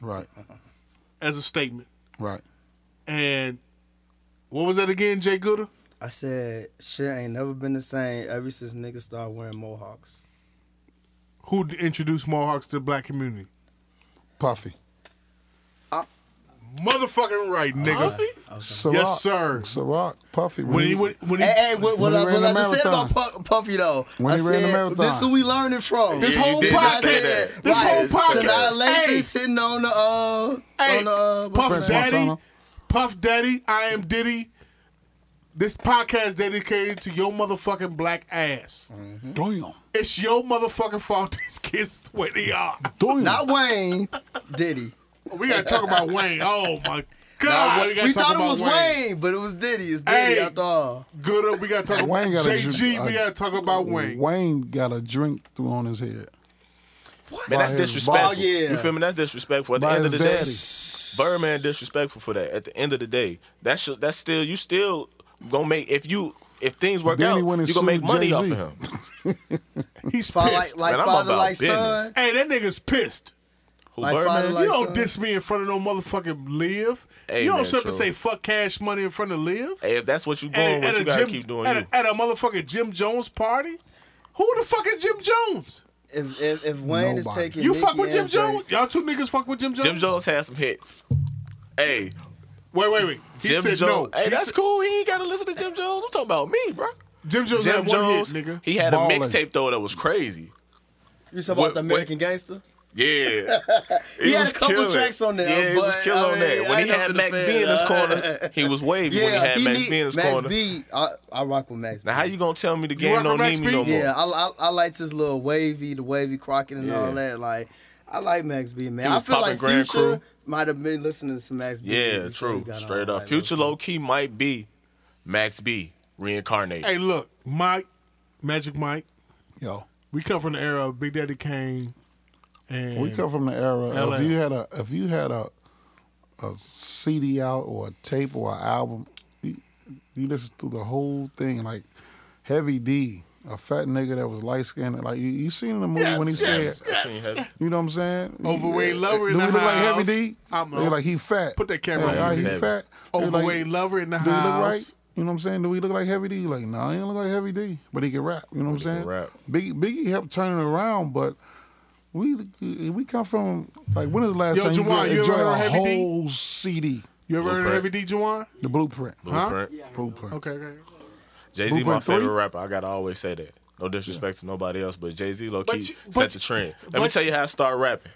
[SPEAKER 3] Right,
[SPEAKER 4] as a statement,
[SPEAKER 3] right.
[SPEAKER 4] and what was that again, Jay Gooder?
[SPEAKER 5] I said shit ain't never been the same ever since niggas started wearing Mohawks.
[SPEAKER 4] Who introduced Mohawks to the black community?
[SPEAKER 3] Puffy.
[SPEAKER 4] Motherfucking right, nigga.
[SPEAKER 5] Uh,
[SPEAKER 3] Ciroc.
[SPEAKER 4] Yes, sir.
[SPEAKER 3] Ciroc, Puffy.
[SPEAKER 4] When he went, when he,
[SPEAKER 5] Hey, hey, what,
[SPEAKER 3] When
[SPEAKER 5] what
[SPEAKER 3] he
[SPEAKER 5] I,
[SPEAKER 3] ran
[SPEAKER 5] what
[SPEAKER 3] the
[SPEAKER 5] I just said
[SPEAKER 3] marathon.
[SPEAKER 5] about Pu- Puffy though,
[SPEAKER 3] When
[SPEAKER 5] I
[SPEAKER 3] he
[SPEAKER 5] said
[SPEAKER 3] ran the marathon.
[SPEAKER 5] this who we learning from.
[SPEAKER 4] This
[SPEAKER 6] Yeah, you
[SPEAKER 4] whole
[SPEAKER 6] did just say
[SPEAKER 4] podcast-
[SPEAKER 6] that.
[SPEAKER 4] this
[SPEAKER 6] Right.
[SPEAKER 4] whole podcast-
[SPEAKER 5] Sinai Lathan
[SPEAKER 4] Hey.
[SPEAKER 5] sitting on the uh,
[SPEAKER 4] Hey,
[SPEAKER 5] on the uh, what's
[SPEAKER 4] Puff
[SPEAKER 5] his
[SPEAKER 3] French
[SPEAKER 5] name?
[SPEAKER 4] Daddy,
[SPEAKER 3] Montana?
[SPEAKER 4] Puff Daddy, I am Diddy. This podcast dedicated to your motherfucking black ass.
[SPEAKER 5] Mm.
[SPEAKER 3] Damn.
[SPEAKER 4] It's your motherfucking fault [LAUGHS] these kids the way they are.
[SPEAKER 3] Damn.
[SPEAKER 5] Not Wayne, Diddy.
[SPEAKER 4] We gotta talk about
[SPEAKER 5] [LAUGHS]
[SPEAKER 4] Wayne. Oh my
[SPEAKER 5] Nah,
[SPEAKER 4] god,
[SPEAKER 5] we
[SPEAKER 4] gotta talk
[SPEAKER 5] thought it
[SPEAKER 4] about
[SPEAKER 5] was Wayne. but it was Diddy. It's Diddy
[SPEAKER 4] Hey.
[SPEAKER 5] after all.
[SPEAKER 4] Good up, we gotta talk about
[SPEAKER 3] Wayne got a
[SPEAKER 4] JG.
[SPEAKER 3] ju-
[SPEAKER 4] we
[SPEAKER 3] a-
[SPEAKER 4] gotta talk
[SPEAKER 5] uh,
[SPEAKER 4] about Wayne.
[SPEAKER 3] Wayne got a drink through on his head.
[SPEAKER 6] Man, that's
[SPEAKER 3] By his
[SPEAKER 6] disrespectful.
[SPEAKER 3] boss.
[SPEAKER 5] Yeah.
[SPEAKER 6] You feel me? That's disrespectful. At the
[SPEAKER 3] By
[SPEAKER 6] end of the
[SPEAKER 3] his
[SPEAKER 6] day, Birdman disrespectful for that. At the end of the day, that's sh- that's still you still gonna make if you if things work
[SPEAKER 3] Then
[SPEAKER 6] out,
[SPEAKER 3] he
[SPEAKER 6] you
[SPEAKER 3] went and
[SPEAKER 6] gonna make
[SPEAKER 3] sued
[SPEAKER 6] money off of
[SPEAKER 3] Jay-Z.
[SPEAKER 6] him.
[SPEAKER 4] He's
[SPEAKER 5] Father
[SPEAKER 4] pissed.
[SPEAKER 5] like, like
[SPEAKER 6] man, I'm
[SPEAKER 5] father
[SPEAKER 6] about
[SPEAKER 5] like son.
[SPEAKER 6] business.
[SPEAKER 4] hey, that nigga's pissed.
[SPEAKER 6] Who
[SPEAKER 5] Like
[SPEAKER 6] Birdman?
[SPEAKER 5] father, like
[SPEAKER 4] You don't
[SPEAKER 5] son.
[SPEAKER 4] diss me in front of no motherfucking live.
[SPEAKER 6] Hey,
[SPEAKER 4] you don't
[SPEAKER 6] man,
[SPEAKER 4] sit up and
[SPEAKER 6] so-
[SPEAKER 4] say fuck cash money in front of live.
[SPEAKER 6] hey, if that's what you going with, you gotta keep doing
[SPEAKER 4] at,
[SPEAKER 6] you.
[SPEAKER 4] A, at a motherfucking Jim Jones party? Who the fuck is Jim Jones?
[SPEAKER 5] If if, if Wayne is
[SPEAKER 3] Nobody.
[SPEAKER 5] taking
[SPEAKER 4] You
[SPEAKER 5] Nicki
[SPEAKER 4] fuck with Jim
[SPEAKER 5] and Drake-
[SPEAKER 4] Jones? Y'all two niggas fuck with Jim Jones?
[SPEAKER 6] Jim Jones had some hits. Hey,
[SPEAKER 4] Wait, wait, wait. He
[SPEAKER 6] Jim
[SPEAKER 4] said
[SPEAKER 6] Jones.
[SPEAKER 4] no.
[SPEAKER 6] Hey,
[SPEAKER 4] He
[SPEAKER 6] that's
[SPEAKER 4] said-
[SPEAKER 6] cool. He ain't gotta listen to Jim Jones. I'm talking about me, bro.
[SPEAKER 4] Jim Jones
[SPEAKER 6] Jim
[SPEAKER 4] had one
[SPEAKER 6] Jones,
[SPEAKER 4] hit, nigga.
[SPEAKER 6] he had
[SPEAKER 3] Ballin'.
[SPEAKER 6] a mixtape though that was crazy.
[SPEAKER 5] You talking about
[SPEAKER 6] What-
[SPEAKER 5] the American Gangster?
[SPEAKER 6] Yeah.
[SPEAKER 5] [LAUGHS] He had a couple tracks on there,
[SPEAKER 6] Yeah, he was
[SPEAKER 5] but,
[SPEAKER 6] killer
[SPEAKER 5] I
[SPEAKER 6] on
[SPEAKER 5] mean,
[SPEAKER 6] that.
[SPEAKER 5] I
[SPEAKER 6] When he
[SPEAKER 5] ain't
[SPEAKER 6] had
[SPEAKER 5] nothing
[SPEAKER 6] Max
[SPEAKER 5] to
[SPEAKER 6] B in his
[SPEAKER 5] say.
[SPEAKER 6] corner, he was wavy when he had Max B in his
[SPEAKER 5] Max
[SPEAKER 6] corner.
[SPEAKER 5] B, I, I rock with Max.
[SPEAKER 6] Now
[SPEAKER 5] B.
[SPEAKER 6] how you gonna tell me the game
[SPEAKER 4] rock
[SPEAKER 6] don't
[SPEAKER 4] with Max
[SPEAKER 6] need me
[SPEAKER 4] B?
[SPEAKER 6] no more?
[SPEAKER 5] Yeah, I, I I liked his little wavy, the wavy Crockett and all that. Like, I like Max B, man.
[SPEAKER 6] He
[SPEAKER 5] I
[SPEAKER 6] was
[SPEAKER 5] feel
[SPEAKER 6] popping
[SPEAKER 5] like
[SPEAKER 6] Grand
[SPEAKER 5] Future
[SPEAKER 6] Crew.
[SPEAKER 5] might have been listening to some Max B.
[SPEAKER 6] Yeah,
[SPEAKER 5] before he
[SPEAKER 6] true.
[SPEAKER 5] got on,
[SPEAKER 6] Straight up.
[SPEAKER 5] like,
[SPEAKER 6] Future
[SPEAKER 5] those-
[SPEAKER 6] low key might be Max B reincarnated.
[SPEAKER 4] Hey, look, Mike, Magic Mike.
[SPEAKER 3] Yo,
[SPEAKER 4] We come from the era of Big Daddy Kane, and
[SPEAKER 3] we come from the era.
[SPEAKER 4] LL.
[SPEAKER 3] If you had a if you had a a CD out or a tape or an album, you, you listen through the whole thing. Like Heavy D, a fat nigga that was light skinned. Like you, you seen in the movie when he
[SPEAKER 4] yes,
[SPEAKER 3] said,
[SPEAKER 4] yes.
[SPEAKER 3] you know what I'm saying?
[SPEAKER 4] Overweight lover in
[SPEAKER 3] Do
[SPEAKER 4] the
[SPEAKER 3] we look like Heavy
[SPEAKER 4] house.
[SPEAKER 3] D?
[SPEAKER 4] I'm
[SPEAKER 3] They're
[SPEAKER 4] a-
[SPEAKER 3] like he fat.
[SPEAKER 4] Put that camera
[SPEAKER 3] Like,
[SPEAKER 4] on.
[SPEAKER 3] all right, he
[SPEAKER 6] Heavy.
[SPEAKER 3] fat. They're like,
[SPEAKER 4] overweight lover in the
[SPEAKER 3] Do we
[SPEAKER 4] house.
[SPEAKER 3] look right? You know what I'm saying? Do we look like Heavy D? Like, nah, he don't look like Heavy D, but he can rap. You know what I'm
[SPEAKER 6] can
[SPEAKER 3] saying?
[SPEAKER 6] rap.
[SPEAKER 3] Biggie, Biggie helped turn it around, but we we come from like when is the last
[SPEAKER 4] Yo,
[SPEAKER 3] time you,
[SPEAKER 4] Juwan,
[SPEAKER 3] could
[SPEAKER 4] you ever
[SPEAKER 3] enjoy
[SPEAKER 4] heard
[SPEAKER 3] a
[SPEAKER 4] of Heavy D?
[SPEAKER 3] whole CD?
[SPEAKER 4] You ever heard of
[SPEAKER 6] Blueprint.
[SPEAKER 4] Heavy D Juwan?
[SPEAKER 3] The blueprint, huh?
[SPEAKER 6] Blueprint.
[SPEAKER 3] Blueprint.
[SPEAKER 4] Okay, okay.
[SPEAKER 6] Jay Z, my
[SPEAKER 3] Blueprint three?
[SPEAKER 6] favorite rapper. I gotta always say that. No disrespect to nobody else, but Jay Z low key
[SPEAKER 4] But you-
[SPEAKER 6] set
[SPEAKER 4] but
[SPEAKER 6] the
[SPEAKER 4] you-
[SPEAKER 6] trend. Let me
[SPEAKER 4] but-
[SPEAKER 6] tell you how I started rapping.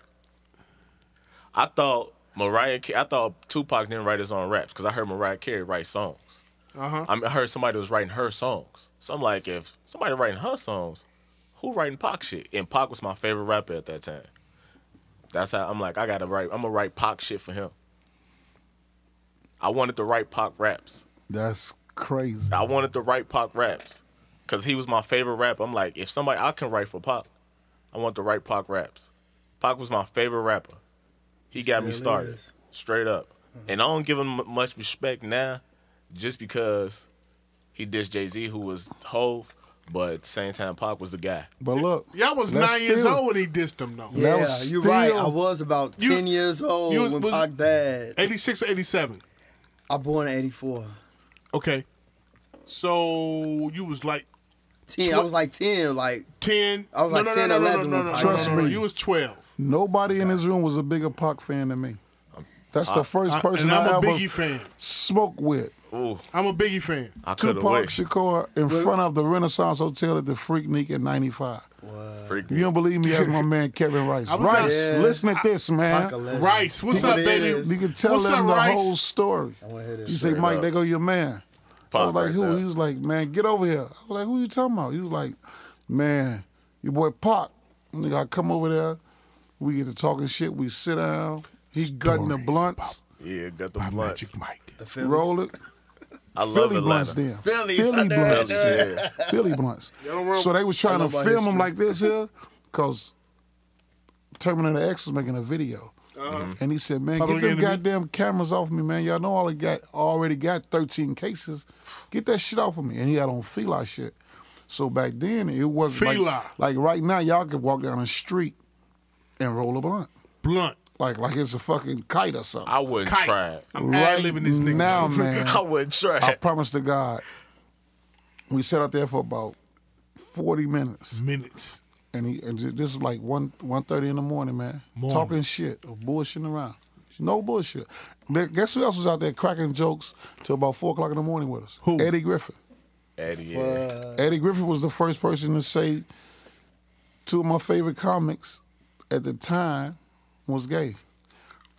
[SPEAKER 6] I thought Mariah, Ca- I thought Tupac didn't write his own raps because I heard Mariah Carey write songs.
[SPEAKER 4] Uh-huh.
[SPEAKER 6] I, mean, I heard somebody was writing her songs. So I'm like, if somebody writing her songs, who writing Pac shit? And Pac was my favorite rapper at that time. That's how I'm like, I gotta write. I'm gonna write Pac shit for him. I wanted to write Pac raps.
[SPEAKER 3] That's crazy.
[SPEAKER 6] I wanted to write Pac raps because he was my favorite rapper. I'm like, if somebody I can write for Pac, I want to write Pac raps. Pac was my favorite rapper. He got me
[SPEAKER 5] Still
[SPEAKER 6] started
[SPEAKER 5] is. Uh-huh.
[SPEAKER 6] straight up, and I don't give him m- much respect now, just because he dissed Jay Z, who was Hove, but at the same time Pac was the guy.
[SPEAKER 3] But look,
[SPEAKER 4] Y'all was
[SPEAKER 3] that's
[SPEAKER 4] nine years
[SPEAKER 3] still-
[SPEAKER 4] old when he dissed him though.
[SPEAKER 3] That
[SPEAKER 5] Yeah,
[SPEAKER 3] was
[SPEAKER 5] you're right.
[SPEAKER 3] still-
[SPEAKER 5] I was about
[SPEAKER 4] You-
[SPEAKER 5] ten years old
[SPEAKER 4] you was-
[SPEAKER 5] when
[SPEAKER 4] was-
[SPEAKER 5] Pac died.
[SPEAKER 4] 86 or 87.
[SPEAKER 5] I born in '84.
[SPEAKER 4] Okay. So you was like
[SPEAKER 5] Ten. I was like ten. Like
[SPEAKER 4] 10.
[SPEAKER 5] I was
[SPEAKER 4] no,
[SPEAKER 5] like
[SPEAKER 4] no,
[SPEAKER 5] 10,
[SPEAKER 4] no, no,
[SPEAKER 5] 11
[SPEAKER 4] No, no, no,
[SPEAKER 5] when
[SPEAKER 4] no,
[SPEAKER 5] Pac
[SPEAKER 3] Trust
[SPEAKER 4] no, no, no.
[SPEAKER 3] me.
[SPEAKER 4] You was 12.
[SPEAKER 3] Nobody in this room was a bigger Pac fan than me. That's the first
[SPEAKER 4] I,
[SPEAKER 3] person
[SPEAKER 4] and I'm
[SPEAKER 3] I
[SPEAKER 4] a
[SPEAKER 3] ever
[SPEAKER 4] Biggie fan.
[SPEAKER 3] smoked with.
[SPEAKER 6] Ooh,
[SPEAKER 4] I'm a Biggie fan.
[SPEAKER 6] I could have
[SPEAKER 3] Tupac
[SPEAKER 6] waited.
[SPEAKER 3] Shakur in front of the Renaissance Hotel at the Freaknik in '95.
[SPEAKER 6] Freak
[SPEAKER 3] You
[SPEAKER 6] me.
[SPEAKER 3] don't believe me? Ask my man Kevin Rice.
[SPEAKER 4] was
[SPEAKER 3] Rice,
[SPEAKER 5] down- Yeah.
[SPEAKER 3] listen at this,
[SPEAKER 5] Pac a
[SPEAKER 3] man.
[SPEAKER 5] legend.
[SPEAKER 4] Rice, what's
[SPEAKER 5] What
[SPEAKER 4] up,
[SPEAKER 5] it
[SPEAKER 4] baby?
[SPEAKER 5] is.
[SPEAKER 3] You can tell
[SPEAKER 4] What's
[SPEAKER 3] them
[SPEAKER 4] up,
[SPEAKER 3] the
[SPEAKER 4] Rice?
[SPEAKER 3] whole story.
[SPEAKER 5] wanna hear this
[SPEAKER 3] You say,
[SPEAKER 6] straight
[SPEAKER 3] Mike,
[SPEAKER 6] up.
[SPEAKER 3] there go your man. I was
[SPEAKER 6] Pac
[SPEAKER 3] like,
[SPEAKER 6] right
[SPEAKER 3] who?
[SPEAKER 6] there.
[SPEAKER 3] He was like, man, get over here. I was like, who you talking about? He was like, man, your boy Pac. Nigga, I come over there. We get to talking shit. We sit down. He gutting the
[SPEAKER 4] Stories
[SPEAKER 3] blunts.
[SPEAKER 6] Yeah, got the blunts.
[SPEAKER 4] Magic Mike.
[SPEAKER 5] the Phillies.
[SPEAKER 3] Roll it.
[SPEAKER 6] I love
[SPEAKER 3] Philly
[SPEAKER 6] the
[SPEAKER 3] blunts
[SPEAKER 6] blunts.
[SPEAKER 3] then.
[SPEAKER 5] Phillies, I
[SPEAKER 3] Philly
[SPEAKER 5] know
[SPEAKER 3] blunts.
[SPEAKER 5] that.
[SPEAKER 3] Philly blunts.
[SPEAKER 4] run-
[SPEAKER 3] So they was
[SPEAKER 5] I
[SPEAKER 3] trying to
[SPEAKER 5] love my
[SPEAKER 3] film
[SPEAKER 5] history.
[SPEAKER 3] them like this here,
[SPEAKER 4] [LAUGHS]
[SPEAKER 3] cause Terminator X was making a video, and he said, "Man,
[SPEAKER 4] Uh-huh. Public
[SPEAKER 3] get them
[SPEAKER 4] enemy.
[SPEAKER 3] goddamn cameras off me, man. Y'all know all I got already got 13 cases. Get that shit off of me." And he had on Fila shit. So back then it wasn't
[SPEAKER 4] Fila.
[SPEAKER 3] like, like right now. Y'all could walk down the street and roll a blunt,
[SPEAKER 4] Blunt.
[SPEAKER 3] like like it's a fucking kite or something.
[SPEAKER 6] I wouldn't
[SPEAKER 4] Kite.
[SPEAKER 6] try. it.
[SPEAKER 4] I'm
[SPEAKER 3] right
[SPEAKER 4] ad-libbing this nigga.
[SPEAKER 3] now, man.
[SPEAKER 6] [LAUGHS] I wouldn't try.
[SPEAKER 3] I
[SPEAKER 6] it.
[SPEAKER 3] promise to God, we sat out there for about 40 minutes.
[SPEAKER 4] [LAUGHS] Minutes.
[SPEAKER 3] And, he, and th- this is like 1 1.30 in the morning, man.
[SPEAKER 4] Mm-hmm. Morning.
[SPEAKER 3] Talking shit, bullshitting around. No bullshit. Gu- Guess who else was out there cracking jokes till about 4 o'clock in the morning with us?
[SPEAKER 4] Who?
[SPEAKER 3] Eddie Griffin.
[SPEAKER 6] Eddie, yeah.
[SPEAKER 3] Eddie Griffin was the first person to say two of my favorite comics at the time was gay.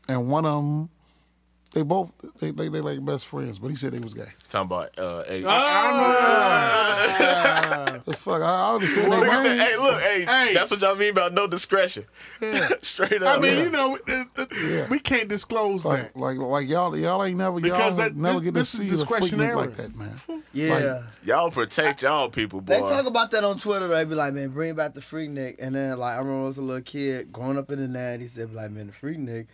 [SPEAKER 3] And one of them, they both, they, they, they like best friends, but he said they was gay.
[SPEAKER 6] Talking about uh, Eddie.
[SPEAKER 3] Ah! The fuck, I, I would have said
[SPEAKER 6] Look
[SPEAKER 3] they
[SPEAKER 6] at
[SPEAKER 3] names.
[SPEAKER 6] that. Hey, look, hey,
[SPEAKER 4] Hey.
[SPEAKER 6] that's what y'all mean about no discretion. [LAUGHS] Straight up.
[SPEAKER 4] I mean, you know, it- it- we can't disclose
[SPEAKER 3] Like,
[SPEAKER 4] that.
[SPEAKER 3] like, like y'all, y'all ain't never,
[SPEAKER 4] Because
[SPEAKER 3] y'all
[SPEAKER 4] that-
[SPEAKER 3] never
[SPEAKER 4] this-
[SPEAKER 3] get to
[SPEAKER 4] this is
[SPEAKER 3] see the freak
[SPEAKER 4] discretionary.
[SPEAKER 3] nigga like that, man.
[SPEAKER 5] Yeah.
[SPEAKER 6] all protect y'all people, boy.
[SPEAKER 5] They talk about that on Twitter. They be like, man, bring back the Freaknik. And then, like, I remember when I was a little kid growing up in the 90s. They be like, man, the Freaknik,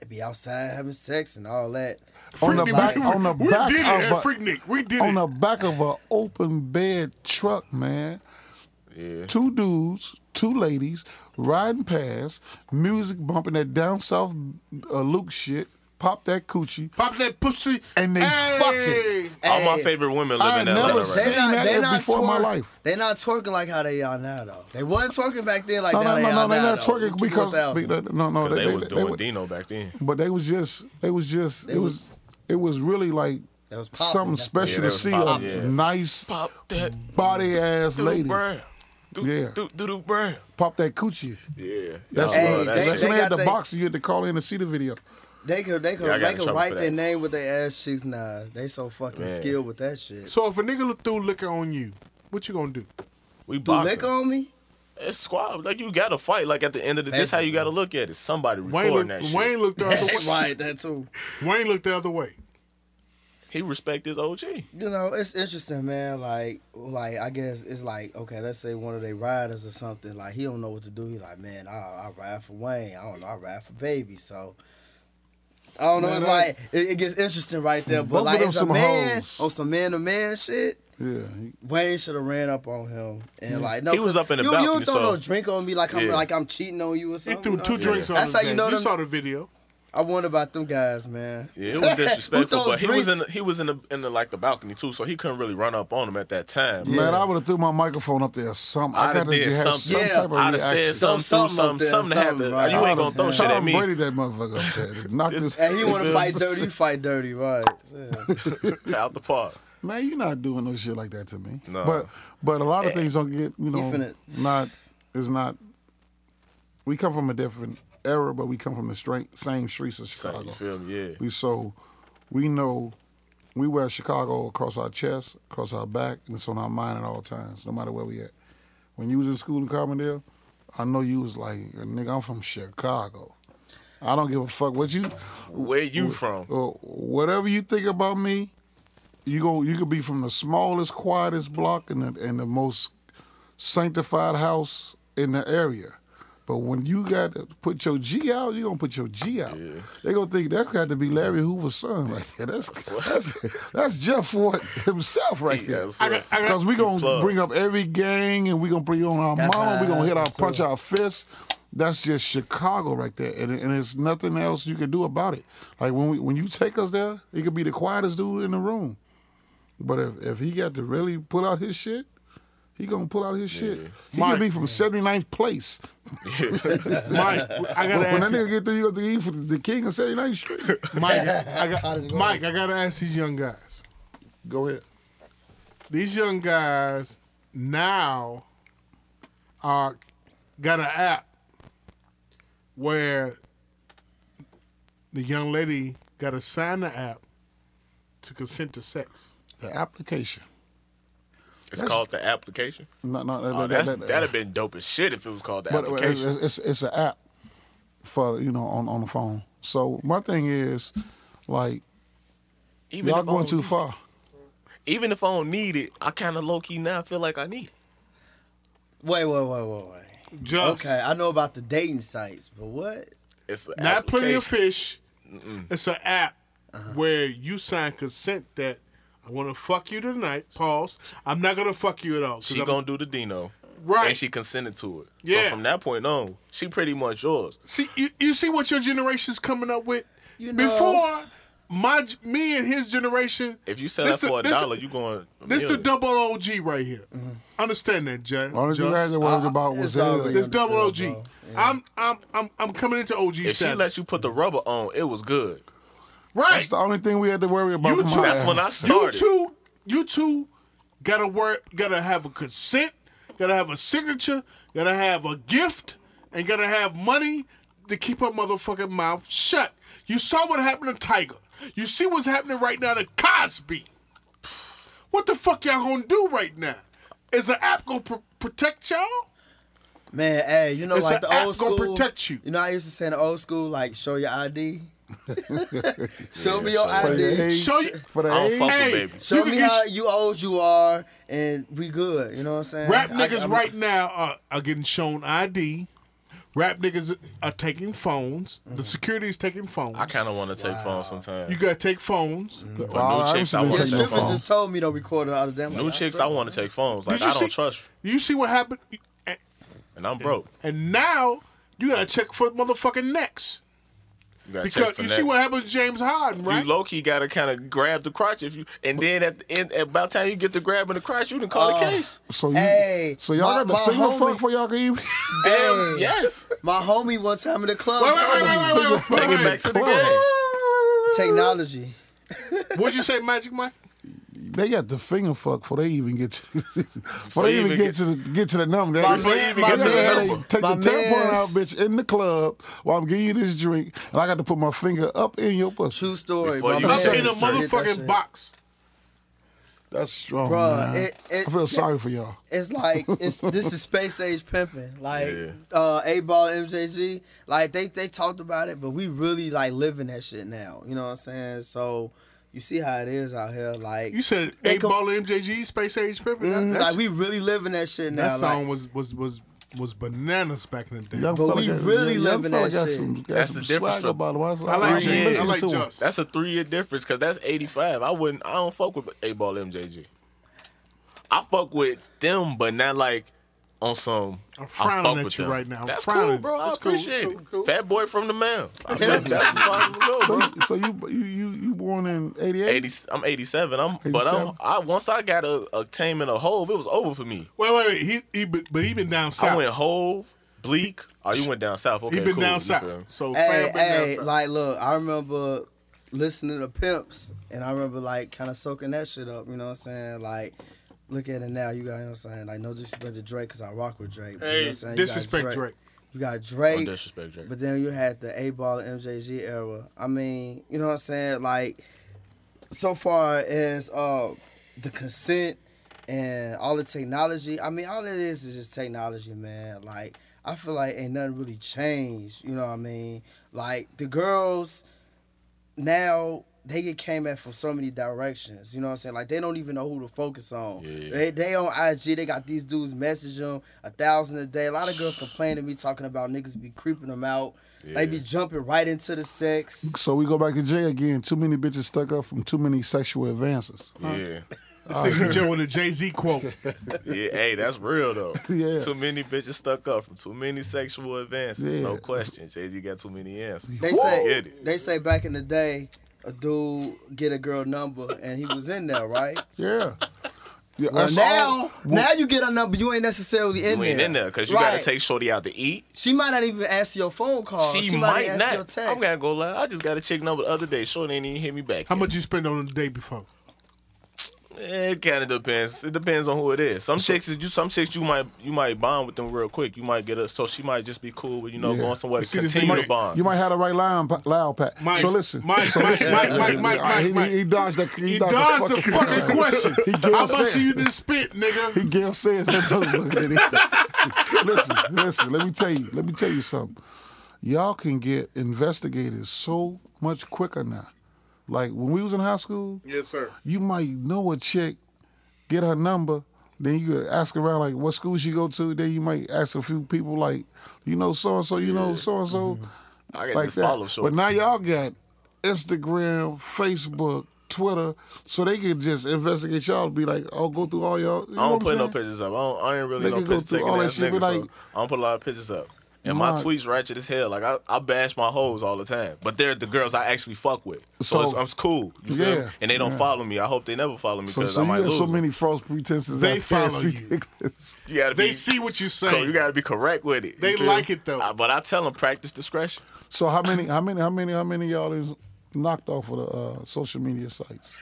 [SPEAKER 5] they be outside having sex and all that.
[SPEAKER 3] on the
[SPEAKER 4] Freaknik,
[SPEAKER 3] back,
[SPEAKER 4] we-
[SPEAKER 3] on the
[SPEAKER 4] we
[SPEAKER 3] back
[SPEAKER 4] did it
[SPEAKER 3] of
[SPEAKER 4] at
[SPEAKER 3] a,
[SPEAKER 4] Freaknik. We did
[SPEAKER 3] on
[SPEAKER 4] it.
[SPEAKER 3] the back of a open bed truck, man.
[SPEAKER 6] Yeah.
[SPEAKER 3] Two dudes, two ladies riding past, music bumping that down south uh, Luke shit. Pop that coochie,
[SPEAKER 4] Pop that pussy.
[SPEAKER 3] and they
[SPEAKER 4] Hey.
[SPEAKER 3] fucking.
[SPEAKER 6] all my
[SPEAKER 5] Hey,
[SPEAKER 6] favorite women
[SPEAKER 3] I
[SPEAKER 6] live in
[SPEAKER 3] ain't
[SPEAKER 6] Atlanta
[SPEAKER 3] never
[SPEAKER 6] right
[SPEAKER 3] seen-
[SPEAKER 6] now.
[SPEAKER 3] that before in my life.
[SPEAKER 5] They not twerking like how they are now, though. They wasn't twerking back then like
[SPEAKER 3] No,
[SPEAKER 5] how
[SPEAKER 3] no,
[SPEAKER 5] they
[SPEAKER 3] no,
[SPEAKER 5] are
[SPEAKER 3] no, they
[SPEAKER 5] now,
[SPEAKER 3] not
[SPEAKER 5] though.
[SPEAKER 3] twerking
[SPEAKER 5] Two
[SPEAKER 3] because
[SPEAKER 5] 2000.
[SPEAKER 3] they- no, no,
[SPEAKER 6] They,
[SPEAKER 3] they,
[SPEAKER 6] was
[SPEAKER 3] they-
[SPEAKER 6] doing
[SPEAKER 3] they-
[SPEAKER 6] Dino back then.
[SPEAKER 3] But they was just, they was just, it was,
[SPEAKER 5] was-
[SPEAKER 3] it was really like
[SPEAKER 5] That was popping,
[SPEAKER 3] something
[SPEAKER 5] that's what-
[SPEAKER 3] special
[SPEAKER 6] Yeah,
[SPEAKER 3] to see
[SPEAKER 6] that was
[SPEAKER 3] a
[SPEAKER 6] popping, yeah.
[SPEAKER 3] nice
[SPEAKER 6] Pop that
[SPEAKER 3] body ass
[SPEAKER 6] dude,
[SPEAKER 3] lady
[SPEAKER 6] bruh. Do,
[SPEAKER 3] Yeah.
[SPEAKER 6] do, do, do, bruh.
[SPEAKER 3] Pop that coochie.
[SPEAKER 6] Yeah.
[SPEAKER 3] That's
[SPEAKER 6] Y'all
[SPEAKER 3] hey,
[SPEAKER 6] love
[SPEAKER 5] Hey,
[SPEAKER 6] that
[SPEAKER 5] they-
[SPEAKER 6] shit.
[SPEAKER 3] that's when they
[SPEAKER 5] got
[SPEAKER 3] had the
[SPEAKER 5] they-
[SPEAKER 3] boxer. You had to call in to see the video.
[SPEAKER 5] They could they could
[SPEAKER 6] Yeah, I got
[SPEAKER 5] they
[SPEAKER 6] in
[SPEAKER 5] could
[SPEAKER 6] trouble
[SPEAKER 5] write
[SPEAKER 6] for
[SPEAKER 5] their
[SPEAKER 6] that.
[SPEAKER 5] name with their ass cheeks now. They so fucking
[SPEAKER 6] Man.
[SPEAKER 5] skilled with that shit.
[SPEAKER 4] So if a nigga look through liquor on you, what you gonna do?
[SPEAKER 6] we
[SPEAKER 5] Do
[SPEAKER 6] boxing.
[SPEAKER 5] lick on
[SPEAKER 6] [LAUGHS]
[SPEAKER 5] me?
[SPEAKER 6] It's squab. Like you gotta fight. Like at the end of the, this how you gotta look at it. Somebody
[SPEAKER 4] Wayne,
[SPEAKER 6] recording
[SPEAKER 4] look,
[SPEAKER 6] that shit.
[SPEAKER 4] Wayne looked the other way.
[SPEAKER 5] right, that too.
[SPEAKER 4] Wayne looked the other way.
[SPEAKER 6] [LAUGHS] He respect his OG.
[SPEAKER 5] You know, it's interesting, man. Like, like I guess it's like okay, let's say one of their riders or something. Like he don't know what to do. He like, man, I, I ride for Wayne. I don't know. I ride for Baby. So I don't know.
[SPEAKER 3] Man,
[SPEAKER 5] it's
[SPEAKER 3] I-
[SPEAKER 5] like it, it gets interesting right there.
[SPEAKER 3] Both
[SPEAKER 5] But
[SPEAKER 3] of
[SPEAKER 5] like,
[SPEAKER 3] them
[SPEAKER 5] it's a
[SPEAKER 3] some
[SPEAKER 5] man
[SPEAKER 3] hoes.
[SPEAKER 5] on some man to man shit.
[SPEAKER 3] Yeah, he-
[SPEAKER 5] Wayne should have ran up on him and like no,
[SPEAKER 6] He was
[SPEAKER 5] 'cause
[SPEAKER 6] up in the
[SPEAKER 5] you, You
[SPEAKER 6] balcony,
[SPEAKER 5] don't throw
[SPEAKER 6] so-
[SPEAKER 5] no drink on me like I'm
[SPEAKER 6] Yeah.
[SPEAKER 5] like I'm cheating on you or
[SPEAKER 4] He
[SPEAKER 5] something.
[SPEAKER 4] threw
[SPEAKER 5] you know
[SPEAKER 4] two
[SPEAKER 5] what I'm
[SPEAKER 4] drinks
[SPEAKER 5] saying?
[SPEAKER 4] on
[SPEAKER 5] That's
[SPEAKER 4] him.
[SPEAKER 5] how you know
[SPEAKER 4] You
[SPEAKER 5] them.
[SPEAKER 4] saw the video.
[SPEAKER 5] I wonder about them guys, man.
[SPEAKER 6] Yeah, it was disrespectful.
[SPEAKER 5] [LAUGHS] Who
[SPEAKER 6] but he
[SPEAKER 5] throws
[SPEAKER 6] was in the, he was in the in the like the balcony too, so he couldn't really run up on him at that time.
[SPEAKER 3] man, I would have threw my microphone up there. or Something. I
[SPEAKER 6] I'da
[SPEAKER 3] gotta
[SPEAKER 6] did
[SPEAKER 3] have some
[SPEAKER 6] something.
[SPEAKER 3] type of
[SPEAKER 6] I'd have
[SPEAKER 3] reaction.
[SPEAKER 6] said something,
[SPEAKER 5] Something
[SPEAKER 6] something,
[SPEAKER 5] up there,
[SPEAKER 6] something, something to happen.
[SPEAKER 5] something, right.
[SPEAKER 6] You ain't gonna throw shit at
[SPEAKER 3] Tom
[SPEAKER 6] me.
[SPEAKER 3] Brady, that motherfucker up there. to Knock this.
[SPEAKER 5] And he want
[SPEAKER 6] [LAUGHS]
[SPEAKER 5] to
[SPEAKER 3] [LAUGHS]
[SPEAKER 5] fight dirty. You fight dirty, right? Yeah.
[SPEAKER 6] out the park.
[SPEAKER 3] Man, you're not doing no shit like that to me.
[SPEAKER 6] No.
[SPEAKER 3] But but a lot of things don't get you know
[SPEAKER 5] finna-
[SPEAKER 3] not is not. We come from a different era, but we come from the straight, same streets of
[SPEAKER 6] Same,
[SPEAKER 3] Chicago.
[SPEAKER 6] you feel me? Yeah.
[SPEAKER 3] We so we know we wear Chicago across our chest, across our back, and it's on our mind at all times, no matter where we at. When you was in school in Carbondale, I know you was like, nigga, I'm from Chicago. I don't give a fuck what you
[SPEAKER 6] Where you from?
[SPEAKER 3] uh, whatever you think about me, you go. You could be from the smallest, quietest block and the, and the most sanctified house in the area. But when you got to put your G out, you gonna put your G out. They gonna think that got to be Larry Hoover's son right there. That's
[SPEAKER 6] [LAUGHS]
[SPEAKER 3] that's, that's Jeff Ford himself right there.
[SPEAKER 6] that's right. I got- I
[SPEAKER 3] Cause we gonna
[SPEAKER 6] Plug.
[SPEAKER 3] bring up every gang and we gonna bring on our
[SPEAKER 5] That's
[SPEAKER 3] mama.
[SPEAKER 5] how
[SPEAKER 3] We gonna hit
[SPEAKER 5] I
[SPEAKER 3] our
[SPEAKER 5] am,
[SPEAKER 3] punch
[SPEAKER 5] too.
[SPEAKER 3] our fists. That's just Chicago right there, and and there's nothing else you can do about it. Like when we when you take us there, he could be the quietest dude in the room, but if if he got to really pull out his shit, he gonna pull out his shit. He
[SPEAKER 4] Mike.
[SPEAKER 3] could be from 79th place.
[SPEAKER 4] Mike, I
[SPEAKER 3] When
[SPEAKER 4] gotta
[SPEAKER 3] that
[SPEAKER 4] ask
[SPEAKER 3] nigga
[SPEAKER 4] you,
[SPEAKER 3] get through, you gonna eat for the king of 79th Street.
[SPEAKER 4] Mike, I
[SPEAKER 5] [LAUGHS] Hot as
[SPEAKER 4] got,
[SPEAKER 5] well.
[SPEAKER 4] Mike, I gotta ask these young guys.
[SPEAKER 3] Go ahead.
[SPEAKER 4] These young guys now are got an app where the young lady got to sign the app to consent to sex.
[SPEAKER 3] The application.
[SPEAKER 6] It's called the application.
[SPEAKER 3] No, no,
[SPEAKER 6] Oh,
[SPEAKER 3] that-
[SPEAKER 6] that's,
[SPEAKER 3] that- that-
[SPEAKER 6] that'd have been dope as shit if it was called the
[SPEAKER 3] but uh, it's,
[SPEAKER 6] application.
[SPEAKER 3] it's it's an app for you know on on the phone. So my thing is, like
[SPEAKER 6] Even
[SPEAKER 3] y'all
[SPEAKER 6] if I
[SPEAKER 3] going
[SPEAKER 6] don't
[SPEAKER 3] too
[SPEAKER 6] need-
[SPEAKER 3] far.
[SPEAKER 6] Even if I don't need it, I kind of low key now feel like I need it.
[SPEAKER 5] Wait, wait, wait, wait, wait.
[SPEAKER 4] Just
[SPEAKER 5] Okay, I know about the dating sites, but what?
[SPEAKER 6] It's an
[SPEAKER 4] not plenty of
[SPEAKER 6] application.
[SPEAKER 4] fish. It's an app where you sign consent that I want to fuck you tonight. Pause. I'm not gonna fuck you at all. 'cause
[SPEAKER 6] She
[SPEAKER 4] I'm-
[SPEAKER 6] gonna do the Dino,
[SPEAKER 4] Right.
[SPEAKER 6] And she consented to it.
[SPEAKER 4] Yeah.
[SPEAKER 6] So from that point on, she pretty much yours.
[SPEAKER 4] see you, you. see what your generation's coming up with.
[SPEAKER 5] You know-
[SPEAKER 4] Before my g- me and his generation,
[SPEAKER 6] If you sell
[SPEAKER 4] This
[SPEAKER 6] that for a
[SPEAKER 4] the- this
[SPEAKER 6] dollar,
[SPEAKER 4] the-
[SPEAKER 6] you going. a
[SPEAKER 4] this the
[SPEAKER 6] million.
[SPEAKER 4] double OG right here. Understand that, Judge.
[SPEAKER 3] Only thing Mm-hmm. you guys are worried about was
[SPEAKER 5] it's
[SPEAKER 3] that.
[SPEAKER 5] already-
[SPEAKER 4] This double OG.
[SPEAKER 5] Understood,
[SPEAKER 4] I'm I'm I'm I'm coming into OG
[SPEAKER 6] If she
[SPEAKER 4] status.
[SPEAKER 6] let you put the rubber on, it was good.
[SPEAKER 4] right.
[SPEAKER 3] That's the only thing we had to worry about.
[SPEAKER 4] You
[SPEAKER 3] from
[SPEAKER 4] two-
[SPEAKER 3] her.
[SPEAKER 6] That's when I
[SPEAKER 4] You
[SPEAKER 6] started.
[SPEAKER 4] two, you two, gotta work. Gotta have a consent. Gotta have a signature. Gotta have a gift, and gotta have money to keep her motherfucking mouth shut. You saw what happened to Tiger. You see what's happening right now to Cosby. What the fuck y'all gonna do right now? Is the app gonna pr- protect y'all?
[SPEAKER 5] Man, hey, you know,
[SPEAKER 4] It's
[SPEAKER 5] like
[SPEAKER 4] a
[SPEAKER 5] the old
[SPEAKER 4] app gonna
[SPEAKER 5] school.
[SPEAKER 4] protect you.
[SPEAKER 5] You know, I used to say in the old school, like, show your
[SPEAKER 4] [LAUGHS]
[SPEAKER 5] ID. show me your
[SPEAKER 3] for the
[SPEAKER 5] ID.
[SPEAKER 3] age,
[SPEAKER 4] So you-
[SPEAKER 3] for the
[SPEAKER 6] I don't
[SPEAKER 3] age,
[SPEAKER 6] fuck
[SPEAKER 4] Hey,
[SPEAKER 6] with baby.
[SPEAKER 5] Show
[SPEAKER 4] You can
[SPEAKER 5] me
[SPEAKER 4] get
[SPEAKER 5] how
[SPEAKER 4] sh-
[SPEAKER 5] you old you are, and we good. You know what I'm saying?
[SPEAKER 4] Rap
[SPEAKER 5] I-
[SPEAKER 4] niggas
[SPEAKER 5] I'm- [LAUGHS]
[SPEAKER 4] right now are, are getting shown ID. Rap niggas are taking phones.
[SPEAKER 5] Mm-hmm.
[SPEAKER 4] The security is taking phones.
[SPEAKER 6] I kind of want to take phones sometimes.
[SPEAKER 4] You gotta take phones.
[SPEAKER 5] Mm-hmm.
[SPEAKER 6] For
[SPEAKER 3] Wow,
[SPEAKER 6] new
[SPEAKER 3] I
[SPEAKER 6] chicks, I
[SPEAKER 3] recently
[SPEAKER 5] Yeah,
[SPEAKER 6] want to
[SPEAKER 3] taken
[SPEAKER 6] take
[SPEAKER 5] strippers
[SPEAKER 6] phones.
[SPEAKER 5] just told me don't record the other damn.
[SPEAKER 6] New chicks, I want to take phones. Like
[SPEAKER 4] Did you
[SPEAKER 6] I don't
[SPEAKER 4] see-
[SPEAKER 6] trust, you,
[SPEAKER 4] You see what happened,
[SPEAKER 6] and I'm broke.
[SPEAKER 4] and now you gotta check for motherfucking necks
[SPEAKER 6] You gotta check
[SPEAKER 4] because
[SPEAKER 6] for
[SPEAKER 4] you
[SPEAKER 6] that.
[SPEAKER 4] see what happened to James Harden, right?
[SPEAKER 6] You low key gotta kind of grab the crotch if you, and then at the end, about the time you get to grabbing the crotch, you done call
[SPEAKER 4] Oh.
[SPEAKER 6] the case.
[SPEAKER 3] So you,
[SPEAKER 5] Hey,
[SPEAKER 3] so y'all
[SPEAKER 5] my-
[SPEAKER 3] got the
[SPEAKER 5] my
[SPEAKER 3] finger
[SPEAKER 5] homie-
[SPEAKER 3] fuck for y'all can even.
[SPEAKER 6] Damn, yes.
[SPEAKER 5] My homie one time in the club
[SPEAKER 4] Wait, wait, [LAUGHS] wait, wait, wait,
[SPEAKER 5] told me,
[SPEAKER 4] wait,
[SPEAKER 6] Take
[SPEAKER 4] wait,
[SPEAKER 6] it back to the
[SPEAKER 3] Club.
[SPEAKER 6] game.
[SPEAKER 5] technology.
[SPEAKER 6] [LAUGHS]
[SPEAKER 4] What'd you say, Magic Mike?
[SPEAKER 3] they got the finger fuck before they even get to [LAUGHS] before they
[SPEAKER 6] you
[SPEAKER 3] even
[SPEAKER 6] even
[SPEAKER 3] get,
[SPEAKER 6] get-
[SPEAKER 3] to the, get to the number. They,
[SPEAKER 6] Before you even get to the
[SPEAKER 3] they-
[SPEAKER 6] number.
[SPEAKER 3] Take
[SPEAKER 5] My
[SPEAKER 3] the tampon
[SPEAKER 5] mans-
[SPEAKER 3] out, bitch, in the club while I'm giving you this drink, and I got to put my finger up in your pussy.
[SPEAKER 5] True story.
[SPEAKER 6] Before
[SPEAKER 5] my
[SPEAKER 6] you
[SPEAKER 5] man
[SPEAKER 4] Up in a
[SPEAKER 5] used to hit that
[SPEAKER 4] motherfucking
[SPEAKER 5] shit.
[SPEAKER 4] box.
[SPEAKER 3] That's strong,
[SPEAKER 5] Bruh,
[SPEAKER 3] man.
[SPEAKER 5] it- it-
[SPEAKER 3] I feel sorry for y'all.
[SPEAKER 5] It's like it's this is space
[SPEAKER 4] [LAUGHS]
[SPEAKER 5] age pimping. Like
[SPEAKER 6] Yeah.
[SPEAKER 5] uh A ball MJG. Like they they talked about it, but we really like living that shit now. You know what I'm saying? So you see how it is out here. Like
[SPEAKER 4] You said
[SPEAKER 5] They
[SPEAKER 4] eight
[SPEAKER 5] com-
[SPEAKER 4] ball MJG, space age Pippen. That-
[SPEAKER 5] Mhm,
[SPEAKER 4] that's-
[SPEAKER 5] like we really living that shit now.
[SPEAKER 4] that
[SPEAKER 5] like,
[SPEAKER 4] song was was was was bananas back in the day.
[SPEAKER 3] Young
[SPEAKER 5] But
[SPEAKER 3] fella
[SPEAKER 5] we
[SPEAKER 3] got-
[SPEAKER 5] really
[SPEAKER 3] young
[SPEAKER 5] living
[SPEAKER 3] fella
[SPEAKER 5] that
[SPEAKER 3] got
[SPEAKER 5] shit.
[SPEAKER 3] Some, got
[SPEAKER 6] That's
[SPEAKER 3] some
[SPEAKER 6] the difference
[SPEAKER 3] swagger
[SPEAKER 6] for-
[SPEAKER 3] about him. I, was-
[SPEAKER 4] I
[SPEAKER 3] I
[SPEAKER 4] like
[SPEAKER 3] ain't
[SPEAKER 6] Jay.
[SPEAKER 3] listening
[SPEAKER 6] I
[SPEAKER 4] like
[SPEAKER 3] to him.
[SPEAKER 4] Jay.
[SPEAKER 6] That's a three year difference because that's 85. I wouldn't, I don't fuck with A Ball MJG. I fuck with them, but not like on some.
[SPEAKER 4] I'm
[SPEAKER 6] I
[SPEAKER 4] frowning
[SPEAKER 6] fuck
[SPEAKER 4] at
[SPEAKER 6] with
[SPEAKER 4] you
[SPEAKER 6] them.
[SPEAKER 4] right now. I'm
[SPEAKER 6] That's cool,
[SPEAKER 4] frowning.
[SPEAKER 6] bro. I
[SPEAKER 4] That's cool,
[SPEAKER 6] appreciate
[SPEAKER 4] cool,
[SPEAKER 6] it.
[SPEAKER 4] cool.
[SPEAKER 6] Fat boy from the mound. I
[SPEAKER 4] [LAUGHS]
[SPEAKER 6] said that's as far as we go, bro.
[SPEAKER 3] So, so you you you you born in '88?
[SPEAKER 6] 80, I'm 87. I'm, but
[SPEAKER 3] 87?
[SPEAKER 6] I'm, I once I got a, a tame and a hove, it was over for me.
[SPEAKER 4] Wait, wait, wait. He, he been- but he been down south.
[SPEAKER 6] I went hove, bleak. Oh, you went down south. Okay,
[SPEAKER 4] he been
[SPEAKER 6] cool.
[SPEAKER 4] down
[SPEAKER 6] You
[SPEAKER 4] south.
[SPEAKER 6] feel me?
[SPEAKER 4] So
[SPEAKER 5] hey,
[SPEAKER 4] Fab been
[SPEAKER 5] hey,
[SPEAKER 4] down south.
[SPEAKER 5] like look, I remember listening to Pimps and I remember like kind of soaking that shit up, you know what I'm saying? Like look at it now, you got you know what I'm saying? Like no disrespect to Drake cuz I rock with Drake. but you know what
[SPEAKER 4] Hey,
[SPEAKER 5] I'm saying? You got
[SPEAKER 4] disrespect Drake.
[SPEAKER 5] You got
[SPEAKER 6] Don't
[SPEAKER 5] Drake.
[SPEAKER 6] disrespect Drake.
[SPEAKER 5] But then you had the A ball and MJG era. I mean, you know what I'm saying? Like, so far as uh, the consent and all the technology, I mean, all it is is just technology, man. Like, I feel like ain't nothing really changed. You know what I mean? Like, the girls now. They get came at from so many directions, you know what I'm saying? Like they don't even know who to focus on. They they on IG, they got these dudes message them a thousand a day. A lot of girls complain to me talking about niggas be creeping them out. They be jumping right into the sex.
[SPEAKER 3] So we go back to Jay again. Too many bitches stuck up from too many sexual advances.
[SPEAKER 6] yeah.
[SPEAKER 4] This nigga Joe with a Jay Z quote.
[SPEAKER 6] Yeah, hey, that's real though.
[SPEAKER 3] Yeah.
[SPEAKER 6] Too many bitches stuck up from too many sexual advances.
[SPEAKER 3] Yeah.
[SPEAKER 6] No question. Jay Z got too many answers.
[SPEAKER 5] They
[SPEAKER 6] I
[SPEAKER 5] say
[SPEAKER 6] get it.
[SPEAKER 5] they say back in the day, a dude get a girl number and he was in there, right?
[SPEAKER 3] Yeah. yeah [LAUGHS]
[SPEAKER 5] Well,
[SPEAKER 3] that's
[SPEAKER 5] now
[SPEAKER 3] all-
[SPEAKER 5] now you get a number, you ain't necessarily in
[SPEAKER 6] You
[SPEAKER 5] there.
[SPEAKER 6] ain't in there because you
[SPEAKER 5] Right.
[SPEAKER 6] gotta take Shorty out to eat.
[SPEAKER 5] She might not even answer your phone call.
[SPEAKER 6] she,
[SPEAKER 5] She,
[SPEAKER 6] might
[SPEAKER 5] answer
[SPEAKER 6] not.
[SPEAKER 5] your text.
[SPEAKER 6] I'm gonna go lie. I just got a chick number the other day. Shorty ain't even hit me back.
[SPEAKER 4] How
[SPEAKER 6] yet.
[SPEAKER 4] much you spend on the day before?
[SPEAKER 6] Eh, It kind of depends. It depends on who it is. Some chicks, is you some chicks you might you might bond with them real quick. You might get a so she might just be cool with you know
[SPEAKER 3] Yeah.
[SPEAKER 6] going somewhere to
[SPEAKER 4] See, this
[SPEAKER 6] continue
[SPEAKER 4] nigga-
[SPEAKER 6] to bond.
[SPEAKER 3] You might have the right line, pa- loud pack.
[SPEAKER 4] Mike,
[SPEAKER 3] so listen,
[SPEAKER 4] Mike,
[SPEAKER 3] so
[SPEAKER 4] Mike,
[SPEAKER 3] listen.
[SPEAKER 4] Mike, Mike, Mike,
[SPEAKER 3] All right, [LAUGHS] he,
[SPEAKER 4] Mike,
[SPEAKER 3] he, he dodged that. He,
[SPEAKER 4] He
[SPEAKER 3] dodged,
[SPEAKER 4] dodged
[SPEAKER 3] the
[SPEAKER 4] the fucking question.
[SPEAKER 3] He Gail
[SPEAKER 4] How much
[SPEAKER 3] Sayers.
[SPEAKER 4] you done spent,
[SPEAKER 3] He
[SPEAKER 4] nigga?
[SPEAKER 3] Gail says [LAUGHS] Listen, listen. Let me tell you. Let me tell you something. Y'all can get investigated so much quicker now. Like when we was in high school,
[SPEAKER 4] Yes, sir.
[SPEAKER 3] you might know a chick, get her number, then you could ask around like what school she go to. Then you might ask a few people like, you know so and so, you know so and so,
[SPEAKER 6] I got
[SPEAKER 3] like
[SPEAKER 6] this follow
[SPEAKER 3] that.
[SPEAKER 6] short.
[SPEAKER 3] But now y'all got Instagram, Facebook, Twitter, so they can just investigate y'all. Be like, oh, go through all y'all. You
[SPEAKER 6] I
[SPEAKER 3] know
[SPEAKER 6] don't
[SPEAKER 3] what
[SPEAKER 6] put
[SPEAKER 3] I'm
[SPEAKER 6] no
[SPEAKER 3] saying?
[SPEAKER 6] pictures up. I don't. I ain't really
[SPEAKER 3] Nigga go
[SPEAKER 6] no pictures
[SPEAKER 3] through
[SPEAKER 6] taking
[SPEAKER 3] all that
[SPEAKER 6] ass
[SPEAKER 3] shit,
[SPEAKER 6] nigga.
[SPEAKER 3] be like-
[SPEAKER 6] so I don't put a lot of pictures up. And my
[SPEAKER 3] Right.
[SPEAKER 6] tweets ratchet as hell. Like I, I bash my hoes all the time, but they're the girls I actually fuck with. So,
[SPEAKER 3] So-
[SPEAKER 6] it's, I'm it's cool. You feel
[SPEAKER 3] Yeah,
[SPEAKER 6] me? And they don't follow me. I hope they never follow me
[SPEAKER 3] So,
[SPEAKER 6] because
[SPEAKER 3] so
[SPEAKER 6] I
[SPEAKER 3] you
[SPEAKER 6] might
[SPEAKER 3] have
[SPEAKER 6] lose.
[SPEAKER 3] so
[SPEAKER 6] them.
[SPEAKER 3] many false pretenses.
[SPEAKER 4] They
[SPEAKER 3] out there. It's
[SPEAKER 4] follow you.
[SPEAKER 3] ridiculous.
[SPEAKER 6] You gotta
[SPEAKER 4] They
[SPEAKER 6] be,
[SPEAKER 4] see what you
[SPEAKER 6] co-
[SPEAKER 4] say.
[SPEAKER 6] You gotta be correct with it.
[SPEAKER 4] They
[SPEAKER 6] You feel
[SPEAKER 4] like
[SPEAKER 6] me?
[SPEAKER 4] it, though.
[SPEAKER 6] I- but I tell them practice discretion.
[SPEAKER 3] [LAUGHS] So how many? How many? How many? How many of y'all is knocked off of the uh, social media
[SPEAKER 6] [LAUGHS]
[SPEAKER 3] sites?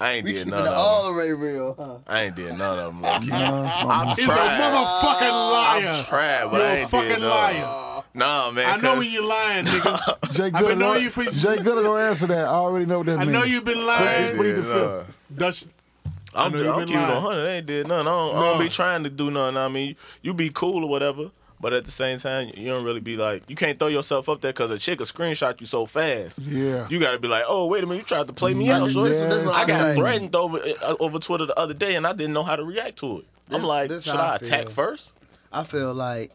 [SPEAKER 6] I ain't
[SPEAKER 5] we
[SPEAKER 6] did
[SPEAKER 5] keeping it
[SPEAKER 6] none of them.
[SPEAKER 5] all the way real, huh?
[SPEAKER 6] I ain't did none of them. Lucky. [LAUGHS]
[SPEAKER 3] Uh,
[SPEAKER 4] He's a
[SPEAKER 6] Tried.
[SPEAKER 4] motherfucking liar.
[SPEAKER 6] I'm tried, but
[SPEAKER 4] You're
[SPEAKER 6] I
[SPEAKER 4] a
[SPEAKER 6] ain't
[SPEAKER 4] fucking
[SPEAKER 6] did none.
[SPEAKER 4] liar.
[SPEAKER 6] Nah, man.
[SPEAKER 4] I know
[SPEAKER 6] cause
[SPEAKER 4] when you're lying,
[SPEAKER 3] [LAUGHS]
[SPEAKER 4] nigga.
[SPEAKER 3] Jay
[SPEAKER 4] I've
[SPEAKER 3] Gooder,
[SPEAKER 4] been knowing
[SPEAKER 3] don't,
[SPEAKER 4] you for-
[SPEAKER 3] Jay Gooder don't answer that. I already know what that
[SPEAKER 4] I
[SPEAKER 3] means.
[SPEAKER 4] know you've been
[SPEAKER 6] I ain't
[SPEAKER 4] lying.
[SPEAKER 3] Plead the
[SPEAKER 6] did none.
[SPEAKER 3] fifth.
[SPEAKER 4] That's I
[SPEAKER 6] I'm,
[SPEAKER 4] know
[SPEAKER 6] just,
[SPEAKER 4] you
[SPEAKER 6] I'm
[SPEAKER 4] been
[SPEAKER 6] keeping it
[SPEAKER 4] lying.
[SPEAKER 6] 100. They ain't did nothing. I don't, I
[SPEAKER 4] No.
[SPEAKER 6] don't be trying to do nothing. I mean, you be cool or whatever, but at the same time, you don't really be like, you can't throw yourself up there because a chick will screenshot you so fast.
[SPEAKER 3] Yeah.
[SPEAKER 6] You got to be like, oh, wait a minute, you tried to play me out. shorty."
[SPEAKER 5] this- this what
[SPEAKER 6] I
[SPEAKER 5] I'm
[SPEAKER 6] got
[SPEAKER 5] saying.
[SPEAKER 6] threatened over uh, over Twitter the other day and I didn't know how to react to it. I'm
[SPEAKER 5] This-
[SPEAKER 6] like,
[SPEAKER 5] this
[SPEAKER 6] should
[SPEAKER 5] how I
[SPEAKER 6] I attack
[SPEAKER 5] feel.
[SPEAKER 6] first?
[SPEAKER 5] I feel like,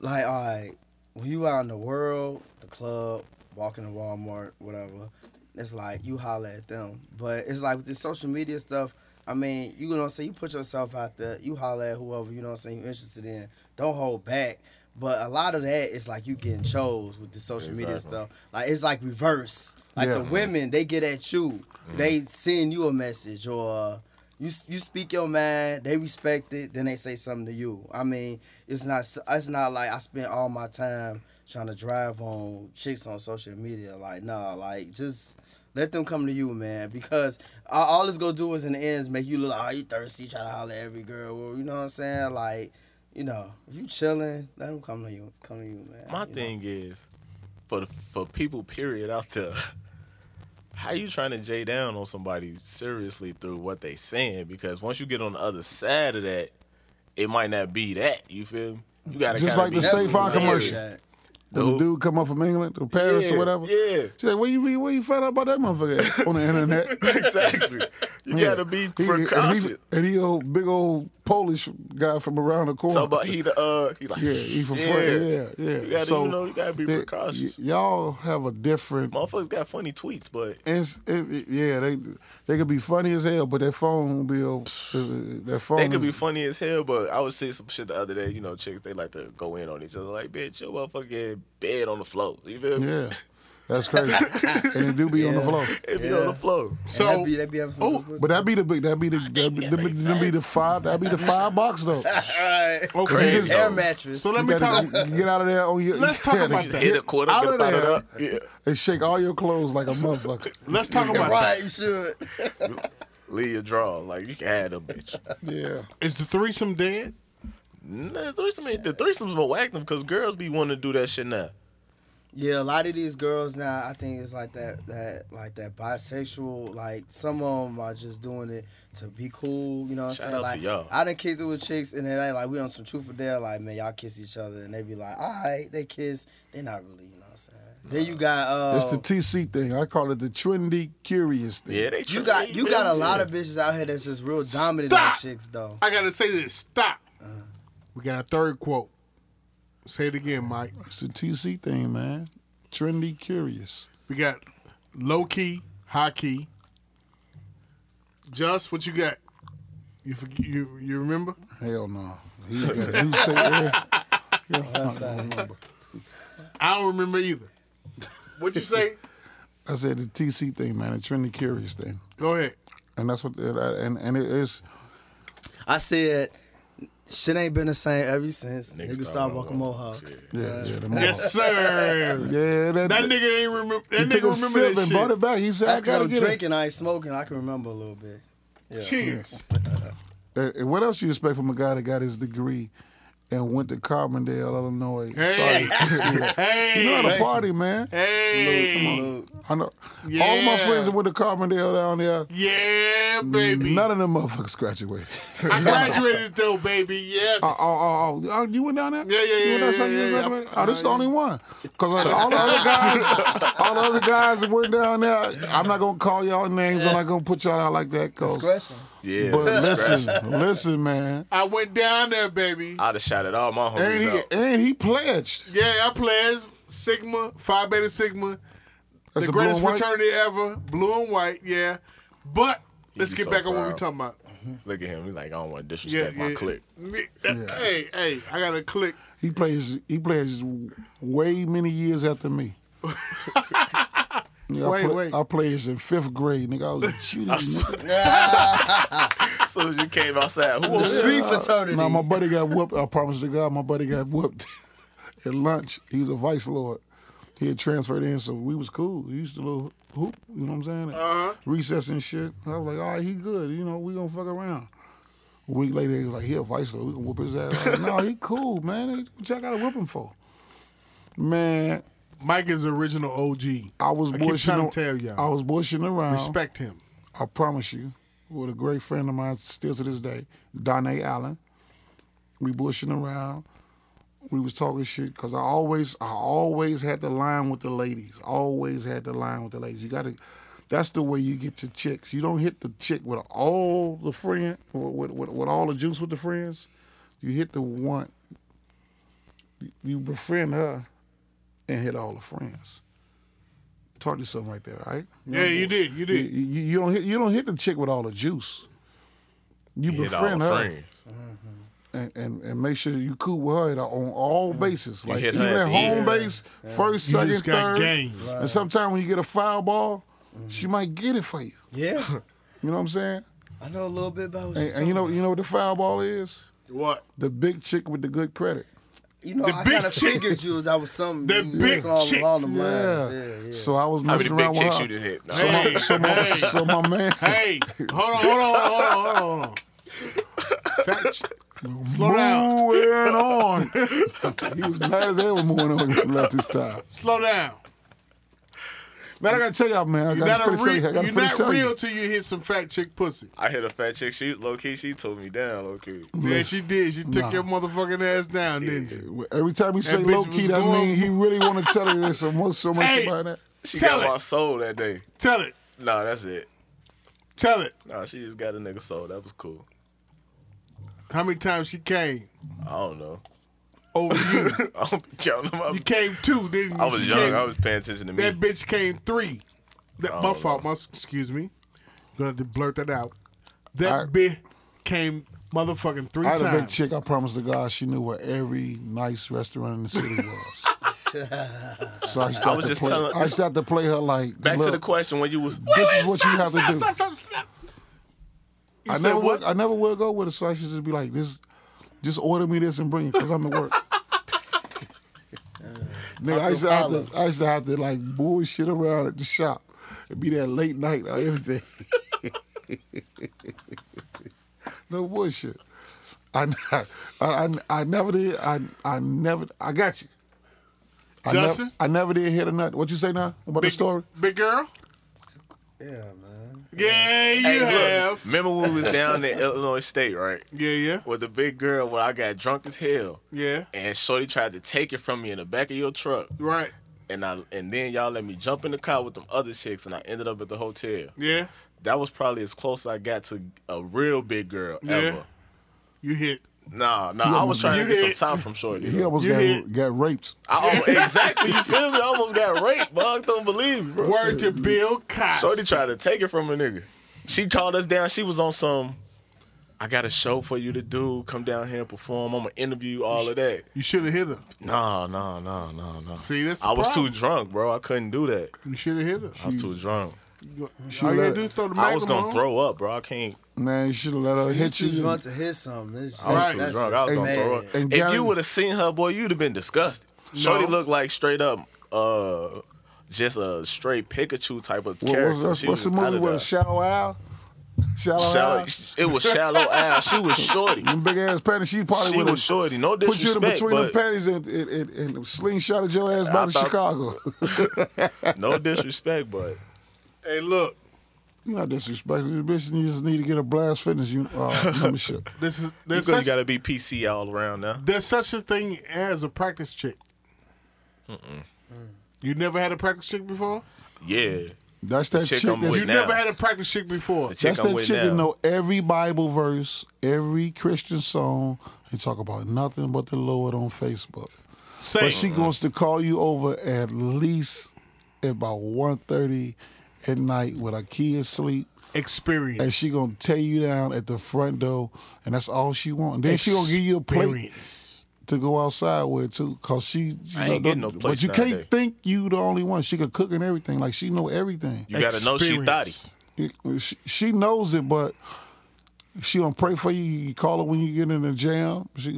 [SPEAKER 5] like, all right, when you out in the world, the club, walking to Walmart, whatever, it's like you holler at them. But it's like with this social media stuff, I mean, you know what I'm saying? You put yourself out there, you holler at whoever, you know what I'm saying, you're interested in. Don't hold back. But a lot of that is like you getting chose with the social media stuff. Like it's like reverse. Like the
[SPEAKER 3] Yeah.
[SPEAKER 5] women, they get at you. They send you a message or you you speak your mind. They respect it. Then they say something to you. I mean, it's not s- it's not like I spent all my time trying to drive on chicks on social media. Like nah, like just Let them come to you, man, because all, all it's gonna do is in the ends make you look like oh, you thirsty, trying to holler at every girl. Well, you know what I'm saying? Like, you know, if you chilling, let them come to you, come to you, man.
[SPEAKER 6] My
[SPEAKER 5] you know?
[SPEAKER 6] thing is, for the, for people, period, out there, [LAUGHS] how you trying to jay down on somebody seriously through what they saying? Because once you get on the other side of that, it might not be that. You feel me? You gotta
[SPEAKER 3] Just
[SPEAKER 6] kinda
[SPEAKER 3] like
[SPEAKER 6] be
[SPEAKER 3] the State Farm
[SPEAKER 6] Yeah.
[SPEAKER 3] commercial.
[SPEAKER 5] That.
[SPEAKER 3] When the dude come up from England or Paris
[SPEAKER 6] Yeah,
[SPEAKER 3] or whatever.
[SPEAKER 6] yeah.
[SPEAKER 3] She like, where you be- where you found out about that motherfucker at?" on the internet?
[SPEAKER 6] [LAUGHS] exactly. [LAUGHS] You
[SPEAKER 3] Yeah.
[SPEAKER 6] gotta be
[SPEAKER 3] He-
[SPEAKER 6] precautious.
[SPEAKER 3] And he, and he old big old Polish guy from around the corner.
[SPEAKER 6] Talk about he the uh he like
[SPEAKER 3] yeah, he from
[SPEAKER 6] yeah.
[SPEAKER 3] France. Yeah, yeah.
[SPEAKER 6] You gotta
[SPEAKER 3] so
[SPEAKER 6] you know you gotta be
[SPEAKER 3] that-
[SPEAKER 6] precautious.
[SPEAKER 3] y- y'all have a different.
[SPEAKER 6] Motherfuckers got funny tweets, but
[SPEAKER 3] It's, it, it- yeah, they they could be funny as hell, but their phone bill, uh, their phone.
[SPEAKER 6] they could be
[SPEAKER 3] is-
[SPEAKER 6] funny as hell, but I was seeing some shit the other day. You know, chicks they like to go in on each other. Like, bitch, your motherfucking bed on the floor. You feel me?
[SPEAKER 3] Yeah, that's
[SPEAKER 6] [LAUGHS]
[SPEAKER 3] crazy. and it do be on the floor.
[SPEAKER 6] It be on the floor.
[SPEAKER 4] So
[SPEAKER 5] So that be that be having some
[SPEAKER 4] oh,
[SPEAKER 5] good pussy.
[SPEAKER 3] But that be the big. That be the. That be, that be, that be the five. That
[SPEAKER 4] [LAUGHS]
[SPEAKER 3] be the five box though.
[SPEAKER 4] okay.
[SPEAKER 3] Crazy.
[SPEAKER 5] air mattress.
[SPEAKER 4] So let me
[SPEAKER 3] You
[SPEAKER 4] talk.
[SPEAKER 3] gotta Get, get out of there on your.
[SPEAKER 4] Let's talk
[SPEAKER 3] yeah, [LAUGHS]
[SPEAKER 4] about
[SPEAKER 3] they-
[SPEAKER 4] that.
[SPEAKER 6] Hit a quarter,
[SPEAKER 3] out
[SPEAKER 6] get
[SPEAKER 3] of
[SPEAKER 6] a bottle
[SPEAKER 3] there.
[SPEAKER 6] up. Yeah.
[SPEAKER 3] They shake all your clothes like a
[SPEAKER 4] [LAUGHS]
[SPEAKER 3] motherfucker.
[SPEAKER 4] Let's talk about
[SPEAKER 5] right,
[SPEAKER 4] that.
[SPEAKER 5] you should.
[SPEAKER 6] Leave your draw. Like you can have them, bitch.
[SPEAKER 3] Yeah.
[SPEAKER 4] Is the threesome dead?
[SPEAKER 6] Nah, the threesome ain't the threesome's more whack them because girls be wanting to do that shit now.
[SPEAKER 5] Yeah, a lot of these girls now, I think it's like that, that, like that bisexual. Like some of them are just doing it to be cool. You know what I'm
[SPEAKER 6] Shout
[SPEAKER 5] saying?
[SPEAKER 6] out to
[SPEAKER 5] like
[SPEAKER 6] y'all.
[SPEAKER 5] I done kicked it with chicks, and then they like we on some truth or dare. Like man, y'all kiss each other, and they be like, all right, they kiss. They not really, you know what I'm saying? Then you got uh,
[SPEAKER 3] It's the TC thing. I call it the trendy curious thing.
[SPEAKER 6] Yeah, they
[SPEAKER 5] you
[SPEAKER 6] tripping,
[SPEAKER 5] got you got a
[SPEAKER 6] feel me?
[SPEAKER 5] lot of bitches out here that's just real dominant on
[SPEAKER 4] Stop!
[SPEAKER 5] chicks though.
[SPEAKER 4] I gotta say this. Stop. We got a third quote. Say it again, Mike.
[SPEAKER 3] It's the TC thing, man. Trendy curious.
[SPEAKER 4] We got low key, high key. Just what you got? You forg- you you remember?
[SPEAKER 3] Hell no. He got
[SPEAKER 4] [LAUGHS]
[SPEAKER 3] you say yeah.
[SPEAKER 4] I don't remember either. What you say?
[SPEAKER 3] I said the TC thing, man. The trendy curious thing.
[SPEAKER 4] [LAUGHS] Go ahead.
[SPEAKER 3] And that's what. And and it is.
[SPEAKER 5] I said. Shit ain't been the same ever since. Niggas,
[SPEAKER 6] started
[SPEAKER 5] started
[SPEAKER 6] walking
[SPEAKER 5] walking mohawks.
[SPEAKER 3] Yeah. Yeah. The
[SPEAKER 4] Yes, sir.
[SPEAKER 3] yeah that,
[SPEAKER 4] That nigga ain't remember.
[SPEAKER 3] He
[SPEAKER 4] That
[SPEAKER 3] took a
[SPEAKER 4] nigga
[SPEAKER 3] sip
[SPEAKER 4] remember
[SPEAKER 3] and brought
[SPEAKER 4] that
[SPEAKER 3] it back. He said,
[SPEAKER 5] That's
[SPEAKER 3] "I
[SPEAKER 5] because
[SPEAKER 3] gotta
[SPEAKER 5] I'm
[SPEAKER 3] get it."
[SPEAKER 5] drinking, I ain't smoking. I can remember a little bit.
[SPEAKER 4] shit. [LAUGHS] Cheers.
[SPEAKER 3] Uh, and what else you expect from a guy that got his degree and went to Carbondale, Illinois?
[SPEAKER 4] Hey, [LAUGHS]
[SPEAKER 3] Started- [LAUGHS]
[SPEAKER 4] hey,
[SPEAKER 3] you know how to party, man.
[SPEAKER 4] hey.
[SPEAKER 5] Salute.
[SPEAKER 3] I know. All my
[SPEAKER 4] Yeah.
[SPEAKER 3] friends that went to Carbondale down there,
[SPEAKER 4] Yeah, baby.
[SPEAKER 3] none of them motherfuckers
[SPEAKER 4] [LAUGHS]
[SPEAKER 3] graduated.
[SPEAKER 4] I graduated though, baby. Yes.
[SPEAKER 3] Oh, oh, oh, oh, you went down there?
[SPEAKER 4] Yeah, yeah,
[SPEAKER 3] You went down
[SPEAKER 4] yeah,
[SPEAKER 3] something,
[SPEAKER 4] yeah,
[SPEAKER 3] you
[SPEAKER 4] yeah,
[SPEAKER 3] graduated?
[SPEAKER 4] yeah. Uh,
[SPEAKER 3] Oh, this is the only one. Because all the other
[SPEAKER 4] [LAUGHS]
[SPEAKER 3] guys, all the other guys that went down there, I'm not going to call y'all names. I'm not going to put y'all out like that. 'cause-
[SPEAKER 5] Discretion.
[SPEAKER 6] Yeah,
[SPEAKER 3] but listen, listen, man.
[SPEAKER 4] I went down there, baby.
[SPEAKER 6] [LAUGHS] I'd have shot at all my
[SPEAKER 3] And
[SPEAKER 6] homies
[SPEAKER 3] he,
[SPEAKER 6] out.
[SPEAKER 3] and he pledged.
[SPEAKER 4] Yeah, I played as Sigma, Phi Beta Sigma,
[SPEAKER 3] That's
[SPEAKER 4] the
[SPEAKER 3] a blue and
[SPEAKER 4] greatest
[SPEAKER 3] white?
[SPEAKER 4] fraternity ever, blue and white. Yeah, but let's
[SPEAKER 6] be
[SPEAKER 4] get
[SPEAKER 6] so
[SPEAKER 4] back on what we're
[SPEAKER 6] proud.
[SPEAKER 4] talking about.
[SPEAKER 6] Look at him. He like, I don't want to
[SPEAKER 4] Yeah,
[SPEAKER 6] disrespect
[SPEAKER 4] yeah.
[SPEAKER 6] my clique. [LAUGHS]
[SPEAKER 4] Hey, hey, I got a click.
[SPEAKER 3] He plays. He plays way many years after
[SPEAKER 4] [LAUGHS]
[SPEAKER 3] me. Nigga, I
[SPEAKER 4] Wait,
[SPEAKER 3] play,
[SPEAKER 4] wait.
[SPEAKER 3] I played in fifth grade, nigga. I was
[SPEAKER 4] [LAUGHS]
[SPEAKER 3] a shooting. nigga.
[SPEAKER 6] As soon as you came outside, who
[SPEAKER 5] The
[SPEAKER 6] was
[SPEAKER 5] street fraternity.
[SPEAKER 3] Now my buddy got whooped. I promise to God, my buddy got whooped [LAUGHS] at lunch. He was a vice lord. He had transferred in, so we was cool. He used to little hoop, you know what I'm saying? Uh-huh. Recess and shit. I was like, all right, he good. You know, we gonna fuck around. A week later, he was like, he a vice lord. We gonna whoop his ass. I was like, no, he cool, man. What y'all gotta whip him for? Man,
[SPEAKER 4] Mike is the original OG.
[SPEAKER 3] I was
[SPEAKER 4] I keep
[SPEAKER 3] bushing.
[SPEAKER 4] trying to tell y'all.
[SPEAKER 3] I was bushing around.
[SPEAKER 4] Respect him.
[SPEAKER 3] I promise you, with a great friend of mine still to this day, Donnay Allen. We bushing around. We was talking shit because I always, I always had the line with the ladies. Always had the line with the ladies. You gotta. That's the way you get your chicks. You don't hit the chick with all the friend, with, with, with all the juice with the friends. You hit the one. You befriend her, and hit all the friends. Taught you something right there, right?
[SPEAKER 4] Yeah, you did. You
[SPEAKER 3] You,
[SPEAKER 4] did.
[SPEAKER 3] you- you don't hit you don't hit the chick with all the juice. You
[SPEAKER 6] [LAUGHS] hit all
[SPEAKER 3] befriend
[SPEAKER 6] the
[SPEAKER 3] her
[SPEAKER 6] friends.
[SPEAKER 3] and, and, and make sure you cool with her at- on all bases. Like
[SPEAKER 6] hit her
[SPEAKER 3] even
[SPEAKER 6] at
[SPEAKER 3] at
[SPEAKER 6] the
[SPEAKER 3] home
[SPEAKER 6] end.
[SPEAKER 3] base, first,
[SPEAKER 4] You
[SPEAKER 3] second,
[SPEAKER 4] just got Mm-hmm.
[SPEAKER 3] third.
[SPEAKER 4] game.
[SPEAKER 3] And sometimes when you get a foul ball, she might get it for you.
[SPEAKER 5] yeah,
[SPEAKER 3] You know what I'm saying?
[SPEAKER 5] I know a little bit about. What
[SPEAKER 3] And,
[SPEAKER 5] you're
[SPEAKER 3] and you know
[SPEAKER 5] talking
[SPEAKER 3] you know what the foul ball is?
[SPEAKER 4] What?
[SPEAKER 3] The big chick with the good credit.
[SPEAKER 5] you know,
[SPEAKER 4] The
[SPEAKER 5] I
[SPEAKER 4] big
[SPEAKER 5] kind of
[SPEAKER 4] chick-
[SPEAKER 5] figured you was that was something.
[SPEAKER 4] The
[SPEAKER 5] you-
[SPEAKER 4] big
[SPEAKER 5] it's all
[SPEAKER 4] chick.
[SPEAKER 5] along them
[SPEAKER 3] Yeah.
[SPEAKER 5] lines. Yeah, yeah.
[SPEAKER 3] So I was
[SPEAKER 6] How many
[SPEAKER 3] messing
[SPEAKER 6] big
[SPEAKER 3] around
[SPEAKER 6] chicks you
[SPEAKER 3] with
[SPEAKER 6] did
[SPEAKER 3] her.
[SPEAKER 6] hit? No.
[SPEAKER 3] So my,
[SPEAKER 4] Hey,
[SPEAKER 3] so, my,
[SPEAKER 4] hey.
[SPEAKER 3] so my man,
[SPEAKER 4] [LAUGHS] Hey, hold on, hold on, hold on, hold on, hold on. Fat ch- slow down,
[SPEAKER 3] moving
[SPEAKER 4] [LAUGHS]
[SPEAKER 3] on. he was mad as hell when moving on when we left this time.
[SPEAKER 4] slow down.
[SPEAKER 3] Man, I gotta tell y'all, man. I
[SPEAKER 4] You're
[SPEAKER 3] gotta
[SPEAKER 4] not, a
[SPEAKER 3] finish tell
[SPEAKER 4] re-
[SPEAKER 3] you. I gotta
[SPEAKER 4] you're
[SPEAKER 3] finish
[SPEAKER 4] not
[SPEAKER 3] tell
[SPEAKER 4] real
[SPEAKER 3] you.
[SPEAKER 4] till you hit some fat chick pussy.
[SPEAKER 6] [LAUGHS] I hit a fat chick. She low key. She took me down low key.
[SPEAKER 4] Yeah, she did. She took your motherfucking ass down, didn't she?
[SPEAKER 3] Every time we say
[SPEAKER 4] bitch
[SPEAKER 3] low key,
[SPEAKER 4] was
[SPEAKER 3] that
[SPEAKER 4] going-
[SPEAKER 3] mean he really want to tell you there's so much, so much
[SPEAKER 4] Hey.
[SPEAKER 3] about that.
[SPEAKER 6] She
[SPEAKER 4] Tell
[SPEAKER 6] got
[SPEAKER 4] it.
[SPEAKER 6] my soul that day.
[SPEAKER 4] Tell it.
[SPEAKER 6] Nah, that's it.
[SPEAKER 4] Tell it.
[SPEAKER 6] Nah, she just got a nigga soul. That was cool.
[SPEAKER 4] How many times she came
[SPEAKER 6] I don't know. [LAUGHS]
[SPEAKER 4] over you?
[SPEAKER 6] I don't be counting them.
[SPEAKER 4] You
[SPEAKER 6] I,
[SPEAKER 4] came two, didn't you?
[SPEAKER 6] I was
[SPEAKER 4] She
[SPEAKER 6] young.
[SPEAKER 4] came-
[SPEAKER 6] I was Oh, paying attention to me.
[SPEAKER 4] That bitch came three. That, my
[SPEAKER 6] don't
[SPEAKER 4] fault. My, excuse me. Gonna have to blurt that out.
[SPEAKER 3] I-
[SPEAKER 4] That bitch came motherfucking three
[SPEAKER 3] I had a big
[SPEAKER 4] times.
[SPEAKER 3] chick. I promised to God she knew where every nice restaurant in the city was. so I, used to
[SPEAKER 6] I
[SPEAKER 3] have
[SPEAKER 6] was
[SPEAKER 3] to
[SPEAKER 6] just
[SPEAKER 3] play,
[SPEAKER 6] telling-
[SPEAKER 3] I used to have to play her like.
[SPEAKER 6] Back to the
[SPEAKER 3] look,
[SPEAKER 6] question when you was.
[SPEAKER 3] This is what you have to
[SPEAKER 4] stop,
[SPEAKER 3] do.
[SPEAKER 4] Stop, stop, stop,
[SPEAKER 3] I
[SPEAKER 4] said
[SPEAKER 3] never
[SPEAKER 4] what?
[SPEAKER 3] would. I never will go with it. So I should just be like, this. Just order me this and bring it because I'm at
[SPEAKER 4] [LAUGHS]
[SPEAKER 3] work. Nigga, I used to have to. I used to have to like bullshit around at the shop and be there late night or everything. [LAUGHS] no bullshit. I, I, I, I never did. I, I never. I got you. I nev-
[SPEAKER 4] Justin?
[SPEAKER 3] I never did hit a nut. What you say now about the
[SPEAKER 4] Big,
[SPEAKER 3] story?
[SPEAKER 4] big girl.
[SPEAKER 5] yeah, man.
[SPEAKER 4] Yeah, you
[SPEAKER 6] Hey, look,
[SPEAKER 4] have.
[SPEAKER 6] remember when we was down in Illinois State, right?
[SPEAKER 4] Yeah, yeah,
[SPEAKER 6] With the big girl when I got drunk as hell.
[SPEAKER 4] yeah.
[SPEAKER 6] And Shorty tried to take it from me in the back of your truck.
[SPEAKER 4] Right.
[SPEAKER 6] And I and then y'all let me jump in the car with them other chicks and I ended up at the hotel.
[SPEAKER 4] Yeah,
[SPEAKER 6] That was probably as close I got to a real big girl
[SPEAKER 4] Yeah.
[SPEAKER 6] ever.
[SPEAKER 4] you hit.
[SPEAKER 6] Nah, nah, I was trying to
[SPEAKER 4] You
[SPEAKER 6] get some
[SPEAKER 4] hit-
[SPEAKER 6] time from
[SPEAKER 3] [LAUGHS]
[SPEAKER 6] Shorty.
[SPEAKER 3] He almost
[SPEAKER 4] You
[SPEAKER 3] got,
[SPEAKER 4] hit-
[SPEAKER 3] got raped.
[SPEAKER 6] I almost, [LAUGHS] exactly, you feel me? I almost got raped, but I don't believe me, bro.
[SPEAKER 4] Word to Bill Cosby.
[SPEAKER 6] Shorty tried to take it from a nigga. She called us down. She was on some. I got a show for you to do. Come down here and perform. I'm gonna interview you, all of that.
[SPEAKER 4] you should have hit her.
[SPEAKER 6] No, no, no, no, no.
[SPEAKER 4] See, that's the
[SPEAKER 6] I was too
[SPEAKER 4] problem.
[SPEAKER 6] drunk, bro. I couldn't do that.
[SPEAKER 4] You should have hit her.
[SPEAKER 6] I was too drunk. Oh,
[SPEAKER 4] All you
[SPEAKER 3] let
[SPEAKER 4] gotta
[SPEAKER 3] it-
[SPEAKER 4] do is throw the
[SPEAKER 6] I was gonna
[SPEAKER 4] magnum on.
[SPEAKER 6] throw up, bro. I can't.
[SPEAKER 3] Man, you should have let her hit
[SPEAKER 5] Too
[SPEAKER 3] you.
[SPEAKER 5] drunk to hit something. It's just,
[SPEAKER 6] I was
[SPEAKER 4] Right.
[SPEAKER 6] too
[SPEAKER 5] that's
[SPEAKER 6] drunk. I was
[SPEAKER 5] just
[SPEAKER 6] gonna
[SPEAKER 5] bad.
[SPEAKER 6] throw up.
[SPEAKER 3] And
[SPEAKER 6] if
[SPEAKER 3] Gary-
[SPEAKER 6] you would have seen her, boy, you'd have been disgusted. Shorty
[SPEAKER 4] No.
[SPEAKER 6] looked like straight up, uh, just a straight Pikachu type of
[SPEAKER 3] What-
[SPEAKER 6] character.
[SPEAKER 3] what's that-
[SPEAKER 6] She
[SPEAKER 3] what's the
[SPEAKER 6] was outta
[SPEAKER 3] movie with
[SPEAKER 6] there.
[SPEAKER 3] a shallow owl? Shallow,
[SPEAKER 6] Shallow-
[SPEAKER 3] owl.
[SPEAKER 6] It was shallow ass. She was shorty.
[SPEAKER 3] Them big ass panties. She probably
[SPEAKER 6] She
[SPEAKER 3] would've
[SPEAKER 6] was shorty. No
[SPEAKER 3] Put you in
[SPEAKER 6] disrespect,
[SPEAKER 3] between them
[SPEAKER 6] but
[SPEAKER 3] panties and, and, and, and slingshotted your ass
[SPEAKER 6] I
[SPEAKER 3] back to
[SPEAKER 6] thought-
[SPEAKER 3] Chicago. [LAUGHS]
[SPEAKER 6] no disrespect, but
[SPEAKER 4] Hey, look.
[SPEAKER 3] you know, disrespecting this bitch, and you just need to get a blast fitness you, uh,
[SPEAKER 6] [LAUGHS]
[SPEAKER 3] membership.
[SPEAKER 4] This is
[SPEAKER 6] you
[SPEAKER 4] there's
[SPEAKER 6] really
[SPEAKER 4] such,
[SPEAKER 6] gotta be PC all around now.
[SPEAKER 4] there's such a thing as a practice chick. You never had a practice chick before.
[SPEAKER 6] Yeah,
[SPEAKER 3] That's that
[SPEAKER 6] chick
[SPEAKER 3] chick.
[SPEAKER 6] I'm
[SPEAKER 3] that's
[SPEAKER 6] with
[SPEAKER 4] you
[SPEAKER 6] now.
[SPEAKER 4] never had a practice chick before.
[SPEAKER 6] the chick
[SPEAKER 3] that's
[SPEAKER 6] I'm
[SPEAKER 3] that
[SPEAKER 6] with
[SPEAKER 3] chick
[SPEAKER 6] now.
[SPEAKER 3] that know every Bible verse, every Christian song, and talk about nothing but the Lord on Facebook.
[SPEAKER 4] Same.
[SPEAKER 3] But she wants to call you over at least about 1.30 at night when her kids sleep. and
[SPEAKER 4] experience.
[SPEAKER 3] she gonna tear you down at the front door, and that's all she want. And then she gonna give you a plate
[SPEAKER 4] Experience.
[SPEAKER 3] to go outside with too, cause she. You
[SPEAKER 6] I
[SPEAKER 3] know,
[SPEAKER 6] ain't getting no
[SPEAKER 3] don't- But
[SPEAKER 6] plates
[SPEAKER 3] you
[SPEAKER 6] nowadays.
[SPEAKER 3] can't think you the only one. She could cook and everything. Like she know everything.
[SPEAKER 6] You gotta know she thoughty.
[SPEAKER 4] Experience.
[SPEAKER 3] It- she, she knows it, but she gonna pray for you. You call her when you get in the jam. She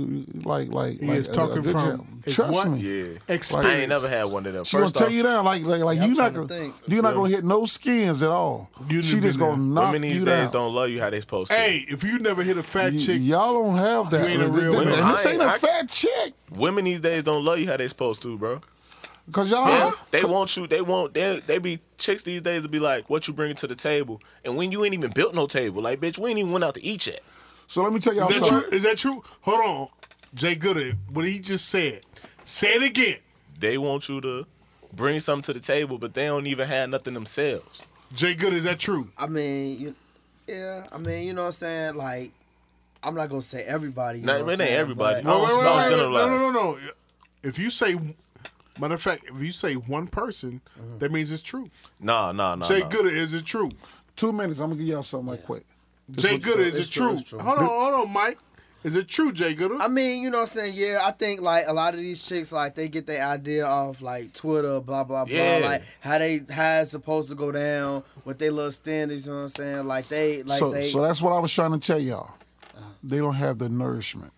[SPEAKER 3] like like
[SPEAKER 4] He
[SPEAKER 3] like
[SPEAKER 4] is
[SPEAKER 3] a- a
[SPEAKER 4] talking
[SPEAKER 3] good
[SPEAKER 4] from
[SPEAKER 3] jam. Trust
[SPEAKER 4] what?
[SPEAKER 3] me.
[SPEAKER 6] Yeah, I
[SPEAKER 4] Experience.
[SPEAKER 6] ain't never had one of them.
[SPEAKER 3] She
[SPEAKER 6] First
[SPEAKER 3] gonna
[SPEAKER 6] off,
[SPEAKER 3] tear you down like like like
[SPEAKER 5] Yeah, I'm
[SPEAKER 3] you not
[SPEAKER 5] trying
[SPEAKER 3] gonna
[SPEAKER 5] to think.
[SPEAKER 3] you're not gonna hit no skins at all.
[SPEAKER 4] You
[SPEAKER 3] she
[SPEAKER 4] done
[SPEAKER 3] just
[SPEAKER 4] been
[SPEAKER 3] gonna
[SPEAKER 4] there.
[SPEAKER 3] knock
[SPEAKER 6] women these
[SPEAKER 3] you
[SPEAKER 6] days
[SPEAKER 3] down.
[SPEAKER 6] don't love you how they supposed to.
[SPEAKER 4] Hey, if you never hit a fat
[SPEAKER 3] Y-
[SPEAKER 4] chick,
[SPEAKER 3] y'all don't have that.
[SPEAKER 4] ain't a real
[SPEAKER 3] and
[SPEAKER 6] woman.
[SPEAKER 3] this ain't a
[SPEAKER 6] I- I-
[SPEAKER 3] fat chick.
[SPEAKER 6] Women these days don't love you how they supposed to, bro.
[SPEAKER 3] Cause y'all,
[SPEAKER 6] Yeah, They want you. They want. They they be chicks these days to be like, what you bringing to the table, and when you ain't even built no table, like bitch, we ain't even went out to eat yet.
[SPEAKER 3] so let me tell y'all
[SPEAKER 4] is that true?
[SPEAKER 3] something.
[SPEAKER 4] Is that true? Hold on, Jay Gooder. What he just said. Say it again,
[SPEAKER 6] They want you to bring something to the table, but they don't even have nothing themselves.
[SPEAKER 4] Jay Gooder. Is that true?
[SPEAKER 5] I mean, you, yeah. I mean, you know what I'm saying? Like, I'm not gonna say everybody. You
[SPEAKER 6] Nah,
[SPEAKER 5] know what
[SPEAKER 6] it
[SPEAKER 5] I'm
[SPEAKER 6] ain't
[SPEAKER 5] saying,
[SPEAKER 6] everybody.
[SPEAKER 5] but-
[SPEAKER 6] No, wait, wait, wait, wait.
[SPEAKER 4] No, no, no, no. If you say, matter of fact, if you say one person,
[SPEAKER 3] Mm-hmm.
[SPEAKER 4] that means it's true.
[SPEAKER 6] Nah, nah, nah.
[SPEAKER 4] Jay
[SPEAKER 6] nah.
[SPEAKER 4] Gooder is it true?
[SPEAKER 3] Two minutes. I'm gonna give y'all something like quick. This
[SPEAKER 4] Jay
[SPEAKER 3] what-
[SPEAKER 4] Gooder is it
[SPEAKER 5] true,
[SPEAKER 4] true?
[SPEAKER 5] it's true.
[SPEAKER 4] Hold on, hold on, Mike. Is it true, Jay Gooder?
[SPEAKER 5] I mean, you know what I'm saying? Yeah, I think like a lot of these chicks like they get their idea off like Twitter, blah blah blah,
[SPEAKER 6] Yeah.
[SPEAKER 5] like how they how it's supposed to go down with their little standards. You know what I'm saying? Like they like
[SPEAKER 3] so,
[SPEAKER 5] they
[SPEAKER 3] so that's what I was trying to tell y'all. They don't have the nourishment.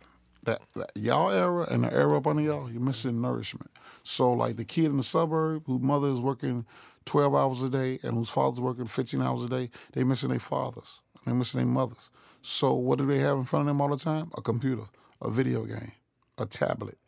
[SPEAKER 3] that, that y'all era and the era up under y'all, you're missing nourishment. So like the kid in the suburb whose mother is working twelve hours a day and whose father's working fifteen hours a day, they missing their fathers. They missing their mothers. So what do they have in front of them all the time? A computer, a video game, a tablet,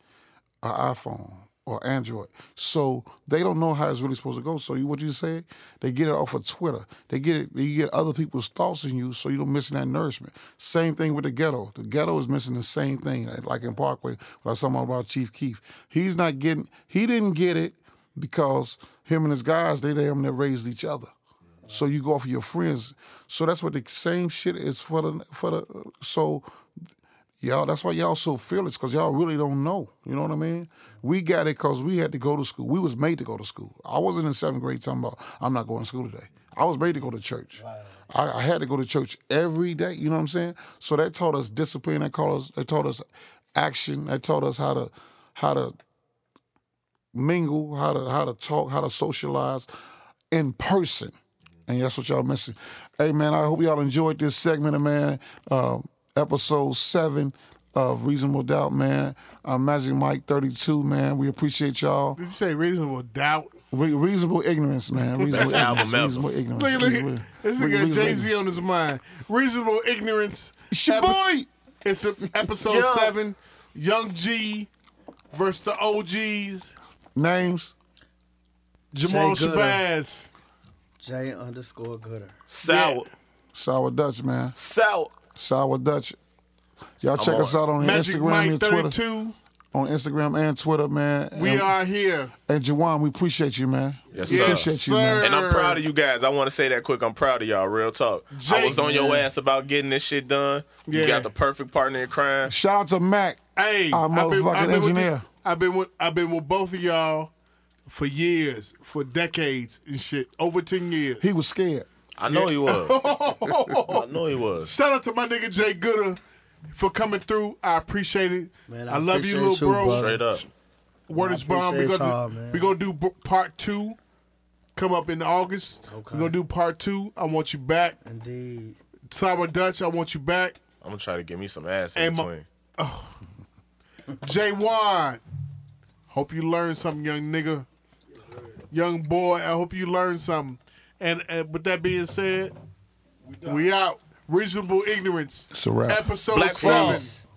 [SPEAKER 3] an iPhone or Android. So they don't know how it's really supposed to go. So you, what you say, they get it off of Twitter. They get it. You get other people's thoughts in you, so you don't miss that nourishment. Same thing with the ghetto. The ghetto is missing the same thing. Like in Parkway, when I was talking about Chief Keef, he's not getting. He didn't get it because him and his guys, they damn near raised each other. So you go off of your friends. So that's what the same shit is for the for the. So y'all. That's why y'all so fearless, cause y'all really don't know. You know what I mean? We got it cause we had to go to school. We was made to go to school. I wasn't in seventh grade talking about I'm not going to school today. I was made to go to church. I, I had to go to church every day. You know what I'm saying? So that taught us discipline. That taught us. That taught us action. That taught us how to how to mingle, how to how to talk, how to socialize in person. And that's what y'all missing. Hey man, I hope y'all enjoyed this segment, man. Um, episode seven of Reasonable Doubt, man. Uh, Magic Mike 32, man. We appreciate y'all.
[SPEAKER 4] Did you say reasonable doubt?
[SPEAKER 3] Re- reasonable ignorance, man. Reasonable
[SPEAKER 6] the album
[SPEAKER 3] ignorance.
[SPEAKER 6] album.
[SPEAKER 3] Reasonable ignorance.
[SPEAKER 4] Look at look
[SPEAKER 3] Reasonable-
[SPEAKER 4] at this
[SPEAKER 3] re-
[SPEAKER 4] nigga got
[SPEAKER 3] reasonable
[SPEAKER 4] Jay Z on his mind. Reasonable ignorance.
[SPEAKER 3] It's your
[SPEAKER 4] Epis-
[SPEAKER 3] boy. [LAUGHS]
[SPEAKER 4] It's a, episode
[SPEAKER 6] Yo.
[SPEAKER 4] seven. Young G versus the OGs.
[SPEAKER 3] Names.
[SPEAKER 4] Jamal
[SPEAKER 5] Jay Gooder.
[SPEAKER 4] Shabazz.
[SPEAKER 5] J underscore Gooder.
[SPEAKER 6] Sour.
[SPEAKER 3] Sour Dutch, man.
[SPEAKER 6] Sour.
[SPEAKER 3] Sour Dutch. Y'all check
[SPEAKER 6] on
[SPEAKER 3] us out on
[SPEAKER 4] Magic
[SPEAKER 3] Instagram
[SPEAKER 4] Mike
[SPEAKER 3] and Twitter.
[SPEAKER 4] 32.
[SPEAKER 3] On Instagram and Twitter, man.
[SPEAKER 4] We
[SPEAKER 3] and,
[SPEAKER 4] are here.
[SPEAKER 3] And Jawan, we appreciate you, man.
[SPEAKER 6] Yes,
[SPEAKER 3] We
[SPEAKER 6] sir.
[SPEAKER 3] Appreciate you,
[SPEAKER 4] sir.
[SPEAKER 3] man.
[SPEAKER 6] And I'm proud of you guys. I want to say that quick. I'm proud of y'all. Real talk. I
[SPEAKER 4] Jake,
[SPEAKER 6] was on your
[SPEAKER 4] man.
[SPEAKER 6] ass about getting this shit done.
[SPEAKER 4] Yeah.
[SPEAKER 6] You got the perfect partner in crime.
[SPEAKER 3] Shout out to Mac.
[SPEAKER 4] Hey,
[SPEAKER 3] Our motherfucking
[SPEAKER 4] with
[SPEAKER 3] engineer.
[SPEAKER 4] the- I've been with I've been with both of y'all for years, for decades and shit. Over ten years.
[SPEAKER 3] He was scared.
[SPEAKER 6] I know he was. I know he was.
[SPEAKER 4] Shout out to my nigga Jay Gooder for coming through. I appreciate it.
[SPEAKER 5] Man,
[SPEAKER 4] I,
[SPEAKER 5] I
[SPEAKER 4] love you,
[SPEAKER 5] appreciate
[SPEAKER 4] little
[SPEAKER 5] you,
[SPEAKER 4] bro.
[SPEAKER 5] brother.
[SPEAKER 6] Straight up.
[SPEAKER 4] Word is bomb. We're
[SPEAKER 5] appreciate y'all,
[SPEAKER 4] gonna, do,
[SPEAKER 5] man.
[SPEAKER 4] we gonna do b- part two. Come up in August. We're gonna do part two. I want you back.
[SPEAKER 5] Indeed.
[SPEAKER 4] Sour Dutch, I want you back.
[SPEAKER 6] I'm gonna try to get me some ass
[SPEAKER 4] Hey,
[SPEAKER 6] in
[SPEAKER 4] my-
[SPEAKER 6] between.
[SPEAKER 4] Jay Wan. Hope you learned something, young nigga. Young boy, I hope you learned something. And, and with that being said, we out. Reasonable ignorance.
[SPEAKER 3] It's a wrap.
[SPEAKER 4] Episode
[SPEAKER 6] Black
[SPEAKER 4] seven.
[SPEAKER 6] Frost.